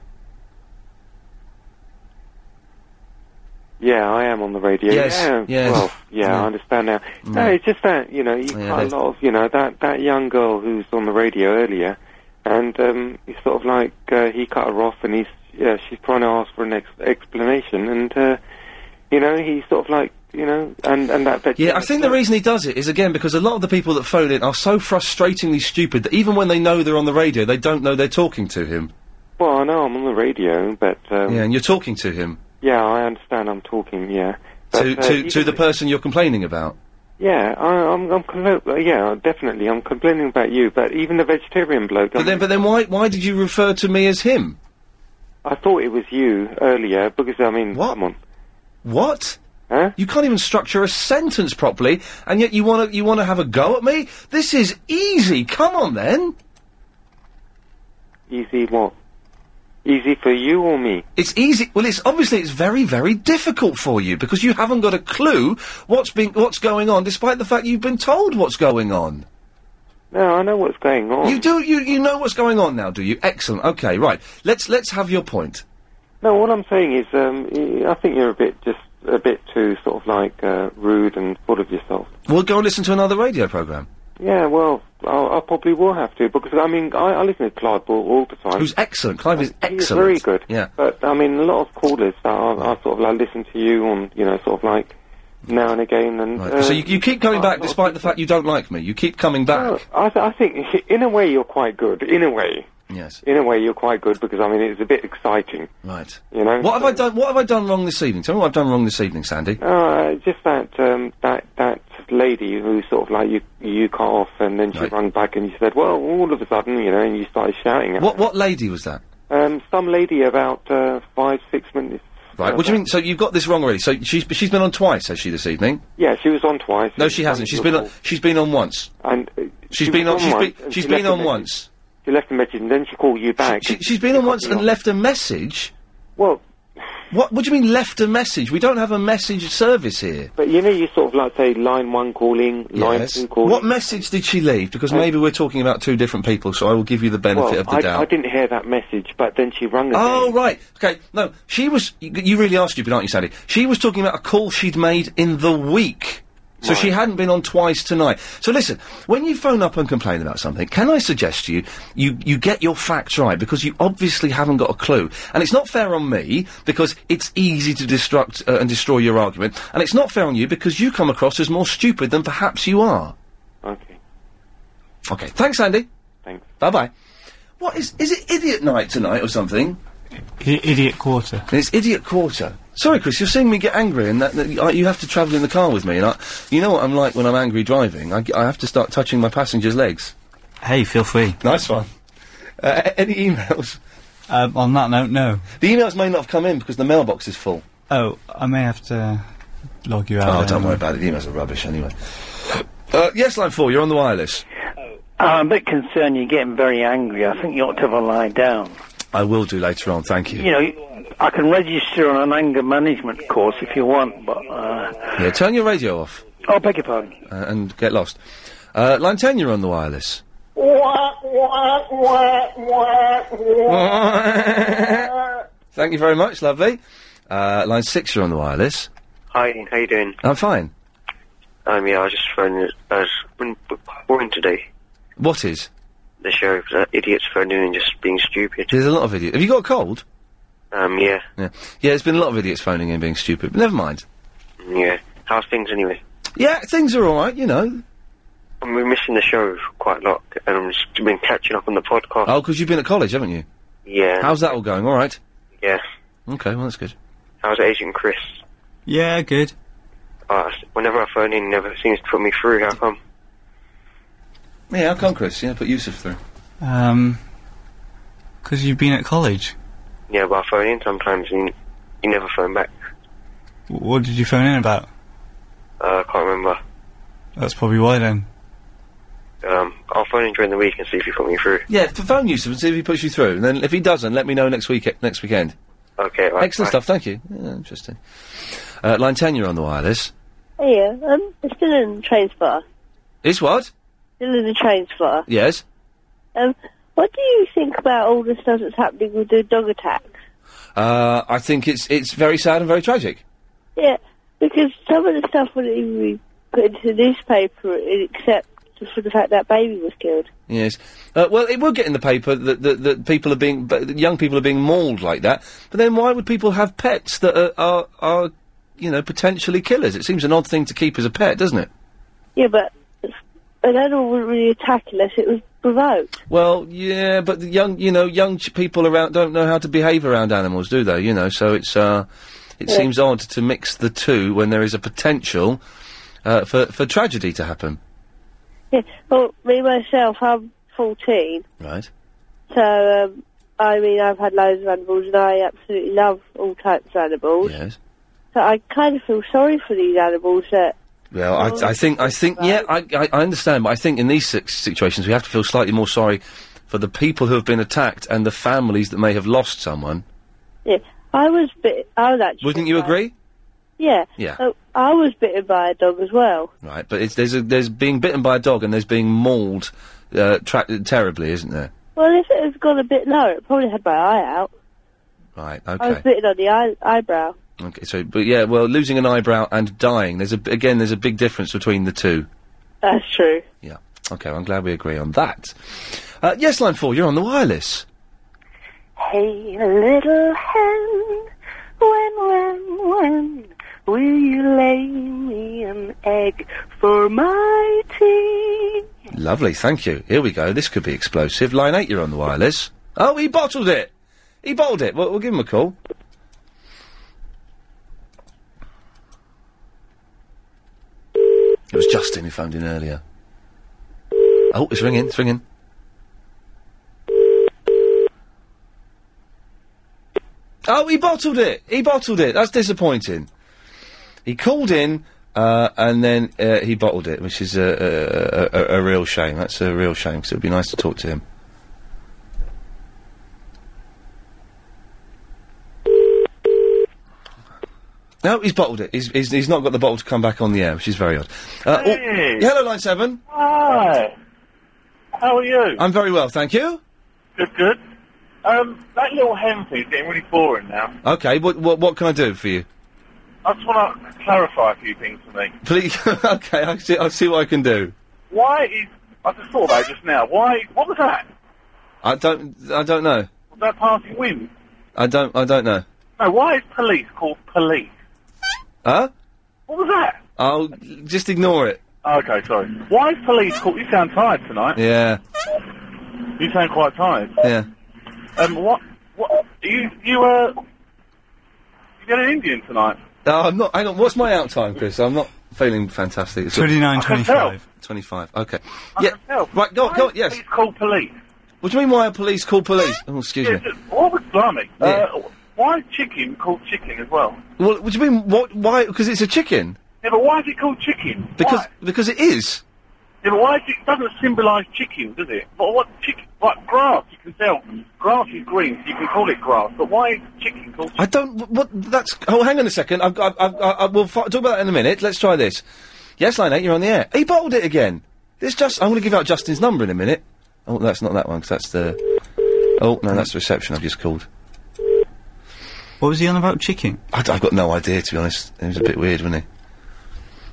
Yeah, I am on the radio. Yes, Yeah, yes. Well, yeah, Yeah. I understand now. No, Mm. it's just that you know, you Yeah, quite a they- lot of you know that that young girl who's on the radio earlier, and um, he's sort of like uh, he cut her off, and he's yeah, she's trying to ask for an ex- explanation, and uh, you know, he sort of like you know, and and that. Yeah, I think the reason he does it is again because a lot of the people that phone in are so frustratingly stupid that even when they know they're on the radio, they don't know they're talking to him. Well, I know I'm on the radio, but um, yeah, yeah, and you're talking to him I understand. I'm talking. Yeah. But, to uh, to, you to can- the person you're complaining about. Yeah, I, I'm. I'm. compl- Yeah, definitely. I'm complaining about you, but even the vegetarian bloke. But then, but then, why why did you refer to me as him? I thought it was you earlier because I mean, what? come on. What? Huh? You can't even structure a sentence properly, and yet you want to you want to have a go at me? This is easy. Come on, then. Easy what? Easy for you or me? It's easy. Well, it's obviously it's very very difficult for you because you haven't got a clue what's been what's going on, despite the fact you've been told what's going on. No, I know what's going on. You do you you know what's going on now, do you? Excellent. Okay, right. Let's let's have your point. No, what I'm saying is, um, y- I think you're a bit just a bit too sort of like uh, rude and full of yourself. We'll go and listen to another radio program. Yeah, well, I, I probably will have to because I mean, I, I listen to Clive Ball all the time. Who's excellent? Clive is He's excellent. very good. Yeah. But I mean, a lot of callers that I, I sort of like listen to you on, you know, sort of like now and again. And uh, so you, you keep coming back despite the fact you don't like me. You keep coming back. I, th- I think in a way you're quite good. In a way, Yes. in a way you're quite good because I mean it's a bit exciting. Right. You know. What have I done? What have I done wrong this evening? Tell me what I've done wrong this evening, Sandy. Uh, just that um, that that lady who sort of like you you cut off and then she ran back and you said, well, all of a sudden, you know, and you started shouting. At What what lady was that? Um, some lady about uh, five six minutes. Right. What do you mean? So you've got this wrong already? So she's she's been on twice, has she this evening? Yeah, she was on twice. No, she hasn't. She's been on, she's been on once. And uh, She's she been was on- she's once, been- and she's she been left a on message. once. She left a message and then she called you back. She, she's been on once and left a message. Well, what what do you mean left a message? We don't have a message service here. But you know, you sort of like say line one calling, line Yes. two calling. What message did she leave? Because maybe we're talking about two different people, so I will give you the benefit well, of the I, doubt. I didn't hear that message, but then she rang again. Oh right, okay. No, she was. You, you really are stupid, aren't you, Sandy? She was talking about a call she'd made in the week, so she hadn't been on twice tonight. So listen, when you phone up and complain about something, can I suggest to you, you you get your facts right because you obviously haven't got a clue, and it's not fair on me because it's easy to destruct uh, and destroy your argument, and it's not fair on you because you come across as more stupid than perhaps you are. Okay. Okay. Thanks, Andy. Thanks. Bye bye. What is is it idiot night tonight or something? idiot quarter. It's idiot quarter. Sorry, Chris, you're seeing me get angry, and that, that you, I, you have to travel in the car with me. And I, you know what I'm like when I'm angry driving. I, g- I have to start touching my passengers' legs. Hey, feel free. Nice one. Uh, a- any emails? Um, on that note, no. The emails may not have come in because the mailbox is full. Oh, I may have to log you out. Oh, then. don't worry about it. The emails are rubbish anyway. Uh, yes, line four. You're on the wireless. Uh, I'm a bit concerned you're getting very angry. I think you ought to have a lie down. I will do later on. Thank you. You know, I can register on an anger management course if you want, but. Uh, Yeah, turn your radio off oh, beg your pardon. uh, and get lost. Uh, line ten. You're on the wireless. Hello, Thank you very much, lovely. Uh, line six, you're on the wireless. Hi, how you doing? I'm fine. Um, yeah, I was just phoning. I was been b- boring today. What is? The show, uh, idiots phoning and just being stupid. There's a lot of idiots. Have you got a cold? Um, yeah, Yeah. Yeah, there's been a lot of idiots phoning in being stupid, but never mind. yeah. How's things anyway? Yeah, things are alright, you know. I'm missing the show quite a lot, and I'm just been catching up on the podcast. Oh, because you've been at college, haven't you? Yeah, How's that all going? Alright. yeah. Okay, well, that's good. How's Agent Chris? Yeah, good. Uh, whenever I phone in, he never seems to put me through. How come? Yeah, how come, Chris? Yeah, put Yusuf through. Um, because you've been at college. Yeah, but I phone in sometimes, and you never phone back. W- what did you phone in about? Uh, I can't remember. That's probably why then. Um, I'll phone in during the week and see if you put me through. Yeah, f- phone Yusuf and see if he puts you through. And then if he doesn't, let me know next week. Next weekend. Okay. Right, Excellent right. stuff. Thank you. Yeah, interesting. Uh, line ten, you're on the wireless. Yeah, um, it's still in the train spot. Is what? Still in the train spot. Yes. Um, what do you think about all the stuff that's happening with the dog attack? Uh, I think it's it's very sad and very tragic. Yeah, because some of the stuff wouldn't even be put into the newspaper except for the fact that baby was killed. Yes. Uh, well, it will get in the paper that, that, that people are being, but that young people are being mauled like that. But then why would people have pets that are, are, are, you know, potentially killers? It seems an odd thing to keep as a pet, doesn't it? Yeah, but an animal wouldn't really attack unless it was provoked. Well, yeah, but the young, you know, young ch- people around don't know how to behave around animals, do they? You know, so it's, uh, it Yeah. seems odd to mix the two when there is a potential, uh, for, for tragedy to happen. Yeah, well, me myself, I'm 14, Right. so, um, I mean, I've had loads of animals and I absolutely love all types of animals. Yes. So I kind of feel sorry for these animals that Well, I, I think, I think, yeah, I, I, I understand, but I think in these si- situations we have to feel slightly more sorry for the people who have been attacked and the families that may have lost someone. Yeah, I was bit. I was actually. Wouldn't you agree? Yeah. Yeah. Oh, I was bitten by a dog as well. Right, but it's, there's a, there's being bitten by a dog and there's being mauled uh, tra- terribly, isn't there? Well, if it had gone a bit lower, it probably had my eye out. Right. I was Okay. bitten on the eye- eyebrow. Okay. So, but yeah, well, losing an eyebrow and dying. There's a b- again, there's a big difference between the two. That's true. Yeah. Okay. I'm glad we agree on that. Uh, yes, line four. You're on the wireless. Hey, little hen, when, when, when will you lay me an egg for my tea? Lovely, thank you. Here we go. This could be explosive. Line eight, you're on the wireless. Oh, he bottled it. He bottled it. We'll, we'll give him a call. It was Justin who phoned in earlier. Oh, it's ringing. It's ringing. Oh, he bottled it. He bottled it. That's disappointing. He called in uh, and then uh, he bottled it, which is a, a, a, a, a real shame. That's a real shame because it would be nice to talk to him. No, he's bottled it. He's, he's, he's not got the bottle to come back on the air, which is very odd. Uh, oh- Yeah, hello, Line 7. Hi. How are you? I'm very well, thank you. Good, good. Um, that little hen thing's getting really boring now. Okay, what, what, what can I do for you? I just want to clarify a few things for me. Please, okay, I'll see, I'll see what I can do. Why is... I just thought about it just now. Why... What was that? I don't, I don't know. Was that passing wind? I don't, I don't know. No, why is police called police? Huh? What was that? I'll just ignore it. Okay, sorry. Why is police called... You sound tired tonight. Yeah, You sound quite tired. yeah. Um, what... What... Are you... You, uh... You got an Indian tonight? No, I'm not. Hang on. What's my out time, Chris? I'm not feeling fantastic. It's- 29, I can 25. 25. Okay. I yeah. can tell. Right. Go. on, Go. on, Yes. Police call police. What do you mean? Why are police called police? Oh, excuse Yeah, me. just- what was blimey? Yeah. Uh, why is chicken called chicken as well? Well, what do you mean? What? Why? Because it's a chicken. Yeah, but why is it called chicken? Because Why? because it is. Yeah, but why is it, it doesn't symbolise chicken, does it? But what chicken? Like grass, you can tell. Grass is green, so you can call it grass. But why is chicken called? I don't. wh- What? That's. Oh, hang on a second. I've. got- I've. I've. I, I, we'll fi- talk about that in a minute. Let's try this. Yes, line eight. You're on the air. He bottled it again. This just. I'm going to give out Justin's number in a minute. Oh, that's not that one because that's the. Oh no, that's the reception I've just called. What was he on about chicken? I, have got no idea, to be honest. It was a bit weird, wasn't it?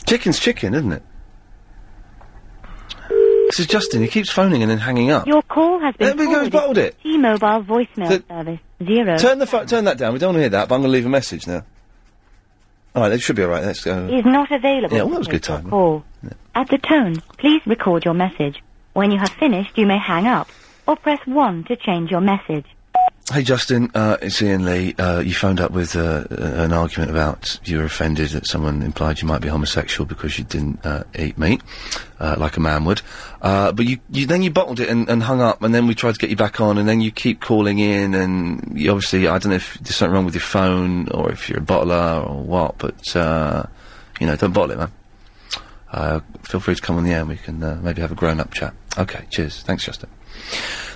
Chicken's chicken, isn't it? This is Justin. He keeps phoning and then hanging up. Your call has been Let me go forwarded and bottled it. to T-Mobile voicemail The- service zero Turn the pho- turn that down. We don't want to hear that. But I'm going to leave a message now. All right, it should be all right. Let's go. is not available. Yeah, well, that was a to good take your time. Call. At the tone, please record your message. When you have finished, you may hang up or press one to change your message. Hey Justin, uh, it's Ian Lee. Uh, you phoned up with uh, uh, an argument about you were offended that someone implied you might be homosexual because you didn't uh, eat meat, uh, like a man would. Uh, but you, you then you bottled it and, and hung up, and then we tried to get you back on, and then you keep calling in, and you obviously I don't know if there's something wrong with your phone or if you're a bottler or what, but uh, you know don't bottle it, man. Uh, feel free to come on the air and we can uh, maybe have a grown up chat. Okay, cheers. Thanks, Justin.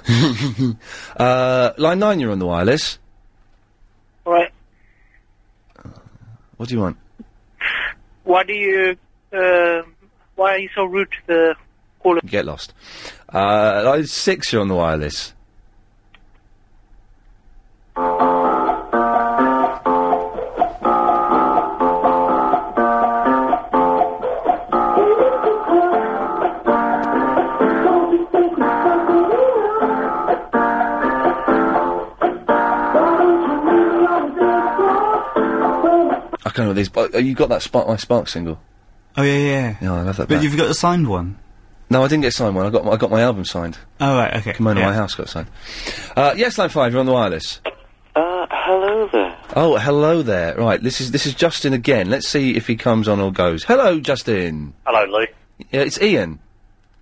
uh, line 9, you're on the wireless. Right. What do you want? Why do you? Uh, why are you so rude to the caller? Get lost. Uh, line 6, you're on the wireless. I can't remember these, but uh, you got that Spark My Spark single. Oh yeah, yeah. Yeah, I love that. But band. you've got the signed one. No, I didn't get signed one. I got my, I got my album signed. Oh right, okay. Come on, yeah. my house got signed. Uh, yes, line five. You're on the wireless. Uh, hello there. Oh, hello there. Right, this is this is Justin again. Let's see if he comes on or goes. Hello, Justin. Hello, Lee. Yeah, it's Ian.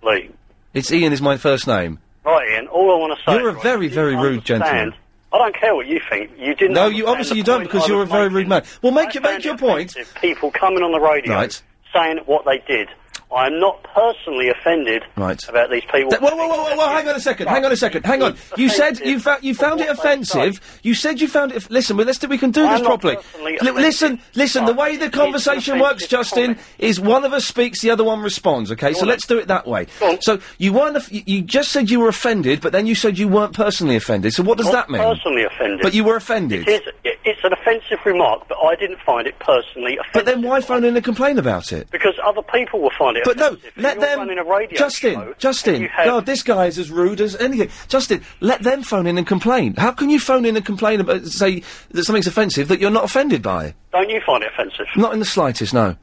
Lee. It's Ian is my first name. Right, Ian, all I want to say You're a right, very, you very didn't rude understand. gentleman. I don't care what you think. You didn't. No, you understand obviously the you don't point because I you're a was very rude man. Well, make your make your point. making. People coming on the radio Right. saying what they did. I'm not personally offended Right. about these people. Th- whoa, whoa, whoa, whoa, whoa, hang on a second, hang on a second, hang on. You said you found you found it offensive. You said you found it. F- listen, well, let's do, we can do I'm this not properly. personally Li- offended, listen, listen. The way the it's conversation an works, offensive Justin, is one of us speaks, the other one responds. Okay, so let's do it that way. So you weren't. Off- you you just said you were offended, but then you said you weren't personally offended. So what does Not that mean? Personally offended. But you were offended. It is, it- it's an offensive remark, but I didn't find it personally offensive But then why phone in and complain about it? because other people will find it. But no, offensive. let You're them. running a radio Justin, show, Justin, had- God, this guy is as rude as anything. Justin, let them phone in and complain. How can you phone in and complain about say that something's offensive that you're not offended by? Don't you find it offensive? Not in the slightest, no.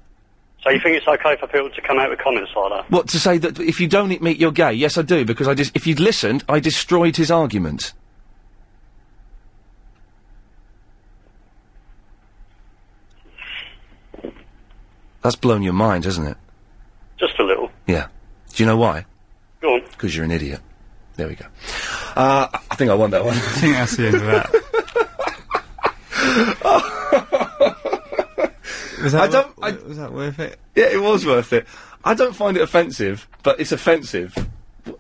So you think it's okay for people to come out with comments like that? What to say that if you don't eat meat, you're gay? Yes, I do because I dis- if you'd listened, I destroyed his argument. That's blown your mind, hasn't it? Just a little. Yeah. Do you know why? Go on. Because you're an idiot. There we go. Uh, I- I think I won that one. I think that's the end of that. Was that I don't. wor- was that worth it? Yeah, it was worth it. I don't find it offensive, but it's offensive.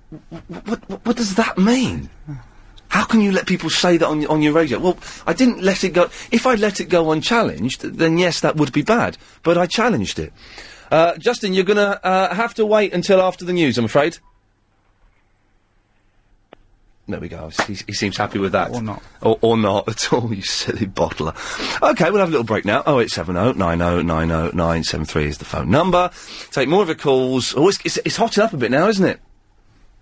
What, what, what does that mean? How can you let people say that on y- on your radio? Well, I didn't let it go. If I let it go unchallenged, then yes, that would be bad. But I challenged it. Uh, Justin, you're gonna uh, have to wait until after the news. I'm afraid. There we go. He, he seems happy with that. Or not. Or, or not at all, you silly bottler. Okay, we'll have a little break now. 0870 90 90 973 is the phone number. Take more of your calls. Oh, it's, it's, it's hotting up a bit now, isn't it?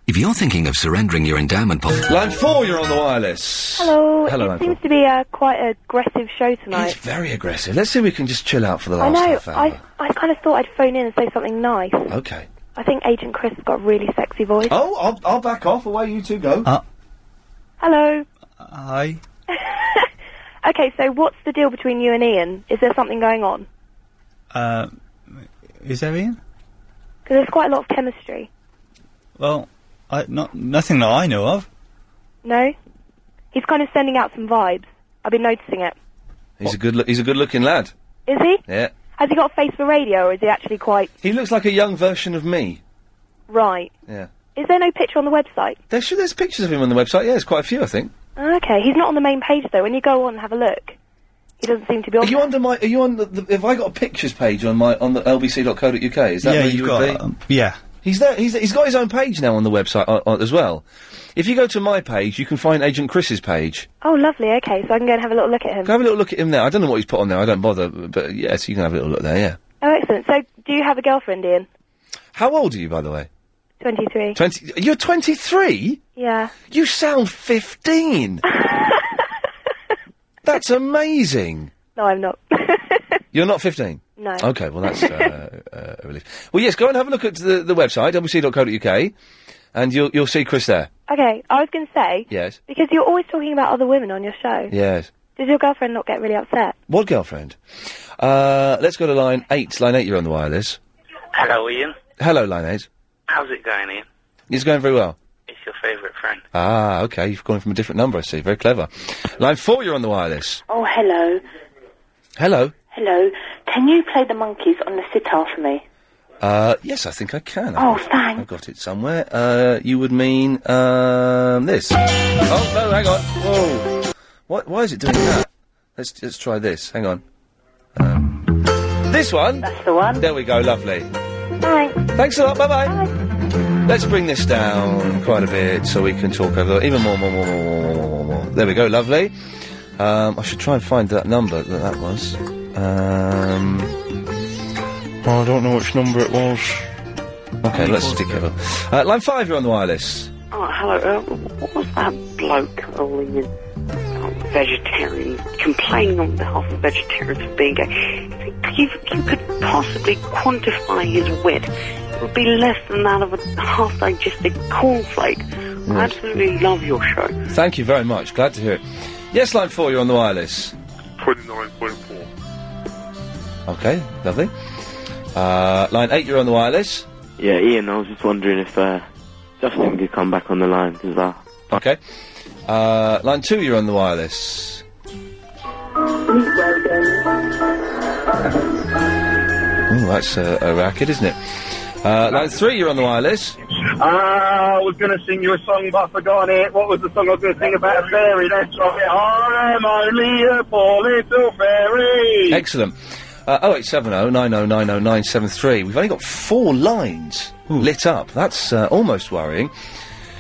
If you're thinking of surrendering your endowment policy... Line 4, you're on the wireless. Hello. Hello, it line 4. seems to be a quite aggressive show It's tonight. very aggressive. Let's see if we can just chill out for the I last know. half hour. I, I kind of thought I'd phone in and say something nice. Okay. I think Agent Chris has got a really sexy voice. Oh, I'll, I'll back off. Away you two go. Hello. Hi. Okay, so what's the deal between you and Ian? Is there something going on? Uh, is there Ian? Because there's quite a lot of chemistry. Well, I not nothing that I know of. No? He's kind of sending out some vibes. I've been noticing it. He's a good. Lo- he's a good-looking lad. Is he? Yeah. Has he got a face for radio, or is he actually quite He looks like a young version of me. right? Yeah. Is there no picture on the website? There should, there's pictures of him on the website. Yeah, there's quite a few, I think. Okay, he's not on the main page though. When you go on and have a look, he doesn't seem to be on. Are you under my? Are you on the, the? Have I got a pictures page on my on the lbc.co.uk? Is that yeah, where you've you would got. be? um, yeah. He's there. He's, he's got his own page now on the website uh, uh, as well. If you go to my page, you can find Agent Chris's page. Oh, lovely. Okay, so I can go and have a little look at him. Go have a little look at him there. I don't know what he's put on there. I don't bother, but but yes, you can have a little look there. Yeah. Oh, excellent. So, do you have a girlfriend, Ian? How old are you, by the way? 23. Twenty. You're twenty three. Yeah. You sound fifteen. That's amazing. No, I'm not. You're not 15? No. Okay, well, that's uh, uh, a relief. Well, yes, go and have a look at the, the website, wc.co.uk, and you'll, you'll see Chris there. Okay, I was going to say, Yes. because you're always talking about other women on your show, Yes. does your girlfriend not get really upset? What girlfriend? Uh, let's go to line 8. Line 8, you're on the wireless. Hello, Ian. Hello, line 8. How's it going, Ian? It's going very well. It's your favourite friend. Ah, okay, you've gone from a different number, I see. Very clever. Line 4, you're on the wireless. Oh, hello. Hello. Hello. Can you play the monkeys on the sitar for me? Uh, yes, I think I can. Oh, I've got- thanks. I've got it somewhere. Uh, you would mean, um, this. Oh, no, hang on. Whoa. What, why is it doing that? Let's, let's try this. Hang on. Um, this one? That's the one. There we go, lovely. Thanks. Thanks a lot, bye-bye. Let's bring this down quite a bit so we can talk over even more, more, more, more, more, more, more, more, more. There we go, lovely. Um, I should try and find that number that that was. Um, I don't know which number it was. Okay, let's stick it up. Uh, line five, you're on the wireless. Oh, hello. Uh, what was that bloke calling in? Oh, vegetarian, complaining on behalf of vegetarians for being gay. If you, you could possibly quantify his wit, it would be less than that of a half digested cornflake. I Yes. absolutely love your show. Thank you very much. Glad to hear it. Yes, line four, you're on the wireless. 29.4. Okay, lovely. Uh, line eight, you're on the wireless. Yeah, Ian, I was just wondering if uh, Justin could come back on the line as well. Okay. Uh, line two, you're on the wireless. Oh, that's a, a racket, isn't it? Uh, line three, you're on the wireless. Ah, I was going to sing you a song, but I forgot it. What was the song I was going to sing about a fairy? That's right. I'm only a poor little fairy. Excellent. Uh, 0870 9090 973. We've only got four lines lit up. That's uh, almost worrying.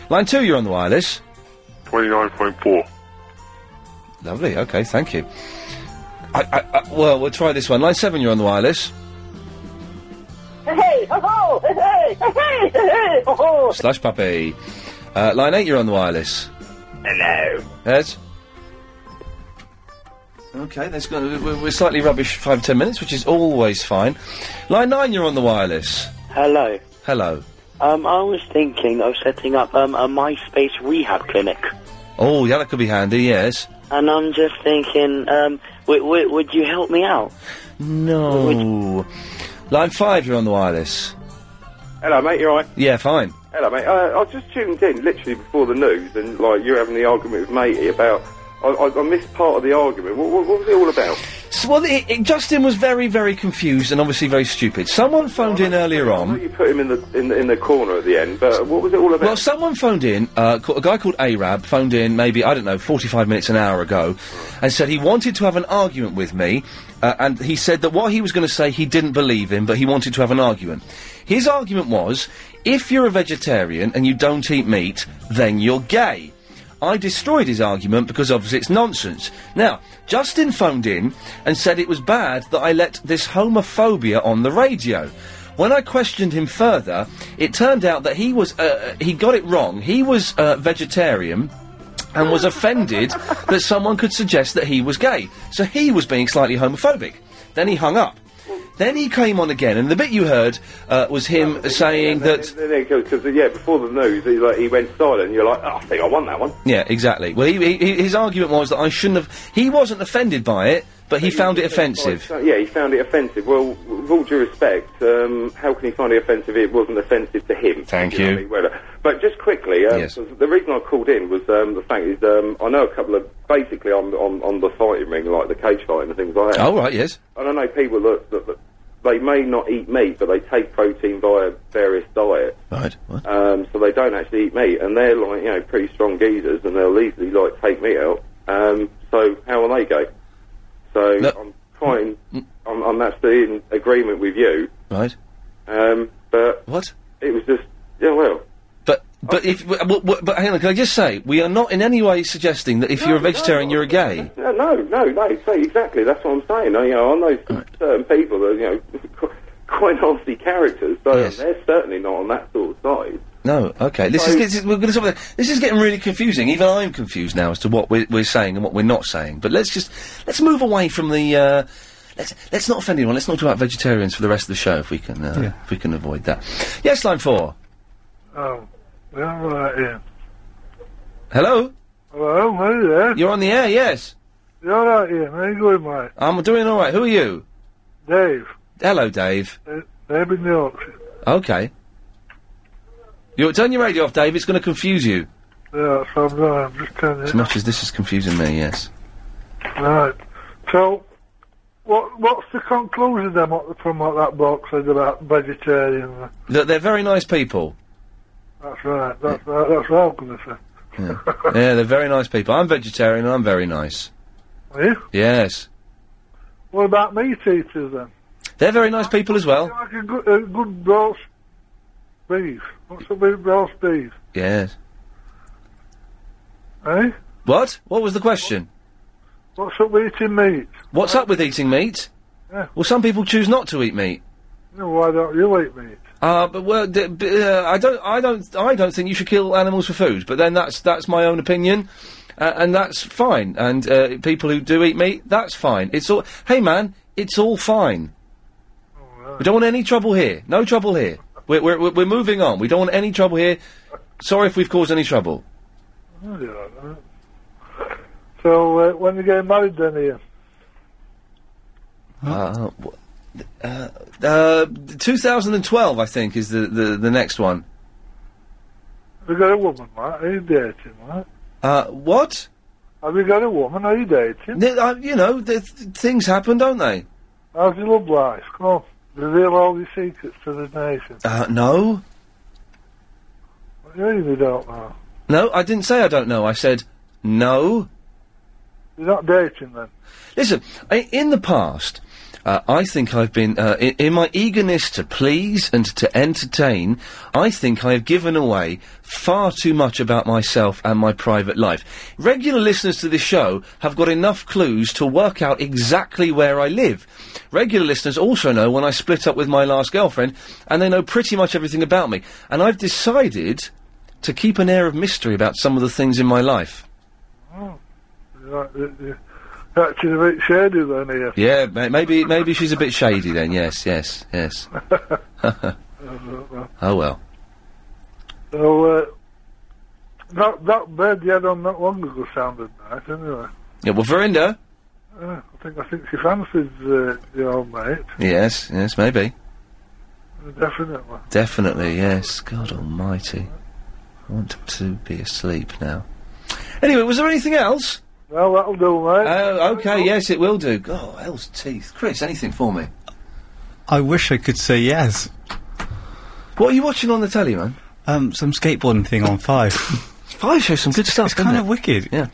Line two, you're on the wireless. 29.4. Lovely. Okay, thank you. I, I, I, well, we'll try this one. Line seven, you're on the wireless. Hey, ho, ho, hey, hey, hey, hey, ho, ho. Slush puppy. Uh, line eight, you're on the wireless. Hello. Yes. Okay, that's going we're, we're slightly rubbish five ten minutes, which is always fine. Line nine, you're on the wireless. Hello. Hello. Um, I was thinking of setting up um, a MySpace rehab clinic, Oh, yeah, that could be handy. Yes. and I'm just thinking, um, w- w- would you help me out? No. Line five, you're on the wireless. Hello, mate. You alright? Yeah, fine. Hello, mate. Uh, I was just tuned in literally before the news, and like you were having the argument with matey about. I, I, I missed part of the argument. What, what, what was it all about? So, well, it, it, Justin was very, very confused and obviously very stupid. Someone phoned in earlier on. You put him in the in the, in the corner at the end, but what was it all about? Well, someone phoned in, uh, ca- a guy called Arab phoned in maybe, I don't know, 45 minutes, an hour ago, and said he wanted to have an argument with me, uh, and he said that what he was going to say, he didn't believe in, but he wanted to have an argument. His argument was, if you're a vegetarian and you don't eat meat, then you're gay. I destroyed his argument because obviously it's nonsense. Now, Justin phoned in and said it was bad that I let this homophobia on the radio. When I questioned him further, it turned out that he was, uh, he got it wrong. He was uh, vegetarian and was offended that someone could suggest that he was gay. So he was being slightly homophobic. Then he hung up. Then he came on again, and the bit you heard uh, was him saying that. because yeah, before the news, he like he went silent. You're like, oh, I think I won that one. Yeah, exactly. Well, he, he, he- his argument was that I shouldn't have. He wasn't offended by it, but he found it offensive. So, "Oh, yeah, he found it offensive. Well, w- with all due respect, um, how can he find it offensive? if It wasn't offensive to him. Thank know you. what I mean? Whether- But just quickly, um, Yes. 'cause the reason I called in was um, the fact is um, I know a couple of basically on on on the fighting ring, like the cage fighting and things like that. Oh, right, yes. And I know people that, that, that they may not eat meat, but they take protein via various diets. Right. Um, so they don't actually eat meat, and they're like you know pretty strong geezers, and they'll easily like take meat out. Um, so how will they go? So I'm quite, in, I'm, I'm actually in agreement with you. Right. Um, but what? it was just yeah, well. But but if but, but, but hang on, can I just say we are not in any way suggesting that if No, you're a no, vegetarian, you're a gay. No, no, no, no. See, exactly. That's what I'm saying. You know, I know certain people that you know quite nasty characters, so Yes. they're certainly not on that sort of side. No, okay. This is So- this is, we're gonna stop there. this is getting really confusing. Even I'm confused now as to what we're, we're saying and what we're not saying. But let's just let's move away from the. Uh, let's let's not offend anyone. Let's not talk about vegetarians for the rest of the show if we can uh, Yeah. if we can avoid that. Yes, line four. Oh, yeah, all right, Ian. Hello. Hello, me there. You're on the air. Yes. You all right, Ian? How you doing, mate? I'm doing all right. Who are you? Dave, Hello, Dave. uh, Dave in the auction. Okay. You turn your radio off, Dave. It's going to confuse you. Yeah, so I'm, uh, I'm just turning As it. much as this is confusing me, yes. Right. So, what what's the conclusion then what, from what that bloke said about vegetarian? That they're very nice people. That's right. That's right. That's what I'm going to say. Yeah. yeah, they're very nice people. I'm vegetarian and I'm very nice. Are you? Yes. What about meat eaters then? They're very nice people as well. Like a good, a good roast beef. What's a good roast beef? Yes. Eh? What? What was the question? What's up with eating meat? What's up with eating meat? Yeah. Well, some people choose not to eat meat. No, why don't you eat meat? Uh, but well, d- b- uh, I don't, I don't, I don't think you should kill animals for food. But then that's that's my own opinion, uh, and that's fine. And uh, people who do eat meat, that's fine. It's all, hey man, it's all fine. We don't want any trouble here. No trouble here. We're we're we're we're moving on. We don't want any trouble here. Sorry if we've caused any trouble. Oh, yeah, right. So, uh, when you get married then, Ian? Uh, wh- uh, uh, 2012, I think, is the, the, the next one. Have you got a woman, right? Are you dating, right? Uh, what? Have you got a woman? Are you dating? Th- uh, you know, th- th- things happen, don't they? How's your love life? Come on. Reveal all your secrets to the nation. Uh, no. What do you mean you don't know? No, I didn't say I don't know. I said no. You're not dating then? Listen, I, in the past, uh, I think I've been, uh, in, in my eagerness to please and to entertain, I think I have given away far too much about myself and my private life. Regular listeners to this show have got enough clues to work out exactly where I live. Regular listeners also know when I split up with my last girlfriend, and they know pretty much everything about me. And I've decided to keep an air of mystery about some of the things in my life. Oh. You're not- you- you- You're actually a bit shady then, Ian. Yeah, ma- maybe maybe she's a bit shady then. Yes, yes, yes. oh well. So, uh, that, that bed you had on not long ago sounded nice, anyway. Yeah, well, Verinda. Yeah, I think I think she fancies uh, your old mate. Yes, yes, maybe, Definitely. definitely, yes. God Almighty, I want to be asleep now. Anyway, was there anything else? Well, that'll do, mate. Oh, okay, yes, it will do. God, hell's teeth, Chris. Anything for me? I wish I could say yes. What are you watching on the telly, man? Um, some skateboarding thing on Five. Five shows some good stuff. It's kind of wicked. Yeah.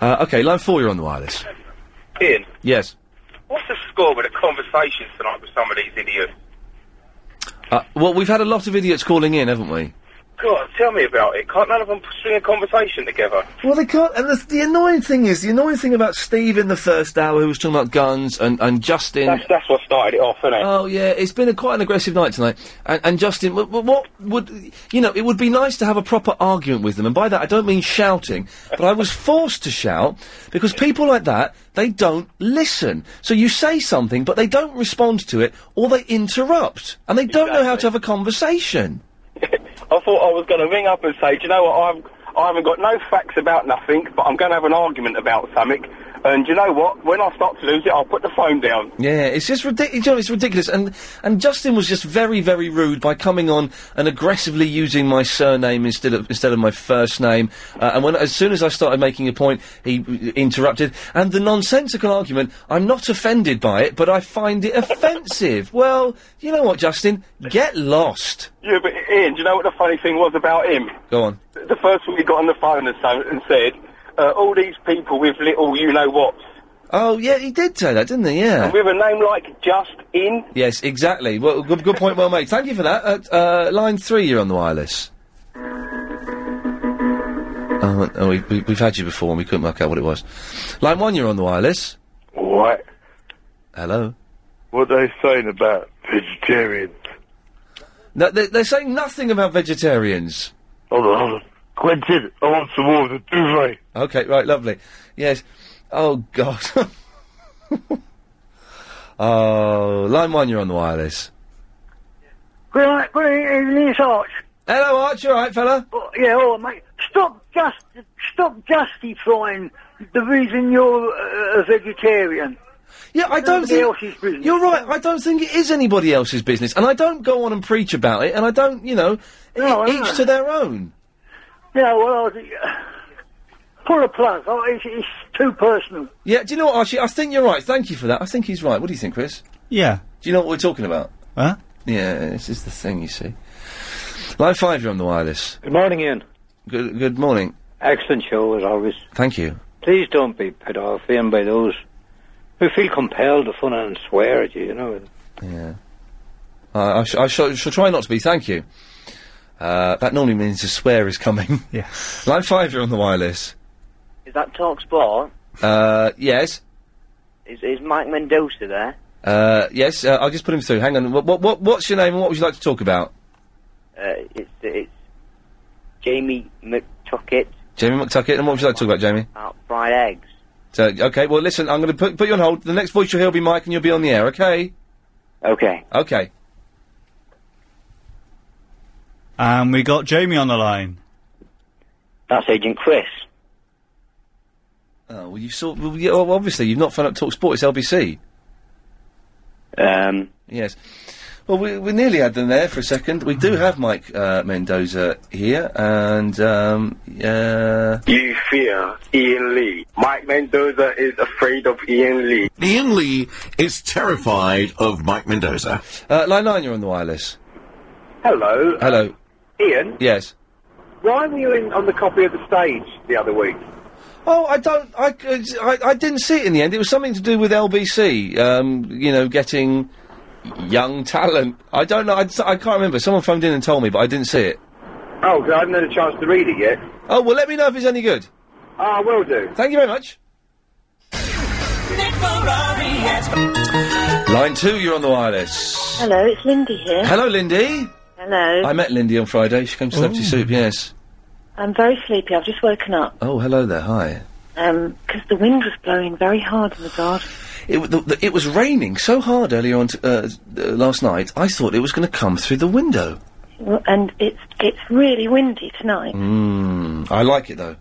Uh, okay, line four. You're on the wireless. Ian, Yes. what's the score with the conversations tonight with some of these idiots? Uh, well, we've had a lot of idiots calling in, haven't we? God, tell me about it. Can't none of them string a conversation together? Well, they can't. And the, the annoying thing is, the annoying thing about Steve in the first hour, who was talking about guns, and, and Justin. That's, that's what started it off, isn't it? Oh yeah, it's been a quite an aggressive night tonight. And, and Justin, w- w- what would you know? It would be nice to have a proper argument with them, and by that I don't mean shouting, but I was forced to shout because people like that they don't listen. So you say something, but they don't respond to it, or they interrupt, and they don't know how to have a conversation. I thought I was going to ring up and say, do you know what, I've, I haven't got no facts about nothing, but I'm going to have an argument about something. And do you know what? When I start to lose it, I'll put the phone down. Yeah, it's just ridiculous. It's ridiculous, and and Justin was just very, very rude by coming on and aggressively using my surname instead of instead of my first name. Uh, and when as soon as I started making a point, he uh, interrupted. And the nonsensical argument, I'm not offended by it, but I find it offensive. Well, you know what, Justin, get lost. Yeah, but Ian, do you know what the funny thing was about him? Go on. The first one he got on the phone and, so, and said, uh, all these people with little you-know-whats, Oh yeah, he did say that, didn't And he? Yeah. with a name like Just In, Yes, exactly. Well, good, good point, well made. Thank you for that. Uh, uh, line three, you're on the wireless. Oh, oh we, we, we've had you before and we couldn't work out what it was. Line one, you're on the wireless. What? Hello. What they saying about vegetarian? No, they're, they're saying nothing about vegetarians. Hold on, hold on. Quentin, I want some more of the duvet. Okay, right, lovely. Yes. Oh, God. oh, line one, you're on the wireless. Good night, good evening, it's Arch. Hello, Arch, you alright, fella? Oh, yeah, alright, mate. Stop just, stop justifying the reason you're uh, a vegetarian. Yeah, I don't Nobody think- else's business. You're right, I don't think it is anybody else's business, and I don't go on and preach about it, and I don't, you know, e- each to their own. Yeah, well, I- pull a plug. Oh, it's, it's too personal. Yeah, do you know what, Archie? I think you're right. Thank you for that. I think he's right. What do you think, Chris? Yeah. Do you know what we're talking about? Huh? Yeah, this is the thing, you see. Line five, you're on the wireless. Good morning, Ian. Good, good morning. Excellent show as always. Thank you. Please don't be put off, Ian, by those who feel compelled to fun and swear at you, you know. Yeah. Uh, I, sh- I sh- shall try not to be, thank you. Uh, that normally means a swear is coming. Yeah. Line five, you're on the wireless. Is that Talk Sport? Uh, yes. Is, is Mike Mendoza there? Uh, yes, uh, I'll just put him through. Hang on. What, what, what, what's your name and what would you like to talk about? Uh, it's, it's Jamie McTuckett Jamie McTuckett, and what would you like to talk about, Jamie? about fried eggs. So, okay, well, listen, I'm going to put, put you on hold. The next voice you'll hear will be Mike, and you'll be on the air, okay? Okay. Okay. And we got Jamie on the line. That's Agent Chris. Oh, well, you saw. Well, yeah, well, obviously, you've not found out Talk Sport, it's LBC. Um. Yes. Well, we, we nearly had them there for a second. We do have Mike uh, Mendoza here, and, um, uh. You fear Ian Lee. Mike Mendoza is afraid of Ian Lee. Ian Lee is terrified of Mike Mendoza. Uh, line 9, you're on the wireless. Hello, Hello. Ian. Yes. Why were you in on the copy of the stage the other week? Oh, I don't. I, c- I, I didn't see it in the end. It was something to do with LBC. Um, you know, getting young talent. I don't know. I, d- I can't remember. Someone phoned in and told me, but I didn't see it. Oh, 'cause I haven't had a chance to read it yet. Oh well, let me know if it's any good. Ah, will do. Thank you very much. Line two, you're on the wireless. Hello, it's Lindy here. Hello, Lindy. Hello. I met Lindy on Friday. She came to Celebrity Soup. Yes. I'm very sleepy. I've just woken up Oh, hello there. Hi. because the wind was blowing very hard in the garden. It, w- the, the, it was raining so hard earlier on t- uh, uh, last night. I thought it was going to come through the window. Well, And it's it's really windy tonight. Mm, I like it though.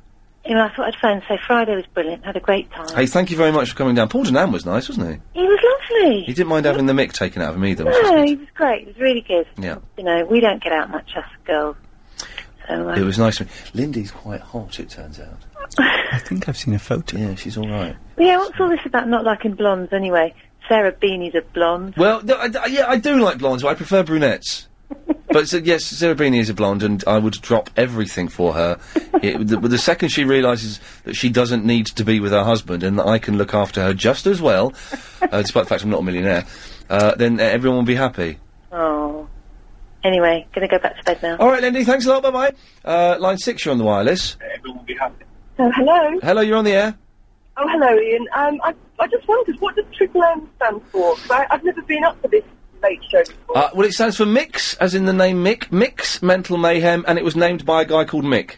You know, I thought I'd phone and say Friday was brilliant. Had a great time. Hey, thank you very much for coming down. Paul Denham was nice, wasn't he? He was lovely. He didn't mind having the mick taken out of him either. which is- No, he was great. He was really good. Yeah, You know, we don't get out much us girls. So it um, was nice. to me. Lindy's quite hot, it turns out. I think I've seen a photo. Yeah, she's all right. but yeah, what's all this about not liking blondes anyway? Sarah Beanie's a blonde. Well, th- I, I- yeah, I do like blondes, but I prefer brunettes. but so, yes, Sarah Beanie is a blonde, and I would drop everything for her. it, the, the second she realises that she doesn't need to be with her husband and that I can look after her just as well, uh, despite the fact I'm not a millionaire, uh, then uh, everyone will be happy. Oh. Anyway, gonna go back to bed now. All right, Lindy, thanks a lot. Bye bye. Uh, line six, you're on the wireless. Everyone will be happy. Oh, hello. Hello, you're on the air. Oh, hello, Ian. Um, I, I just wondered, what does Triple M stand for? 'Cause I, I've never been up for this late show before. Uh, well, it stands for Mix, as in the name Mick. Mix Mental Mayhem, and it was named by a guy called Mick.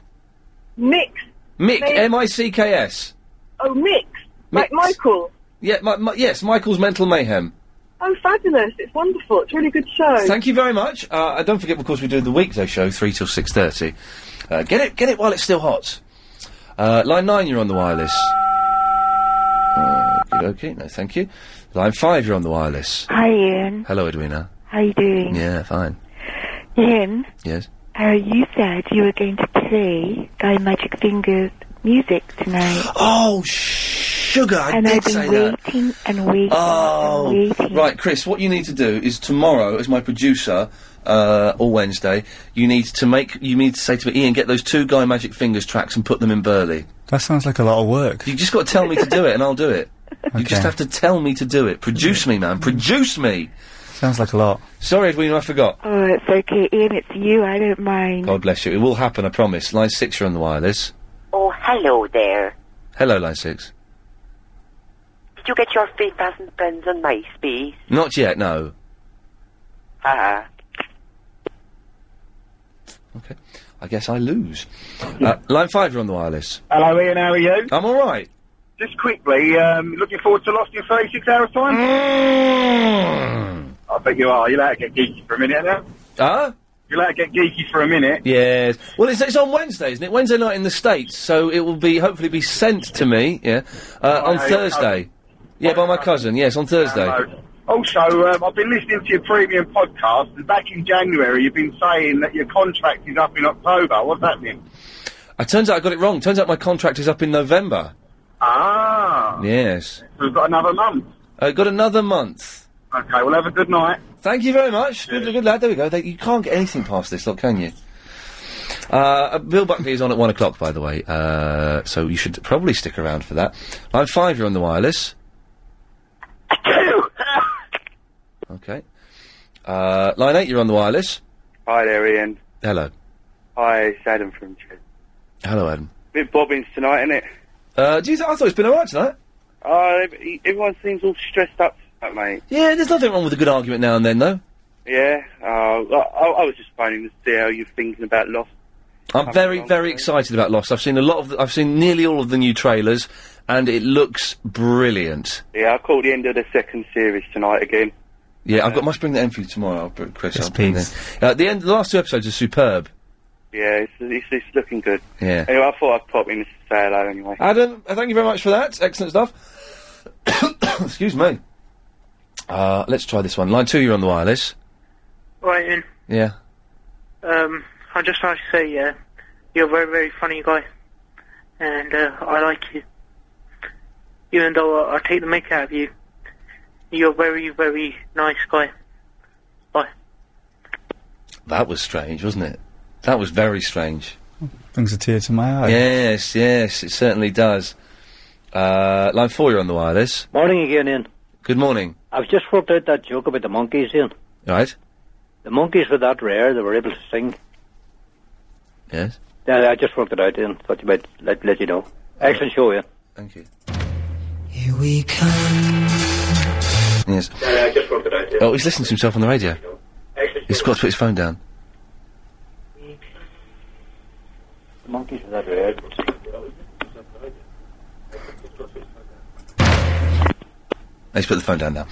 Mix. Mick, May- M I C K S. Oh, Mix. Like Mix. Michael. Yeah, my, my, yes, Michael's Mental Mayhem. Oh, fabulous. It's wonderful. It's a really good show. Thank you very much. Uh, and don't forget, of course, we do the weekday show, three till six thirty. Uh, get it, get it while it's still hot. Uh, line nine, you're on the wireless. Oh, Okay, no, thank you. Line five, you're on the wireless. Hi Ian, Hello, Edwina. how you doing? Yeah, fine. Ian, Yes. uh, you said you were going to play Guy Magic Fingers music tonight. Oh, sugar! I and did I've been say that. waiting and waiting Oh, and waiting. right, Chris. What you need to do is tomorrow, as my producer, uh, or Wednesday, you need to make you need to say to me, Ian, get those two Guy Magic Fingers tracks and put them in Burley. That sounds like a lot of work. You just got to tell me to do it, and I'll do it. You just have to tell me to do it. Produce me, man. Produce me. Sounds like a lot. Sorry, Edwina, I forgot. Oh, it's okay, Ian. It's you. I don't mind. God bless you. It will happen, I promise. Line six, you're on the wire, Liz. Oh, hello there. Hello, line six. Did you get your 3,000 friends on MySpace? Not yet, no. Ah. Okay. I guess I lose. uh, line five, you're on the wire, Liz. Hello, Ian. How are you? I'm all right. Just quickly, um, looking forward to Lost in 36 hours' time? Mm. I bet you are. You'll have to get geeky for a minute now. Huh? You'll have to get geeky for a minute. Yes. Well, it's, it's on Wednesday, isn't it? Wednesday night in the States, so it will be hopefully be sent to me, yeah, uh, on no, no. Thursday. Yeah, by my cousin, yes, on Thursday. Also, um, I've been listening to your premium podcast, and back in January, you've been saying that your contract is up in October. What's that mean? It Uh, turns out I got it wrong. Turns out my contract is up in November. Ah, Yes. so we've got another month. Uh, got another month. Okay, well, have a good night. Thank you very much. Good, good lad. There we go. They, you can't get anything past this lot, can you? Uh, Uh, Bill Buckley is on at one o'clock, by the way, uh, so you should probably stick around for that. Line five, you're on the wireless. okay. Uh, line eight, you're on the wireless. Hi there, Ian. Hello. Hi, it's Adam from Chester. Hello, Adam. Bit bobbins tonight, isn't it? Uh, do you th- I thought it's been alright tonight. Oh, ev- everyone seems all stressed up tonight, mate. Yeah, there's nothing wrong with a good argument now and then, though. Yeah. Oh, I, I was just phoning to see how you're thinking about Lost. I'm very, very excited about Lost. I've seen a lot of, the, I've seen nearly all of the new trailers, and it looks brilliant. Yeah, I caught the end of the second series tonight again. Yeah, I've got. Must bring that in for you tomorrow, I'll br- Chris. I'll bring that in. Uh, the end, the last two episodes are superb. Yeah, it's, it's, it's looking good. Yeah. Anyway, I thought I'd pop in to say hello anyway. Adam, uh, thank you very much for that. Excellent stuff. Excuse me. Uh, let's try this one. Line two, you're on the wireless. Right, Ian. Yeah. Um, I just like to say, uh, you're a very, very funny guy, and uh, I like you. Even though I, I take the mick out of you, you're a very, very nice guy. That was strange, wasn't it? That was very strange. Brings a tear to Oh, my eye. Yes, yes, it certainly does. Uh, line four, you're on the wireless. Morning again, Ian. Good morning. I've just worked out that joke about the monkeys, Ian. Right? The monkeys were that rare, they were able to sing. Yes. Yeah, I just worked it out, Ian. Thought you might let, let you know. Excellent show, Ian. Thank you. Here we come. Yes. Oh, he's listening to himself on the radio. He's got to put his phone down. The monkeys were that rare. He's put the phone down now.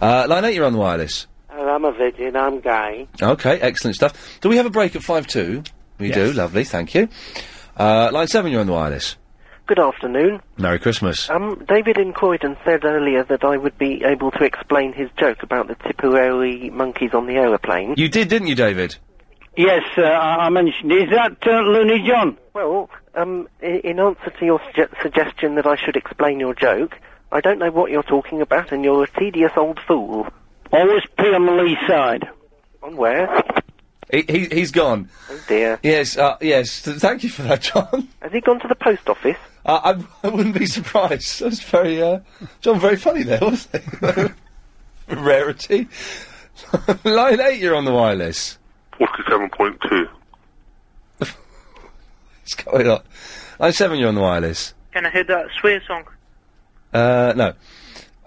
Uh, line eight, you're on the wireless. I'm a virgin, I'm gay. Okay, excellent stuff. Do we have a break at five two? We do. Lovely, thank you. Uh, line seven, you're on the wireless. Good afternoon. Merry Christmas. Um, David in Croydon said earlier that I would be able to explain his joke about the Tipperary monkeys on the aeroplane. You did, didn't you, David? Yes, uh, I mentioned. Is that uh, Looney John? Well, um, i- in answer to your suge- suggestion that I should explain your joke, I don't know what you're talking about, and you're a tedious old fool. Always pee on the lee side. On where? He, he, he's gone. Oh dear. Yes, uh, yes. Th- thank you for that, John. Has he gone to the post office? Uh, I, I wouldn't be surprised. That was very, uh, John, very funny there, wasn't it? Rarity. Line 8, you're on the wireless. 47.2. What's going on? Line 7, you're on the wireless. Can I hear that swear song? Uh, no.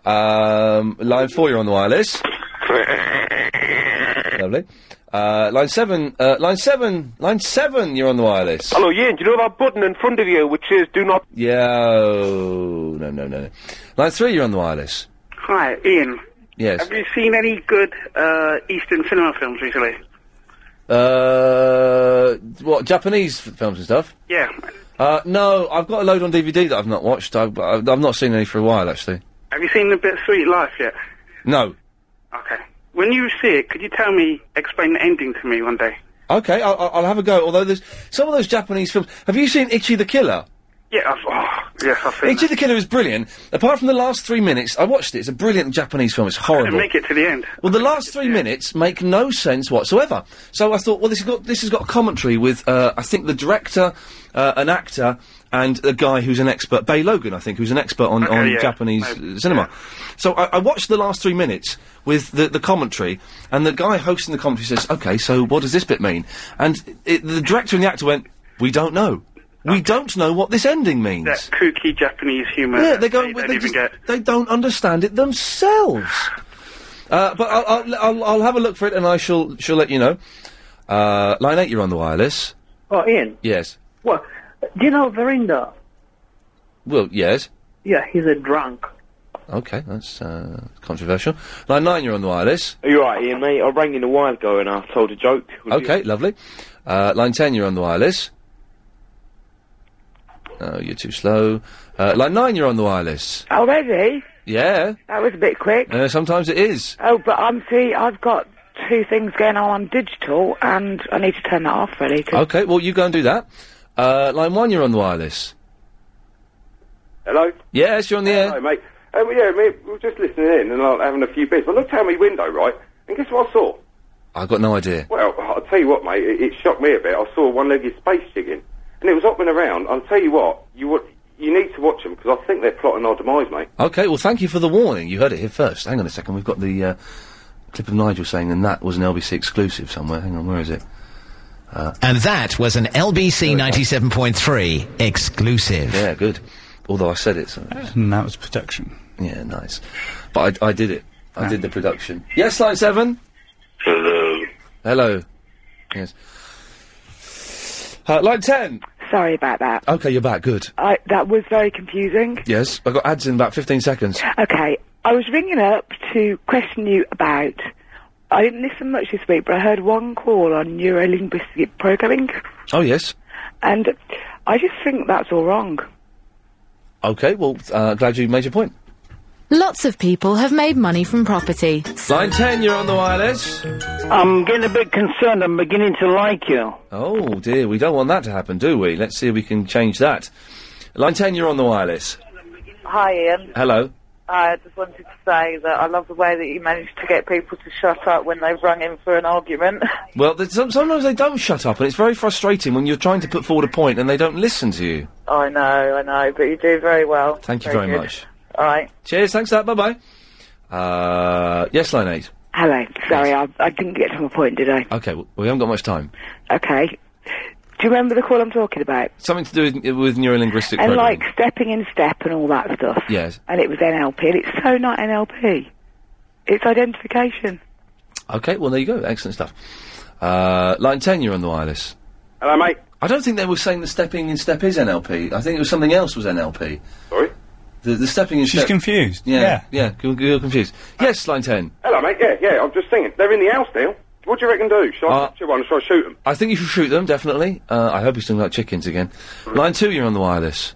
Um, line 4, you're on the wireless. Lovely. Uh, line 7, uh, line 7, line 7, you're on the wireless. Hello, Ian. Do you know that button in front of you which says "Do not"? Yo. No, no, no, no. Line 3, you're on the wireless. Hi, Ian. Yes. Have you seen any good uh, Eastern cinema films recently? Uh, what Japanese f- films and stuff? Yeah. Uh, no, I've got a load on DVD that I've not watched. I've, I've I've not seen any for a while, actually. Have you seen the bit Sweet Life yet? No. Okay. When you see it, could you tell me, explain the ending to me one day? Okay, I'll, I'll I'll have a go. Although there's some of those Japanese films. Have you seen Ichi the Killer? Yeah, I've, oh, yes, I think. Ichi the Killer is brilliant. Apart from the last three minutes, I watched it. It's a brilliant Japanese film. It's horrible. Didn't make it to the end. Well, the last three minutes make no sense whatsoever. So I thought, well, this has got this has got a commentary with uh, I think the director, uh, an actor, and a guy who's an expert, Bay Logan, I think, who's an expert on, Okay, on yeah. Japanese uh, cinema. So I, I watched the last three minutes with the, the commentary, and the guy hosting the commentary says, "Okay, so what does this bit mean?" And it, the director and the actor went, "We don't know. We don't know what this ending means." That kooky Japanese humour. Yeah, they they're going. They, don't they, even just- get. they don't understand it themselves. Uh, but I'll, I'll, I'll, I'll have a look for it, and I shall shall let you know. Uh, line eight, you're on the wireless. Oh, Ian. Yes. What? Do you know Verinda? Well, yes. Yeah, he's a drunk. Okay, that's uh, controversial. Line nine, you're on the wireless. Are you alright, Ian, mate? I rang in a while ago and I told a joke. Would you- Okay, lovely. Uh, line ten, you're on the wireless. Oh, you're too slow. Uh, line nine, you're on the wireless. Already? Yeah. That was a bit quick. Uh, sometimes it is. Oh, but I'm see, I've got two things going on. I'm digital, and I need to turn that off really. 'cause- Okay, well, you go and do that. Uh, line one, you're on the wireless. Hello? Yes, you're on the air. Hello, mate. Um, yeah, me, we were just listening in and like, having a few beers. I looked out my window, right, and guess what I saw? I've got no idea. Well, I'll tell you what, mate, it, it shocked me a bit. I saw a one-legged space chicken, and it was hopping around. I'll tell you what, you wa- you need to watch them, because I think they're plotting our demise, mate. Okay, well, thank you for the warning. You heard it here first. Hang on a second. We've got the uh, clip of Nigel saying, and that was an LBC exclusive somewhere. Hang on, where is it? Uh, And that was an LBC 97.3 exclusive. yeah, good. Although I said it, so. And Hmm, that was production. Ah. Yeah, nice. But I, I did it. I did the production. Yes, line seven? Hello. Hello. Yes. Uh, line ten. Sorry about that. Okay, you're back. Good. I, that was very confusing. Yes, I got ads in about 15 seconds. Okay, I was ringing up to question you about. I didn't listen much this week, but I heard one call on neurolinguistic programming, Oh, yes. and I just think that's all wrong. Okay, well, uh, glad you made your point. Lots of people have made money from property. Line 10, you're on the wireless. I'm getting a bit concerned. I'm beginning to like you. Oh dear, we don't want that to happen, do we? Let's see if we can change that. Line 10, you're on the wireless. Hi, Ian. Hello. I just wanted to say that I love the way that you managed to get people to shut up when they've rung in for an argument. Well, there's some, sometimes they don't shut up, and it's very frustrating when you're trying to put forward a point and they don't listen to you. I know, I know, but you do very well. Thank you very, good. much. All right. Cheers, thanks for that, bye bye. Uh, yes, line 8. Hello. Sorry, I, I didn't get to my point, did I? Okay, well, we haven't got much time. Okay. Do you remember the call I'm talking about? Something to do with, with neurolinguistic and programming. like stepping in step and all that stuff. Yes. And it was NLP, and it's so not NLP. It's identification. Okay, well, there you go. Excellent stuff. Uh, line 10, you're on the wireless. Hello, mate. I don't think they were saying the stepping in step is NLP. I think it was something else was NLP. Sorry? The, the stepping in She's step. confused. Yeah, Yeah. yeah, you're, you're confused. Yes, line 10. Hello, mate. Yeah, yeah, I'm just thinking. They're in the house now. What do you reckon do? Shall I Uh, capture one or shall I shoot them? I think you should shoot them, definitely. Uh, I hope he's talking about chickens again. Line 2, you're on the wireless.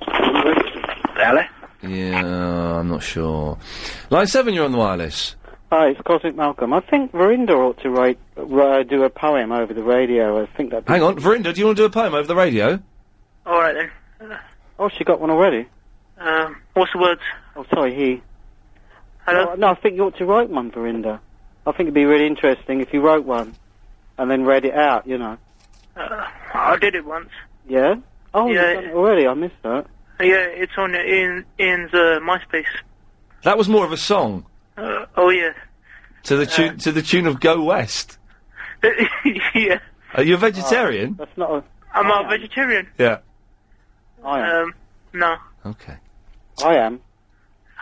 Hello? Yeah, I'm not sure. Line 7, you're on the wireless. Hi, it's Cosmic Malcolm. I think Verinda ought to write, uh, do a poem over the radio. I think that. Hang on, Verinda, do you want to do a poem over the radio? All right then. Oh, she got one already. Um, what's the words? Oh, sorry, he. Hello. No, I think you ought to write one, Verinda. I think it'd be really interesting if you wrote one and then read it out. You know. Uh, I did it once. Yeah. Oh, Yeah. you've done it already. I missed that. Yeah, it's on in Ian's uh, MySpace. That was more of a song Uh, oh yeah, to the tune to the tune of Go West. yeah. Are you a vegetarian? Oh, Uh, That's not. A, I'm a vegetarian. Yeah. I am. Um, no. Okay. I am.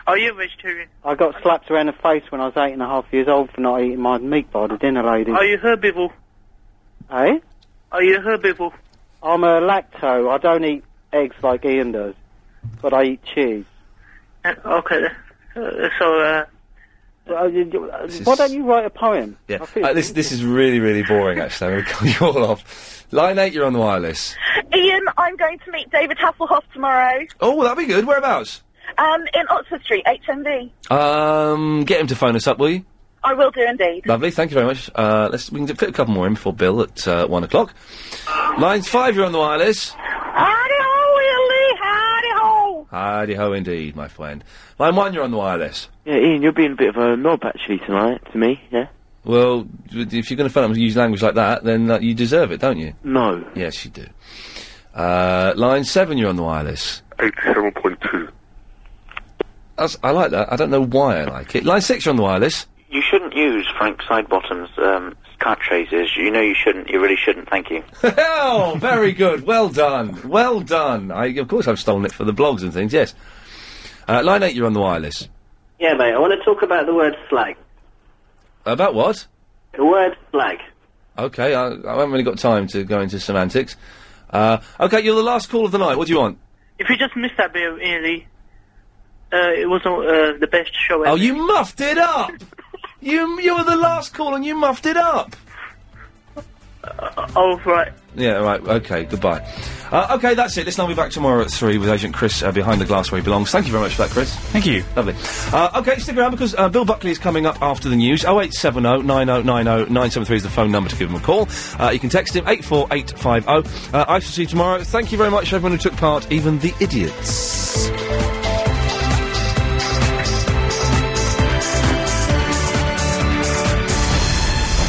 Are you a vegetarian? I got slapped around the face when I was eight and a half years old for not eating my meat by the dinner lady. Are you herbivore? Eh? Are you herbivore? I'm a lacto. I don't eat eggs like Ian does, but I eat cheese. Uh, okay. then. Uh, so uh, Well, you- you- uh, Why don't you write a poem? Yeah. Uh, this this is really really boring. Actually, I'm going to call you all off. Line eight, you're on the wireless. Ian, I'm going to meet David Hasselhoff tomorrow Oh, that'd be good. Whereabouts? um, in Oxford Street, HMV. Um, get him to phone us up, will you? I will do indeed. Lovely. Thank you very much. Uh, let's we can d- fit a couple more in before Bill at uh, one o'clock. Line five, you're on the wireless. Hello, Willie. Hidey ho indeed, my friend. Line one, you're on the wireless. Yeah, Ian, you're being a bit of a knob actually tonight to me. Yeah. Well, if you're going to phone up and use language like that, then uh, you deserve it, don't you? No. Yes, you do. Uh, line seven, you're on the wireless. 87.2. That's, I like that. I don't know why I like it. Line six, you're on the wireless. You shouldn't use Frank Sidebottom's um, card traces. You know you shouldn't. You really shouldn't. Thank you. oh, very good. Well done. Well done. I, of course, I've stolen it for the blogs and things. Yes. Uh, line eight, you're on the wireless. Yeah, mate, I want to talk about the word slag. About what? The word slag. Okay, I, I haven't really got time to go into semantics. Uh, okay, you're the last call of the night. What do you want? If you just missed that bit of Ian Lee, uh, it wasn't uh, the best show ever. Oh, you muffed it up. you you were the last call and you muffed it up. Oh, right. Yeah, right. Okay, goodbye. Uh, okay, that's it. Listen, I'll be back tomorrow at three with Agent Chris uh, behind the glass where he belongs. Thank you very much for that, Chris. Thank you. Lovely. Uh, okay, stick around because uh, Bill Buckley is coming up after the news. 0870 9090 973 is the phone number to give him a call. Uh, you can text him oh. 84850. Uh, I shall see you tomorrow. Thank you very much, everyone who took part, even the idiots.